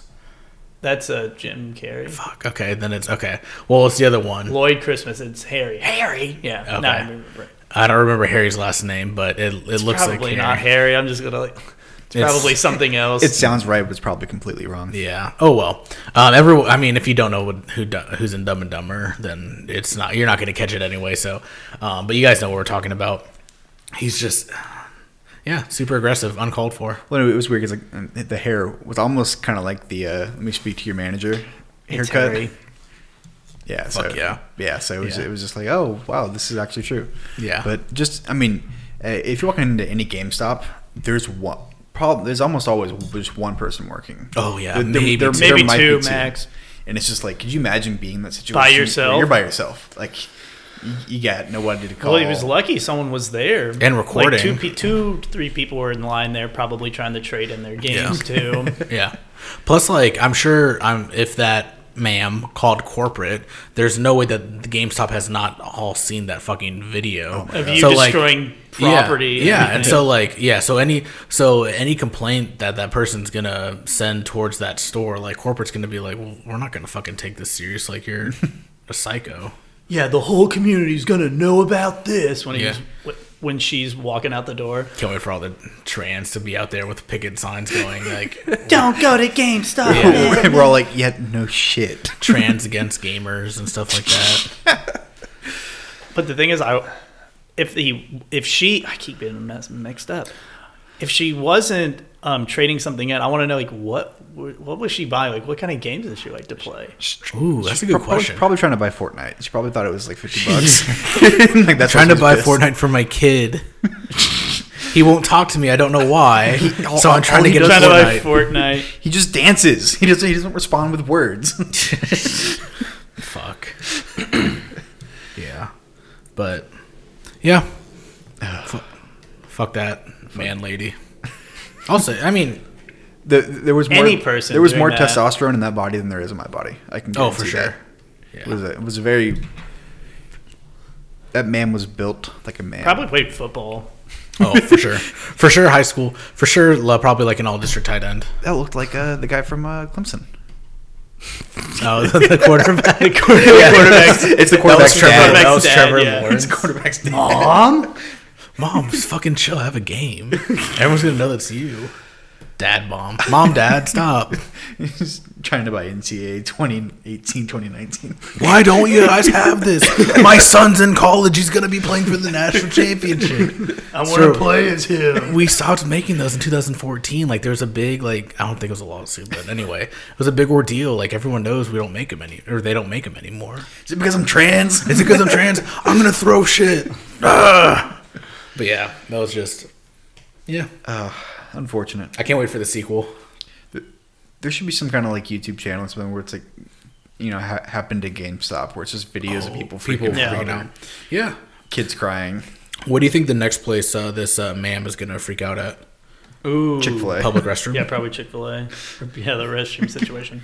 S3: That's a Jim Carrey.
S1: Fuck. Okay, then it's okay. Well, it's the other one.
S3: Lloyd Christmas. It's Harry. Harry. Yeah.
S1: Okay.
S3: No, I remember.
S1: I don't remember Harry's last name, but it it looks
S3: Probably
S1: like
S3: not
S1: Harry.
S3: Harry. I'm just gonna like. It's,
S1: It's-
S3: probably something else.
S2: It sounds right, but it's probably completely wrong.
S1: Yeah. Oh well. Um, everyone. I mean, if you don't know what, who do- who's in Dumb and Dumber, then it's not. You're not going to catch it anyway. So, um, but you guys know what we're talking about. He's just, yeah, super aggressive, uncalled for.
S2: Well, it was weird because like um, the hair was almost kind of like the uh, "let me speak to your manager"
S3: It's
S2: haircut.
S3: Harry.
S2: Yeah. So,
S1: Fuck yeah.
S2: Yeah. So it was
S1: Yeah.
S2: it was just like, oh wow, this is actually true.
S1: Yeah.
S2: But just I mean, uh, if you walk into any GameStop, there's one problem. There's almost always just one person working.
S1: Oh, yeah, maybe two.
S3: Maybe
S2: might
S3: two
S2: be
S3: max.
S2: And it's just like, could you imagine being in that situation
S3: By
S2: where
S3: yourself?
S2: You're by yourself. Like you, you got nobody to call.
S3: Well, he was lucky someone was there
S1: Oh. And recording.
S3: Like two, pe- two, three people were in line there, probably trying to trade in their games too.
S1: Yeah. Plus, like, I'm sure I'm if that ma'am called corporate, there's no way that the GameStop has not all seen that fucking video
S3: Of you destroying
S1: yeah,
S3: property.
S1: Yeah, and so like yeah, so any so any complaint that that person's gonna send towards that store, like corporate's gonna be like, well, we're not gonna fucking take this serious. Like you're a psycho.
S3: yeah, the whole community's gonna know about this when he
S1: Yeah.
S3: was, wh- when she's walking out the door.
S1: Can't wait for all the trans to be out there with picket signs going like
S4: Don't go to GameStop. man.
S2: We're all like, yeah, no shit.
S1: trans against gamers and stuff like that.
S3: But the thing is, I if he if she I keep getting mess, mixed up. if she wasn't um, trading something in, I want to know like what what was she buying? Like what kind of games does she like to play?
S1: Ooh, that's a good
S2: She's prob- probably-
S1: question.
S2: Probably trying to buy Fortnite. She probably thought it was like fifty bucks. like that's
S1: Trying
S2: why
S1: to
S2: she's
S1: buy
S2: pissed.
S1: Fortnite for my kid. he won't talk to me. I don't know why.
S2: all-
S1: so I'm trying
S2: all
S1: to
S2: he
S1: get him
S2: does-
S3: Trying to buy
S1: Fortnite.
S3: Fortnite.
S2: He just dances. He doesn't. He doesn't respond with words.
S1: Fuck. yeah, but yeah, Fu- fuck that man, lady. Also, I mean,
S2: The, there was more,
S3: Any person
S2: There was
S3: doing
S2: more
S3: that.
S2: testosterone in that body than there is in my body. I can.
S1: Oh, for
S2: guarantee
S1: sure.
S2: that.
S1: Yeah.
S2: It was a, it was a very. That man was built like a man.
S3: Probably played football.
S1: oh, for sure, for sure, high school, for sure, la- probably like an all district tight end.
S2: That looked like uh, the guy from uh, Clemson.
S1: Oh, the quarterback. the
S2: Quarterback's- it's the quarterback's
S1: Trevor.
S2: dad.
S1: That was
S3: Quarterback's dad,
S1: Trevor
S3: yeah.
S1: Lawrence.
S2: quarterback's dad.
S1: Mom, mom, just fucking chill. Have a game. Everyone's gonna know that's you. Dad, mom, mom, dad, stop.
S2: He's trying to buy NCAA 2018, 2019.
S1: Why don't you guys have this? My son's in college. He's gonna be playing for the national championship.
S3: I want
S1: Sir,
S3: to play as him.
S1: We stopped making those in 2014. Like there was a big like I don't think it was a lawsuit, but anyway, it was a big ordeal. Like everyone knows we don't make them any, or they don't make them anymore.
S2: Is it because I'm trans?
S1: Is it because I'm trans? I'm gonna throw shit. Ugh. But yeah, that was just yeah.
S2: Unfortunate.
S1: I can't wait for the sequel.
S2: There should be some kind of like YouTube channel or something where it's like, you know, ha- happened to GameStop, where it's just videos of people freaking
S3: Yeah.
S2: out,
S1: Oh, freaking
S2: or
S1: out. Yeah.
S2: kids crying,
S1: What do you think the next place uh, this uh, ma'am is gonna freak out at?
S3: Ooh.
S2: Chick Fil A.
S1: Public restroom.
S3: Yeah, probably Chick Fil A. Yeah, the restroom situation.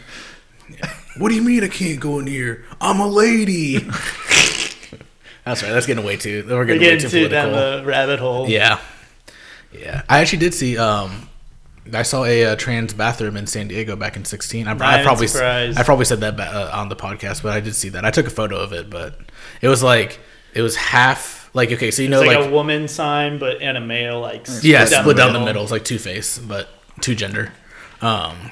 S1: What do you mean I can't go in here? I'm a lady. that's right. That's getting way too. We're
S3: We're
S1: getting, way
S3: getting
S1: too
S3: too
S1: political.
S3: down the rabbit hole.
S1: Yeah, yeah. I actually did see. Um, I saw a, uh trans bathroom in San Diego back in sixteen. I, I
S3: I'm
S1: probably
S3: surprised.
S1: I probably said that ba- uh, on the podcast, but I did see that. I took a photo of it, but it was like it was half. Like okay, so you know,
S3: It's
S1: like,
S3: like, a woman sign, but and a male like split
S1: yeah, split down the middle. It's like two face, but two gender. Um,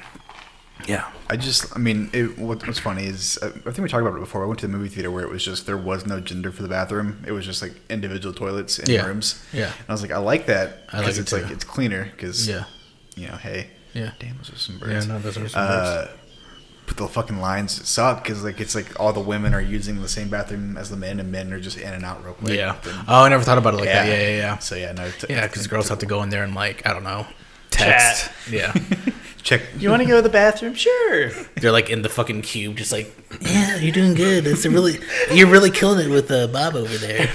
S1: yeah.
S2: I just, I mean, it, what, what's funny is, uh, I, I think we talked about it before. I went to the movie theater where it was just there was no gender for the bathroom. It was just like individual toilets in
S1: Yeah.
S2: rooms.
S1: Yeah.
S2: and I was like, I like that
S1: I like
S2: because
S1: it
S2: it's
S1: too.
S2: like it's cleaner because
S1: Yeah.
S2: you know, hey,
S1: Yeah.
S2: damn, those are some
S1: Yeah.
S2: birds.
S1: No, those are some words.
S2: Uh, but the fucking lines suck because like it's like all the women are using the same bathroom as the men, and men are just in and out real quick.
S1: Yeah.
S2: And-
S1: Oh, I never thought about it like that. Yeah, yeah, yeah.
S2: So yeah, no, it's-
S1: Yeah, because girls have to go in there and like I don't know, text. Yeah,
S2: check.
S3: You want to go to the bathroom? Sure.
S1: they're like in the fucking cube, just like yeah, you're doing good. It's a really you're really killing it with uh, Bob over there.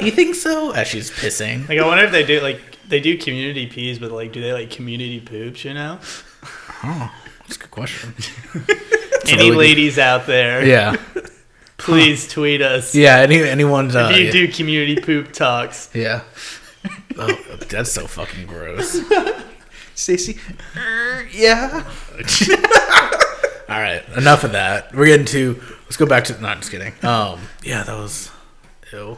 S1: you think so? As she's pissing,
S3: Like I wonder if they do like they do community peas, but like do they like community poops? You know,
S1: oh, that's a good question.
S3: any
S1: really good-
S3: ladies out there,
S1: Yeah,
S3: please tweet us.
S1: yeah. Any anyone's uh,
S3: If you
S1: yeah.
S3: do community poop talks,
S1: yeah. Oh, that's so fucking gross.
S2: Stacy. er, yeah.
S1: All right, enough of that. We're getting to let's go back to. No, I'm just kidding. Um, yeah, that was ew.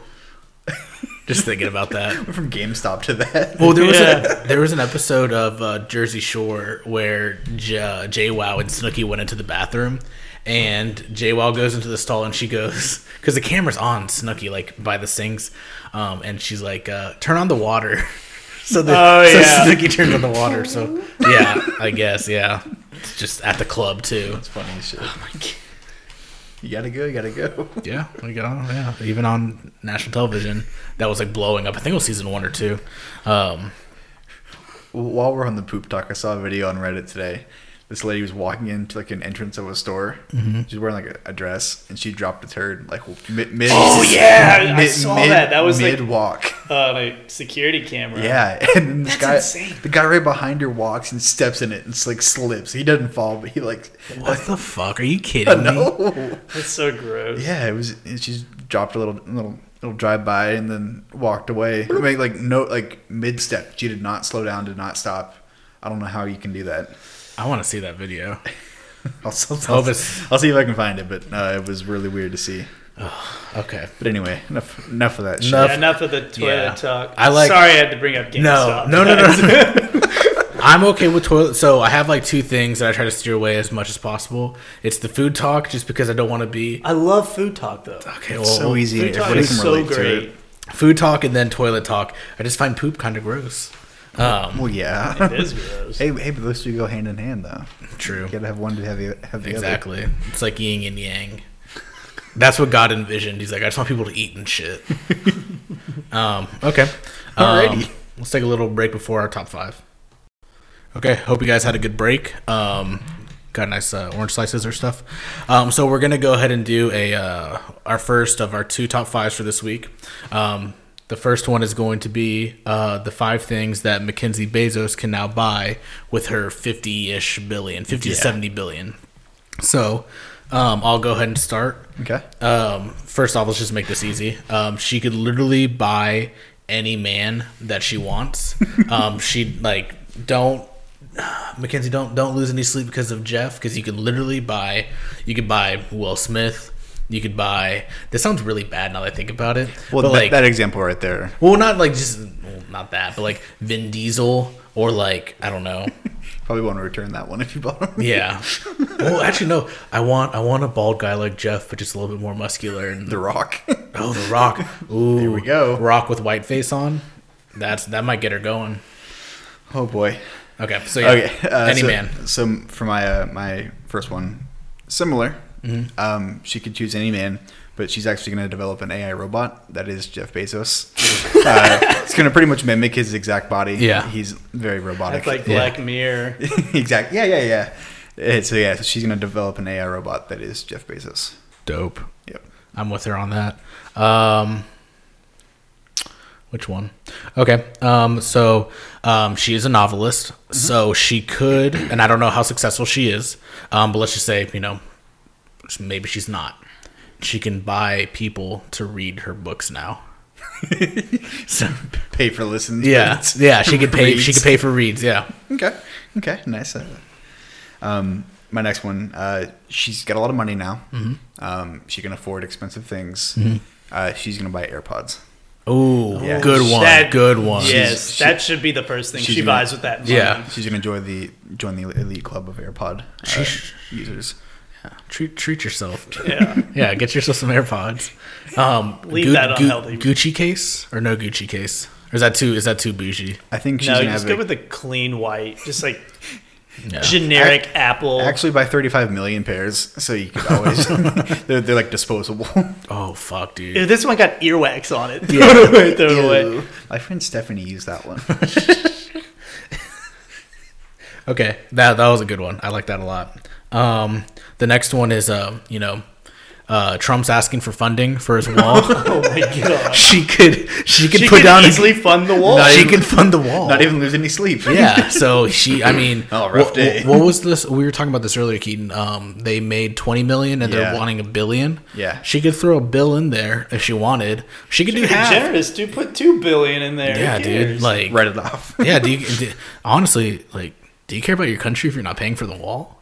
S1: Just thinking about that.
S2: Went from GameStop to that.
S1: Well, there was
S3: Yeah.
S1: a, there was an episode of uh, Jersey Shore where J- Jay Wow and Snooki went into the bathroom, and Jay Wow goes into the stall and she goes because the camera's on Snooki like by the sinks, um, and she's like, uh, "Turn on the water." So the
S3: Oh,
S1: so
S3: yeah.
S1: Snooki turns on the water. So yeah, I guess yeah, It's just at the club too.
S2: It's funny as shit.
S1: Oh
S2: You gotta go. You gotta go.
S1: Yeah, we got on. Yeah, even on national television, that was like blowing up. I think it was season one or two. Um,
S2: While we're on the poop talk, I saw a video on Reddit today. This lady was walking into like an entrance of a store.
S1: Mm-hmm.
S2: She's wearing like a, a dress, and she dropped a turd like mid. mid
S3: Oh, yeah! I- I saw that. That was, like-
S2: mid walk.
S3: uh, like security camera.
S2: Yeah, and then this
S3: That's
S2: guy,
S3: insane.
S2: the guy right behind her walks and steps in it and it's like slips. He doesn't fall, but he like
S1: what the fuck? Are you kidding me?
S2: no.
S3: that's so gross.
S2: Yeah, it was. and She just dropped a little little little drive by and then walked away. I mean, like no, like mid step. She did not slow down, did not stop. I don't know how you can do that.
S1: I want to see that video.
S2: I'll, I'll,
S1: Oh,
S2: I'll,
S1: this-
S2: see if I can find it, but uh, it was really weird to see.
S1: Okay.
S2: But anyway, enough enough of that. Shit.
S1: Enough-
S3: Yeah, enough of the toilet
S1: Yeah.
S3: talk.
S1: I like-
S3: Sorry, I had to bring up GameStop.
S1: no, no, no, no. I'm okay with toilet. So I have like two things that I try to steer away as much as possible. It's the food talk, just because I don't want to be.
S3: I love food talk though.
S1: Okay, well,
S2: so easy.
S3: Food talk
S2: Everybody
S3: is
S2: can
S3: so
S2: relate to
S3: great.
S2: it.
S1: food talk and then toilet talk. I just find poop kind of gross. Um,
S2: Well, yeah.
S3: It is gross.
S2: hey, hey, but those two go hand in hand, though.
S1: True.
S2: You gotta have one to have the, have the other.
S1: Exactly. It's like yin and yang. That's what God envisioned. He's like, I just want people to eat and shit. um, okay. Um,
S2: Alrighty.
S1: let's take a little break before our top five. Okay. Hope you guys had a good break. Um, got nice uh, orange slices or stuff. Um, so we're gonna go ahead and do a uh, our first of our two top fives for this week. Um, the first one is going to be uh, the five things that Mackenzie Bezos can now buy with her 50 ish billion, 50 to 70 billion. So um, I'll go ahead and start.
S2: Okay.
S1: Um, first off, let's just make this easy. Um, she could literally buy any man that she wants. um, she like don't Mackenzie don't don't lose any sleep because of Jeff because you could literally buy you could buy Will Smith. You could buy. This sounds really bad now that I think about it.
S2: Well,
S1: but
S2: that,
S1: like,
S2: that example right there.
S1: well, not like just well, not that, but like Vin Diesel or like I don't know.
S2: Probably want to return that one if you bought them.
S1: Yeah. well, actually, no. I want I want a bald guy like Jeff, but just a little bit more muscular and
S2: The Rock.
S1: Oh, The Rock. Ooh, here
S2: we go.
S1: Rock with white face on. That's that might get her going.
S2: oh boy.
S1: Okay, so yeah,
S2: Okay. uh,
S1: any
S2: so,
S1: man.
S2: So for my uh, my first one, similar.
S1: Mm-hmm.
S2: Um, she could choose any man, but she's actually going to develop an AI robot that is Jeff Bezos. uh, it's going to pretty much mimic his exact body.
S1: Yeah.
S2: He's very robotic.
S3: That's like Black Mirror.
S2: exactly. Yeah, yeah, yeah. Uh, so yeah, so she's going to develop an AI robot that is Jeff Bezos.
S1: Dope.
S2: Yep.
S1: I'm with her on that. Um, which one? Okay. Um, so um, she is a novelist, so she could, and I don't know how successful she is, um, but let's just say you know, maybe she's not. She can buy people to read her books now. so
S2: Pay for listens.
S1: yeah,
S2: but
S1: yeah, she could pay. She
S2: reads.
S1: could pay for reads. Yeah.
S2: Okay. Okay. Nice. Uh, Um, my next one. Uh, she's got a lot of money now.
S3: Mm-hmm.
S2: Um, she can afford expensive things. Uh, she's gonna buy AirPods.
S1: Oh,
S2: Yeah.
S1: good one.
S3: That-
S1: good one.
S3: Yes,
S2: She's-
S3: that should be the first thing
S2: she's
S3: she
S2: gonna-
S3: buys with that money.
S1: Yeah.
S2: She's gonna join the join the elite club of AirPod uh,
S1: Sheesh.
S2: users.
S1: Treat treat yourself.
S3: Yeah.
S1: yeah, get yourself some AirPods. Um,
S3: Leave that unhealthy.
S1: Gucci case or no Gucci case? Or is that too? Is that too bougie?
S2: I think she's
S3: No,
S2: gonna
S3: just
S2: have
S3: go
S2: a-
S3: with a clean white, just like
S1: No.
S3: generic Apple.
S2: actually buy 35 million pairs, so you could always they're, they're like disposable.
S1: Oh fuck, dude.
S3: Ew, this one got earwax on it. Throw it away. Throw it away.
S2: Ew. My friend Stephanie used that one.
S1: okay, that that was a good one. I like that a lot. Um, the next one is uh, you know, uh, Trump's asking for funding for his wall.
S3: Oh my god.
S1: she could she could
S3: She
S1: put
S3: could
S1: down
S3: easily fund the wall.
S1: A, she
S2: even-
S1: could fund the
S3: Oh.
S1: wall.
S2: Not even lose any sleep.
S1: Yeah, so she. I mean,
S2: Oh, rough
S1: wh- wh-
S2: day.
S1: What, was this? We were talking about this earlier, Keaton. Um, they made twenty million, and
S2: Yeah.
S1: they're wanting a billion.
S2: Yeah.
S1: she could throw a bill in there if she wanted. She could do
S3: Be
S1: half.
S3: generous, dude. Put two billion in there.
S1: Yeah,
S3: Who
S1: dude.
S3: cares?
S1: Like,
S2: Write it off.
S1: yeah. Do you do, honestly like? Do you care about your country if you're not paying for the wall?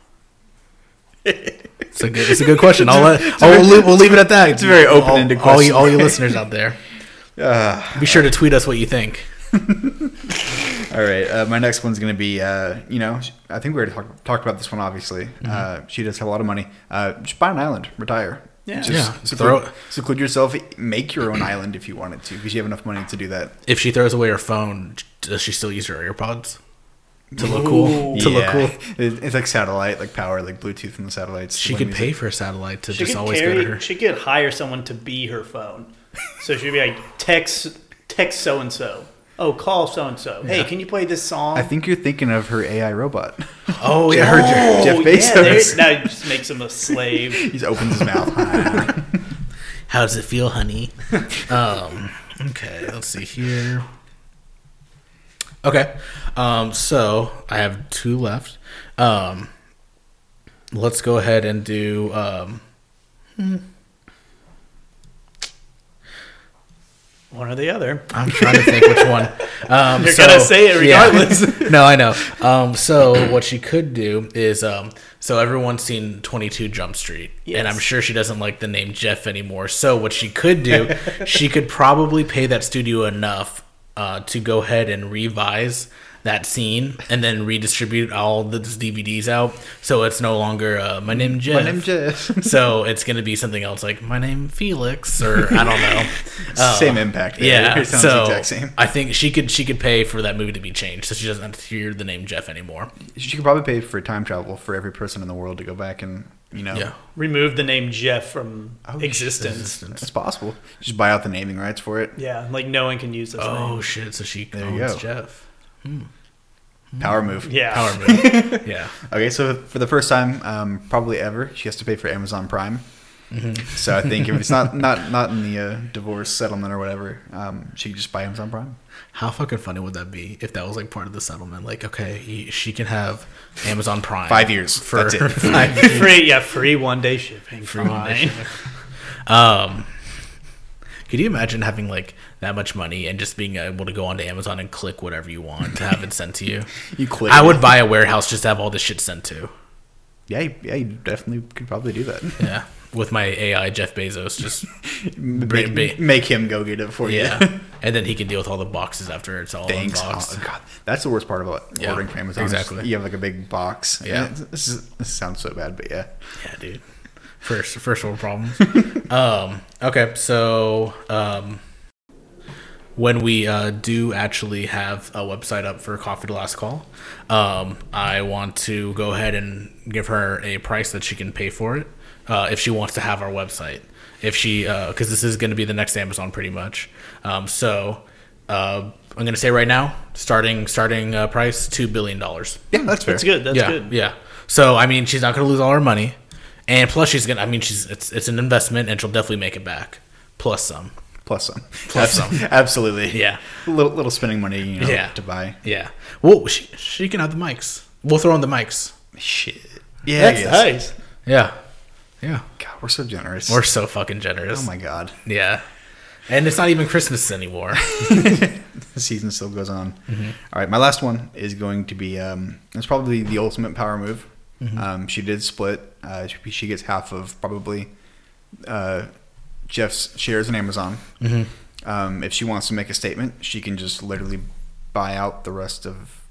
S1: It's a good. It's a good question. I'll let. I'll, we'll, leave, we'll leave it at that. It's
S2: a very
S1: all,
S2: open-ended
S1: All you,
S2: question.
S1: all you listeners out there,
S2: Ah.
S1: be sure to tweet us what you think.
S2: All right, uh, my next one's gonna be, uh, you know, sh- I think we already talked talked about this one. Obviously,
S1: Mm-hmm.
S2: uh, she does have a lot of money. Uh, just buy an island, retire.
S3: Yeah.
S2: just
S1: Yeah, throw
S2: Seclude,
S1: it-
S2: seclude yourself. Make your own island if you wanted to, because you have enough money to do that.
S1: If she throws away her phone, does she still use her AirPods to look cool?
S3: Ooh.
S1: To look cool.
S2: It- it's like satellite, like power, like Bluetooth and the satellites.
S1: She could pay for a satellite to
S3: she
S1: just
S3: could
S1: always go to
S3: carry.
S1: her.
S3: She could hire someone to be her phone. So she'd be like, text, text so and so. Oh, call so and so. Hey, can you play this song?
S2: I think you're thinking of her AI robot.
S1: Oh yeah,
S2: her-
S3: Oh,
S2: Jeff
S3: yeah, there-
S2: Bezos.
S3: now it just makes him a slave.
S2: he just opens his mouth.
S1: How does it feel, honey? um, okay, let's see here. Okay, um, so I have two left. Um, let's go ahead and do. Um,
S3: One or the other.
S1: I'm trying to think which one. Um,
S3: You're
S1: so-
S3: gonna say it
S1: yeah.
S3: regardless.
S1: no, I know. Um, so what she could do is, um, so everyone's seen 22 Jump Street, and I'm
S3: Yes.
S1: sure she doesn't like the name Jeff anymore. So what she could do, she could probably pay that studio enough uh, to go ahead and revise that scene and then redistribute all the DVDs out. So it's no longer uh, my name Jeff.
S2: My name Jeff.
S1: so it's gonna be something else like my name Felix or I don't know. Uh,
S2: Same impact there.
S1: Yeah,
S2: It sounds
S1: so
S2: exact same.
S1: I think she could she could pay for that movie to be changed, so she doesn't have to hear the name Jeff anymore.
S2: She could probably pay for time travel for every person in the world to go back and you know.
S1: Yeah.
S3: Remove the name Jeff from
S1: Oh,
S3: existence.
S2: Oh, It's possible. Just buy out the naming rights for it.
S3: Yeah, like no one can use this
S1: Oh
S3: name.
S1: shit! So she
S2: you
S1: owns
S2: go.
S1: Jeff. Mm-hmm.
S2: Power move.
S3: Yeah.
S1: Power move. yeah.
S2: Okay, so for the first time, um, probably ever, she has to pay for Amazon Prime.
S1: Mm-hmm.
S2: So I think if it's not not not in the uh, divorce settlement or whatever, um, she could just buy Amazon Prime.
S1: How fucking funny would that be if that was like part of the settlement? Like, okay, y- she can have Amazon Prime
S2: Five years.
S1: for
S2: That's it.
S1: five
S3: Free, yeah, free one day shipping.
S1: Free one day
S3: Fine.
S1: Um, could you imagine having like that much money and just being able to go onto Amazon and click whatever you want to have it sent to you?
S2: You click.
S1: I would buy a warehouse just to have all this shit sent to.
S2: Yeah, you- yeah, you definitely could probably do that.
S1: Yeah, with my AI Jeff Bezos, just
S2: Make,
S1: be-
S2: make him go get it for you.
S1: yeah, and then he can deal with all the boxes after it's all
S2: Thanks.
S1: unboxed.
S2: Oh, God, that's the worst part about
S1: Yeah,
S2: ordering from Amazon.
S1: exactly.
S2: Exactly. You have like a big box. and
S1: Yeah.
S2: it's- This, is, this sounds so bad, but yeah.
S1: Yeah, dude. First, first world problems. um, okay, so um, when we uh, do actually have a website up for Coffee to Last Call, um, I want to go ahead and give her a price that she can pay for it uh, if she wants to have our website. If she, because this is going to be the next Amazon, pretty much. Um, so uh, I'm going to say right now, starting starting uh, price two billion dollars
S2: Yeah, that's fair.
S3: That's good. That's
S1: yeah,
S3: good.
S1: Yeah. So I mean, she's not going to lose all her money, and plus she's gonna. I mean, she's it's it's an investment, and she'll definitely make it back, plus some.
S2: Plus some.
S1: Plus
S2: Abs- Absolutely.
S1: Yeah.
S2: Little, little spending money, you know,
S1: Yeah.
S2: to buy.
S1: Yeah. Well, she she can have the mics. We'll throw in the mics.
S2: Shit. Yeah. I
S3: That's
S2: guess.
S3: nice.
S1: Yeah. Yeah.
S2: God, we're so generous.
S1: We're so fucking generous.
S2: oh my God.
S1: Yeah. And it's not even Christmas anymore.
S2: The season still goes on.
S3: Mm-hmm.
S2: All right, my last one is going to be. Um, it's probably the ultimate power move.
S3: Mm-hmm.
S2: Um, she did split. Uh, she, she gets half of probably uh, Jeff's shares in Amazon.
S3: Mm-hmm.
S2: Um, if she wants to make a statement, she can just literally buy out the rest of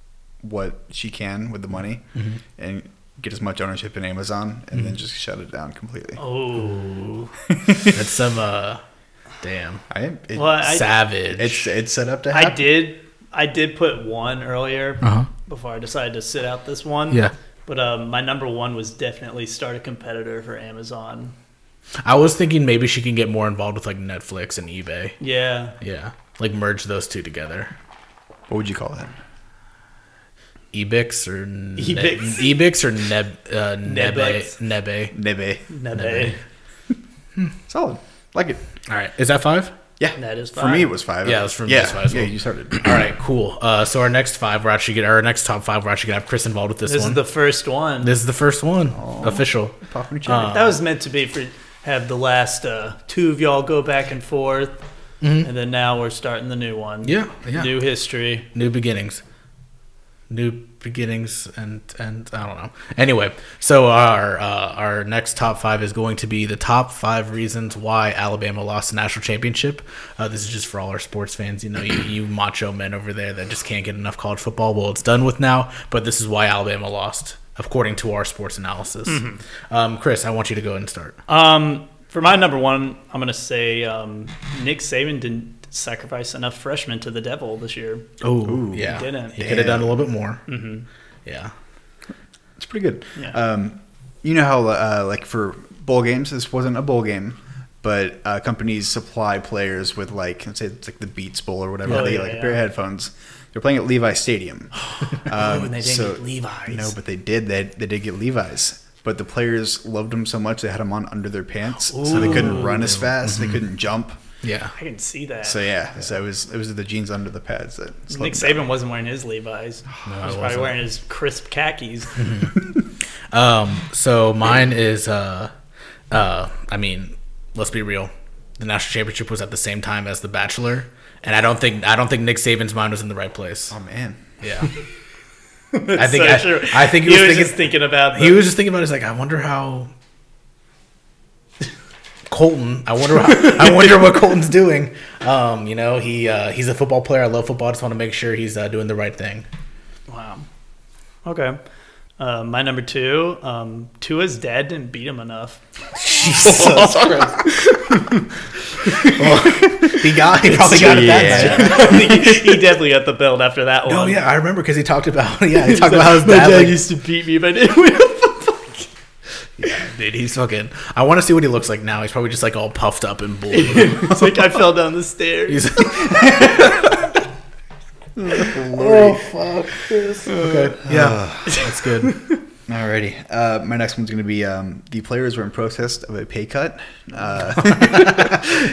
S2: what she can with the money
S3: Mm-hmm.
S2: and get as much ownership in Amazon, and then just shut it down completely.
S3: Oh.
S1: That's some uh, damn
S2: I am. It,
S3: Well, I,
S1: savage.
S2: it's it's set up to
S3: I
S2: happen.
S3: did I did put one earlier
S1: Uh-huh.
S3: before I decided to sit out this one.
S1: Yeah.
S3: But um, my number one was definitely start a competitor for Amazon.
S1: I was thinking maybe she can get more involved with like Netflix and eBay.
S3: Yeah.
S1: Yeah. Like merge those two together.
S2: What would you call that?
S1: Ebix or ne-
S3: Ebix.
S1: Ebix or Neb uh, Nebe
S3: Nebex.
S1: Nebe.
S2: Nebe.
S3: Nebe.
S2: Solid. Like it.
S1: All right, is that five?
S2: Yeah,
S3: That is
S2: For
S3: fine.
S2: me, it was five.
S1: Yeah, it was for me,
S2: yeah,
S1: it was five as
S2: Yeah,
S1: well.
S2: you started.
S1: All right, cool. Uh, so our next five, we're actually gonna our next top five, we're actually gonna have Chris involved with this,
S3: This
S1: one.
S3: is the first one. Um,
S1: this is the first one official.
S2: Popping each
S1: Uh,
S2: other.
S3: that was meant to be for have the last uh, two of y'all go back and forth, and then now we're starting the new one.
S1: Mm-hmm. Yeah, yeah. New,
S3: New history.
S1: beginnings, new beginnings, and and I don't know. Anyway, so our uh, our next top five is going to be the top five reasons why Alabama lost the national championship. Uh, this is just for all our sports fans. You know, you, you macho men over there that just can't get enough college football. Well, it's done with now, but this is why Alabama lost. According to our sports analysis, um, Chris, I want you to go ahead and start.
S3: Um, for my number one, I'm gonna say um, Nick Saban didn't sacrifice enough freshmen to the devil this year.
S1: Oh, yeah,
S3: he didn't.
S1: He could have done a
S2: Damn.
S1: little bit more. Mm-hmm. Yeah,
S2: It's pretty good.
S3: Yeah.
S2: Um, you know how uh, like for bowl games, this wasn't a bowl game, but uh, companies supply players with like let's say it's like the Beats Bowl or whatever.
S3: Oh,
S2: they
S3: yeah,
S2: like a
S3: yeah.
S2: pair of headphones. They're playing at Levi Stadium. um,
S3: Oh,
S1: Oh,
S3: and they didn't
S2: so-
S3: get Levi's.
S2: No, but they did. They they did get Levi's. But the players loved them so much they had them on under their pants, so they couldn't run as fast.
S1: Mm-hmm.
S2: They couldn't jump.
S1: yeah.
S3: I can see that.
S2: So yeah, so it was it was the jeans under the pads that slowed
S3: Nick
S2: them down.
S3: Saban wasn't wearing his Levi's. he was probably
S1: wasn't.
S3: wearing his crisp khakis.
S1: Um, so mine is, uh, uh, I mean, let's be real. The national championship was at the same time as The Bachelor, and I don't think I don't think Nick Saban's mind was in the right place.
S2: Oh
S3: Um,
S2: man,
S1: Yeah, I think I,
S3: So true.
S1: I think he was, thinking,
S3: just thinking about the,
S1: he was just thinking about it, he's like I wonder how Colton. I wonder how, I wonder what Colton's doing. Um, you know, he uh, he's a football player. I love football. I just want to make sure he's uh, doing the right thing.
S3: Wow. Okay. Uh, my number two, um, Tua's dad didn't beat him enough.
S1: Jesus Christ. he got. He probably got it that night.
S3: he, he definitely got the belt after that one.
S1: Oh yeah, I remember because he talked about yeah he
S3: He's
S1: talked
S3: like,
S1: about how his
S3: my
S1: dad,
S3: dad,
S1: like,
S3: used to beat me, but it went
S1: dude he's fucking I want to see what he looks like now he's probably just like all puffed up and blue
S3: It's like I fell down the stairs.
S1: he's
S2: Yeah.
S1: that's good
S2: Alrighty. Uh, my next one's going to be um, the players were in process of a pay cut. Uh,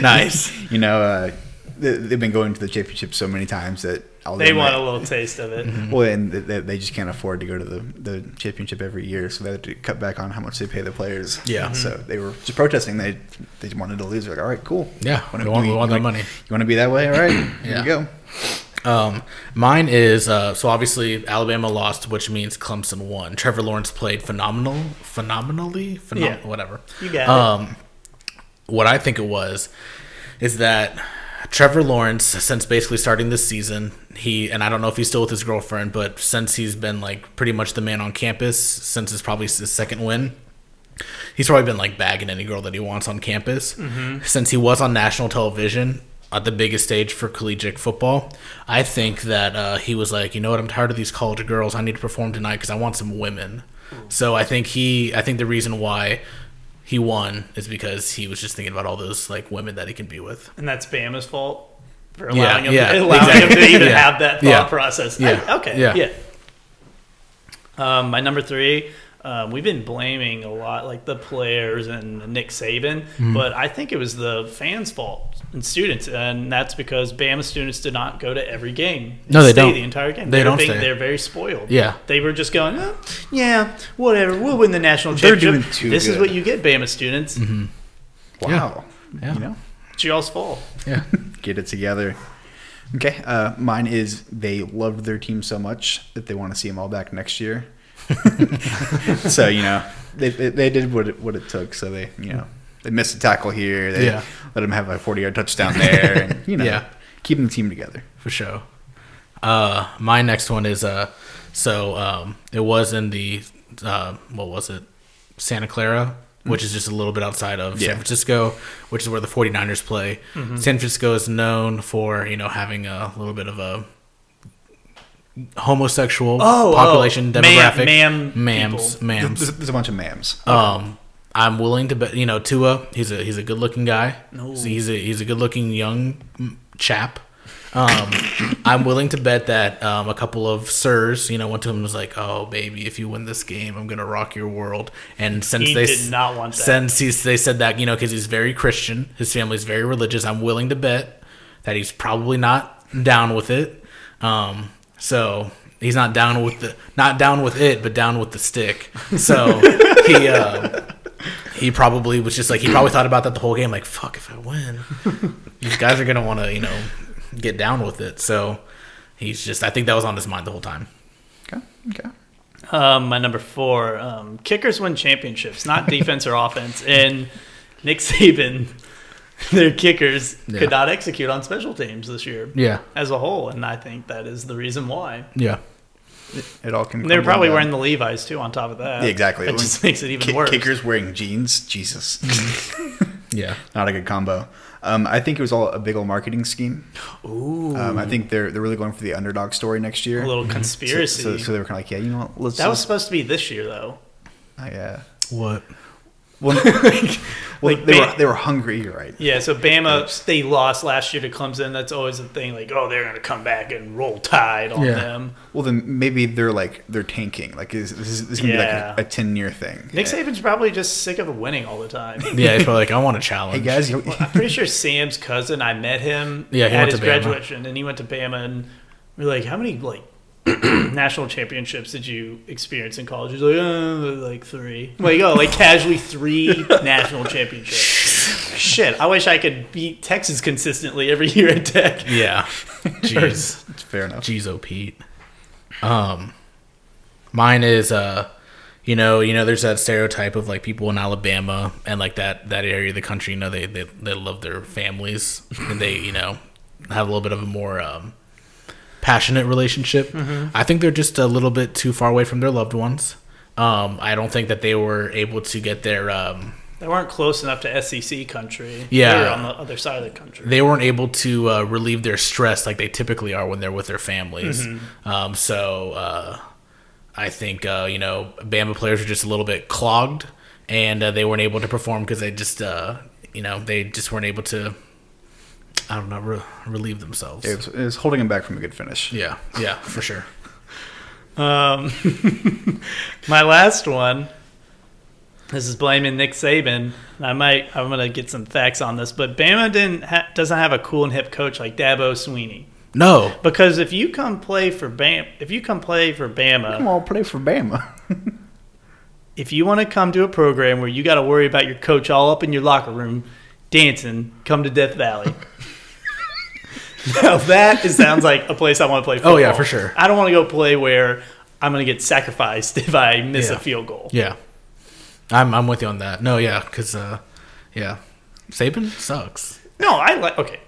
S1: nice
S2: you know, uh, they, they've been going to the championship so many times that all
S3: they
S2: their
S3: want
S2: ma-
S3: a little taste of it.
S2: Well, and they- they, they just can't afford to go to the, the championship every year, so they had to cut back on how much they pay the players.
S1: Yeah. Mhm.
S2: So they were just protesting. They they just wanted to lose. They're like, all right, cool.
S1: Yeah,
S2: Wanna
S1: we want-
S2: be-
S1: we want
S2: you
S1: that money."
S2: wanna- You want to be that way? All right. Here
S1: Yeah.
S2: you go.
S1: Um, mine is uh, so obviously Alabama lost, which means Clemson won. Trevor Lawrence played phenomenal, phenomenally, phenom-
S3: Yeah.
S1: whatever.
S3: You got it.
S1: um, What I think it was is that Trevor Lawrence, since basically starting this season, he and I don't know if he's still with his girlfriend, but since he's been like pretty much the man on campus since it's probably his second win. He's probably been like bagging any girl that he wants on campus.
S3: Mm-hmm.
S1: Since he was on national television at the biggest stage for collegiate football, I think that uh, he was like, you know what, I'm tired of these college girls. I need to perform tonight because I want some women. So I think he, I think the reason why he won is because he was just thinking about all those like women that he can be with.
S3: And that's Bama's fault for allowing,
S1: Yeah,
S3: him,
S1: yeah,
S3: allowing him
S1: exactly.
S3: to even
S1: Yeah,
S3: have that thought
S1: yeah,
S3: process. I-
S1: yeah,
S3: okay. Yeah.
S1: yeah.
S3: Um, my number three, um, we've been blaming a lot, like the players and Nick Saban,
S1: Mm-hmm.
S3: but I think it was the fans' fault and students, and that's because Bama students did not go to every game.
S1: No, they
S3: stay
S1: don't.
S3: The entire game.
S1: They
S3: They're
S1: don't
S3: being-
S1: stay.
S3: They're very spoiled.
S1: Yeah.
S3: They were just going, oh, yeah, whatever. We'll win the national
S2: They're
S3: championship.
S2: doing too
S3: this is
S2: good.
S3: what you get, Bama students.
S1: Mm-hmm.
S2: Wow.
S1: Yeah.
S2: You know,
S3: It's y'all's fault.
S1: Yeah.
S2: get it together. Okay. Uh, mine is they loved their team so much that they want to see them all back next year. so you know they, they, they did what it, what it took. So they you know they missed a tackle here. They
S1: Yeah.
S2: let them have a forty yard touchdown there, and you know
S1: Yeah.
S2: keeping the team together.
S1: for sure. Uh, my next one is uh, so um, it was in the uh, what was it, Santa Clara,
S3: Mm-hmm.
S1: which is just a little bit outside of
S2: Yeah.
S1: San Francisco, which is where the 49ers play.
S3: Mm-hmm.
S1: San Francisco is known for you know having a little bit of a homosexual
S3: Oh, oh,
S1: population
S3: ma'am-
S1: demographic,
S3: ma'am
S1: mams,
S3: people.
S1: mams.
S2: There's, there's a bunch of mams.
S1: Um, I'm willing to bet. You know, Tua. He's a he's a good looking guy. So He's a he's a good looking young mm, chap. Um, I'm willing to bet that um, a couple of sirs, you know, went to him and was like, "Oh, baby, if you win this game, I'm gonna rock your world." And since
S3: He
S1: they
S3: did
S1: s-
S3: not want that.
S1: since he's, they said that, you know, because he's very Christian, his family's very religious. I'm willing to bet that he's probably not down with it. Um, so he's not down with the not down with it, but down with the stick. So he. Uh, he probably was just like he probably thought about that the whole game like fuck if i win these guys are gonna want to you know get down with it so he's just i think that was on his mind the whole time
S2: Okay. Okay.
S3: Um, my number four, um, kickers win championships, not defense or offense. And Nick Saban, their kickers
S1: Yeah.
S3: could not execute on special teams this year
S1: yeah
S3: as a whole, and I think that is the reason why.
S1: yeah
S2: It all can.
S3: And they were probably wearing the Levi's too. On top of that,
S2: Yeah, exactly.
S3: It just makes it even
S2: Ki-
S3: worse.
S2: Kickers wearing jeans. Jesus.
S1: yeah
S2: not a good combo. Um, I think it was all a big old marketing scheme. Ooh. Um, I think they're they're really going for the underdog story next year.
S3: a little
S2: Mm-hmm. so,
S3: conspiracy.
S2: so, so they were kind of like, yeah, you know what? Let's
S3: that was
S2: just,
S3: supposed to be this year, though.
S2: I, uh,
S1: what
S2: well, well,
S3: like
S2: they
S3: ba-
S2: were they were hungry. You're right.
S3: Yeah, so Bama they lost last year to Clemson. That's always a thing. Like, oh, they're gonna come back and roll tide on
S1: Yeah.
S3: them.
S2: Well, then maybe they're like they're tanking. Like is, this is, this is gonna
S3: Yeah.
S2: be like a, a ten year thing.
S3: Nick
S2: Yeah.
S3: Saban's probably just sick of winning all the time.
S1: yeah he's probably like i want a
S2: Hey
S1: challenge
S2: guys, you,
S3: Well, I'm pretty sure Sam's cousin. I met him
S1: Yeah, he
S3: at
S1: went
S3: his
S1: to Bama.
S3: graduation, and he went to Bama. And we are like, "How many like national championships did you experience in college?" He's like, "Uh, "Like three. I'm Like oh, like casually three national championships. Shit, I wish I could beat Texas consistently every year at Tech.
S1: yeah jeez
S2: it's fair enough.
S1: Jeez, oh Pete. Um, mine is uh, you know, you know, there's that stereotype of like people in Alabama and like that that area of the country. You know, they they, they love their families and they you know have a little bit of a more um, passionate relationship. I think they're just a little bit too far away from their loved ones. Um, I don't think that they were able to get their. Um,
S3: They weren't close enough to SEC country.
S1: Yeah.
S3: they were on the other side of the country.
S1: they weren't able to uh, relieve their stress like they typically are when they're with their families.
S3: Mm-hmm.
S1: Um, so uh, I think uh, you know Bamba players are just a little bit clogged, and uh, they weren't able to perform because they just uh, you know they just weren't able to. I don't know, re- relieve themselves.
S2: It was, it was holding him back from a good finish.
S1: Yeah, yeah, for sure.
S3: Um, my last one. This is blaming Nick Saban. And I might. I'm gonna get some facts on this, but Bama didn't ha- doesn't have a cool and hip coach like Dabo Sweeney.
S1: No,
S3: Because if you come play for Bam, if you come play for
S2: Come
S3: Bama,
S2: on, play for Bama.
S3: if you want to come to a program where you got to worry about your coach all up in your locker room dancing, come to Death Valley. now that is, sounds like a place I want to play. Football.
S1: Oh, yeah, for sure.
S3: I don't want to go play where I'm going to get sacrificed if I miss
S1: Yeah.
S3: a field goal.
S1: yeah, I'm I'm with you on that. No, yeah, because uh, yeah, Saban sucks.
S3: No, I like. Okay,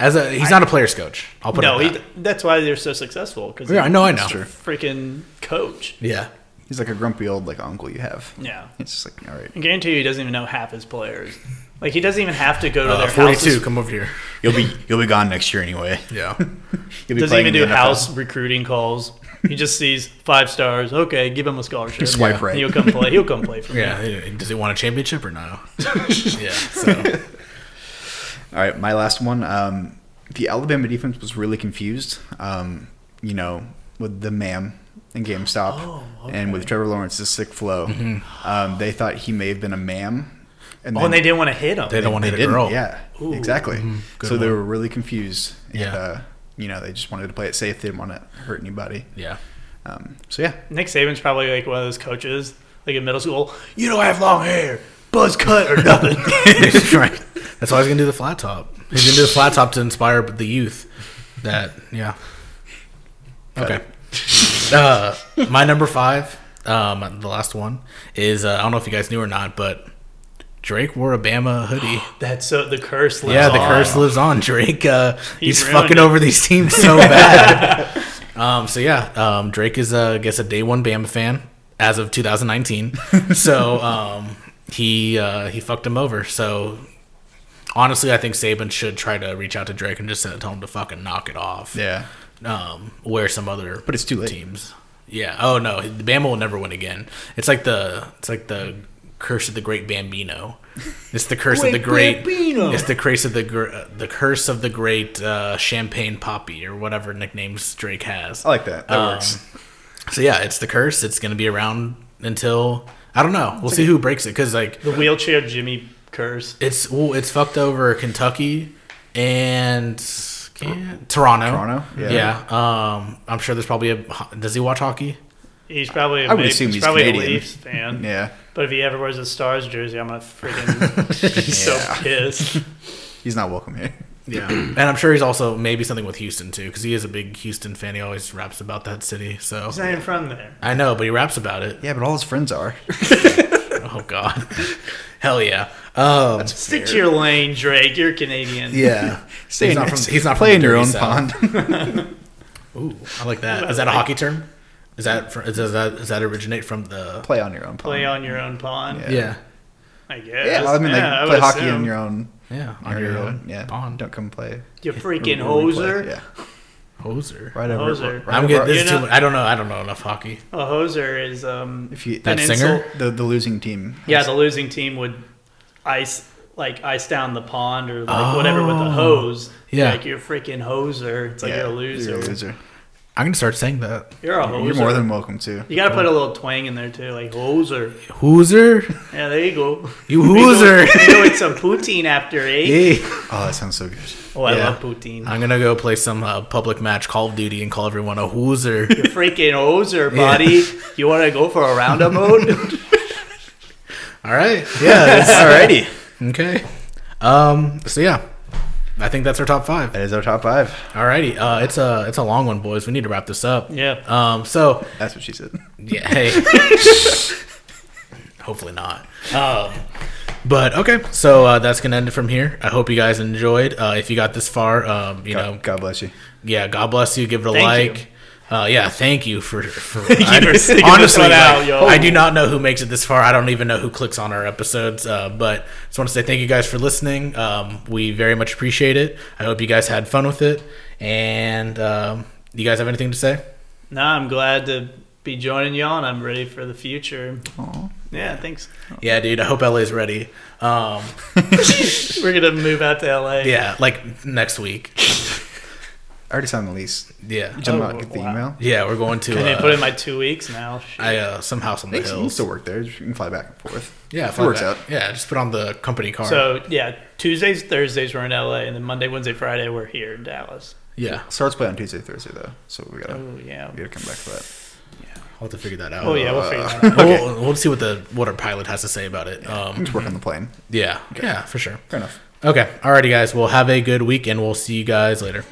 S1: As a he's not a players coach. I'll put
S3: no,
S1: it.
S3: he,
S1: at that.
S3: that's why they're so successful. Because
S1: Yeah, I know, I know.
S3: Freaking coach.
S1: Yeah,
S2: He's like a grumpy old like uncle you have.
S3: Yeah,
S2: It's just like all right.
S3: I guarantee you, he doesn't even know half his players. Like he doesn't even have to go to
S1: uh,
S3: their
S1: forty-two.
S3: houses.
S1: Come over here.
S2: You'll be you'll be gone next year anyway.
S1: Yeah.
S2: You'll be
S3: Doesn't
S2: playing
S3: even
S2: in
S3: do
S2: the NFL.
S3: house recruiting calls. He just sees five stars. Okay, give him a scholarship.
S2: Swipe
S3: Yeah.
S2: right.
S3: He'll come play. He'll come play for me.
S1: Yeah, he- does he want a championship or no? yeah, so
S2: All right, my last one. Um, the Alabama defense was really confused. Um, you know, with the ma'am and GameStop, and with Trevor Lawrence's sick flow, um, they thought he may have been a ma'am. And
S3: Oh, and they didn't want to hit him.
S1: they don't want to
S2: they
S1: hit a
S2: didn't.
S1: girl.
S2: Yeah, exactly.
S1: good
S2: So they
S1: one.
S2: were really confused. And,
S1: Yeah.
S2: uh, you know, they just wanted to play it safe. They didn't want to hurt anybody.
S1: yeah,
S2: Um, so yeah,
S3: Nick Saban's probably like one of those coaches, like in middle school. You don't have long hair, buzz cut or nothing.
S2: right.
S1: That's why he's gonna do the flat top. He's gonna do the flat top to inspire the youth. That yeah. Okay. Uh, my number five, um, the last one is uh, I don't know if you guys knew or not, but Drake wore a Bama hoodie.
S3: That's so the curse. Lives
S1: Yeah, the
S3: on.
S1: curse lives on. Drake, uh, he's
S3: ruined
S1: fucking
S3: it.
S1: over these teams so bad. um, so yeah, um, Drake is, uh, I guess, a day one Bama fan as of 2019. so um, he uh, he fucked him over. So honestly, I think Saban should try to reach out to Drake and just tell him to fucking knock it off.
S2: Yeah.
S1: Um, where some other
S2: But it's too late.
S1: teams. Yeah. Oh no, the Bama will never win again. It's like the it's like the curse of the great Bambino. It's the curse of the great.
S3: Bambino.
S1: It's the curse of the gr- uh, the curse of the great uh, champagne poppy or whatever nicknames Drake has.
S2: I like that. That
S1: Um,
S2: works.
S1: So yeah, it's the curse. It's gonna be around until I don't know. We'll see who breaks it because like
S3: The wheelchair Jimmy curse.
S1: it's well, it's fucked over Kentucky and can Toronto.
S2: Toronto?
S1: Yeah.
S2: Yeah.
S1: Um, I'm sure there's probably a. Does he watch hockey?
S3: He's probably a
S2: I would
S3: big-
S2: assume
S3: he's
S2: he's
S3: probably a
S2: Canadian.
S3: Leafs fan.
S2: Yeah.
S3: But if he ever wears a Stars jersey, I'm gonna freaking be so
S2: Yeah.
S3: pissed.
S2: He's not welcome here.
S1: Yeah, and I'm sure he's also maybe something with Houston too, because he is a big Houston fan. He always raps about that city. So
S3: He's not even from there.
S1: I know, but he raps about it.
S2: Yeah, but all his friends are.
S1: Oh God, hell yeah. Um,
S3: Stick to your lane, Drake. You're Canadian.
S1: yeah,
S2: Stay
S1: He's
S2: in
S1: not
S2: your-
S1: from- he's not from
S2: play
S1: the
S2: in your
S1: dirty
S2: own
S1: South.
S2: pond.
S1: ooh, I like that. Is that a hockey term? Is that fr- is that does that originate from the?
S2: play on your own pond.
S3: Play on your own pond.
S2: Yeah.
S1: Yeah,
S3: I guess.
S2: Yeah, I mean, like
S3: Yeah,
S2: play
S3: would
S2: hockey
S3: assume.
S2: on your own.
S1: yeah,
S2: On your own. Yeah.
S1: pond.
S2: Don't come play.
S3: You freaking
S2: Or we play,
S3: hoser.
S2: Yeah.
S1: hoser.
S2: Right over.
S3: Hoser.
S2: Right
S1: I'm
S2: over-
S1: getting this
S3: You
S1: is too.
S3: know-
S1: much. I don't know. I don't know enough hockey.
S3: A hoser is um.
S2: If you
S1: That
S3: an
S1: singer?
S3: insult-
S2: the the losing team.
S3: Yeah, the losing team would ice like ice down the pond or like whatever with a hose.
S1: Yeah.
S3: like you're a freaking hoser. It's like you're a loser.
S2: Oh. You're
S3: You're,
S2: a loser.
S1: I'm gonna start saying that.
S3: a
S2: You're
S3: hoser.
S2: more than welcome to.
S3: you gotta put a little twang in there too, like hoser.
S1: Hooser,
S3: Yeah, there you go.
S1: you
S3: We go-
S1: hooser.
S3: we go with some poutine after eight.
S1: Hey.
S2: Oh, that sounds so good.
S3: Oh, I
S1: Yeah.
S3: love poutine.
S1: I'm gonna go play some uh, public match Call of Duty and call everyone a hooser.
S3: You're freaking hoser, buddy. You want to go for a roundup mode?
S1: All right.
S2: Yeah. Alrighty.
S1: Okay. Um. So yeah, I think that's our top five.
S2: That is our top five.
S1: Alrighty. Uh, it's a it's a long one, boys. We need to wrap this up.
S3: Yeah.
S1: Um. So
S2: That's what she said.
S1: yeah. Hey. Hopefully not. Um. But okay, so uh, that's gonna end it from here. I hope you guys enjoyed. Uh, if you got this far, um, you know,
S2: God, God bless you.
S1: yeah, God bless you. Give it a like.
S3: Thank
S1: Uh, yeah, thank you for. for
S3: you for sticking this
S1: honestly,
S3: one out,
S1: like,
S3: yo.
S1: I do not know who makes it this far. I don't even know who clicks on our episodes. Uh, but just want to say thank you guys for listening. Um, we very much appreciate it. I hope you guys had fun with it. And um, you guys have anything to say?
S3: Nah, I'm glad to be joining y'all, and I'm ready for the future. Yeah, thanks.
S1: Yeah, dude. I hope LA's ready. Um,
S3: We're gonna move out to LA.
S1: yeah, like next week.
S2: I already signed the lease.
S1: Yeah,
S2: Did you
S3: Oh,
S2: not get the
S3: wow.
S2: email?
S1: yeah. We're going to.
S3: I need
S1: uh,
S3: to put in my two weeks now. Shit.
S1: I uh, some house on the
S2: They can
S1: hills.
S2: still work there. You can fly back and forth.
S1: Yeah,
S2: It
S1: fuck
S2: works
S1: that.
S2: out.
S1: Yeah, just put on the company card.
S3: so yeah, Tuesdays, Thursdays we're in LA, and then Monday, Wednesday, Friday we're here in Dallas.
S1: yeah,
S2: Starts play on Tuesday, Thursday though, so we gotta
S3: Oh yeah.
S2: we gotta come back to that.
S1: I'll have to figure that out.
S3: Oh yeah, we'll
S2: Uh,
S3: figure that out.
S1: We'll, we'll see what the what our pilot has to say about it. Um,
S2: Just work on the plane.
S1: yeah, yeah, for sure.
S2: Fair enough.
S1: Okay, alrighty, guys. Well, have a good week, and we'll see you guys later.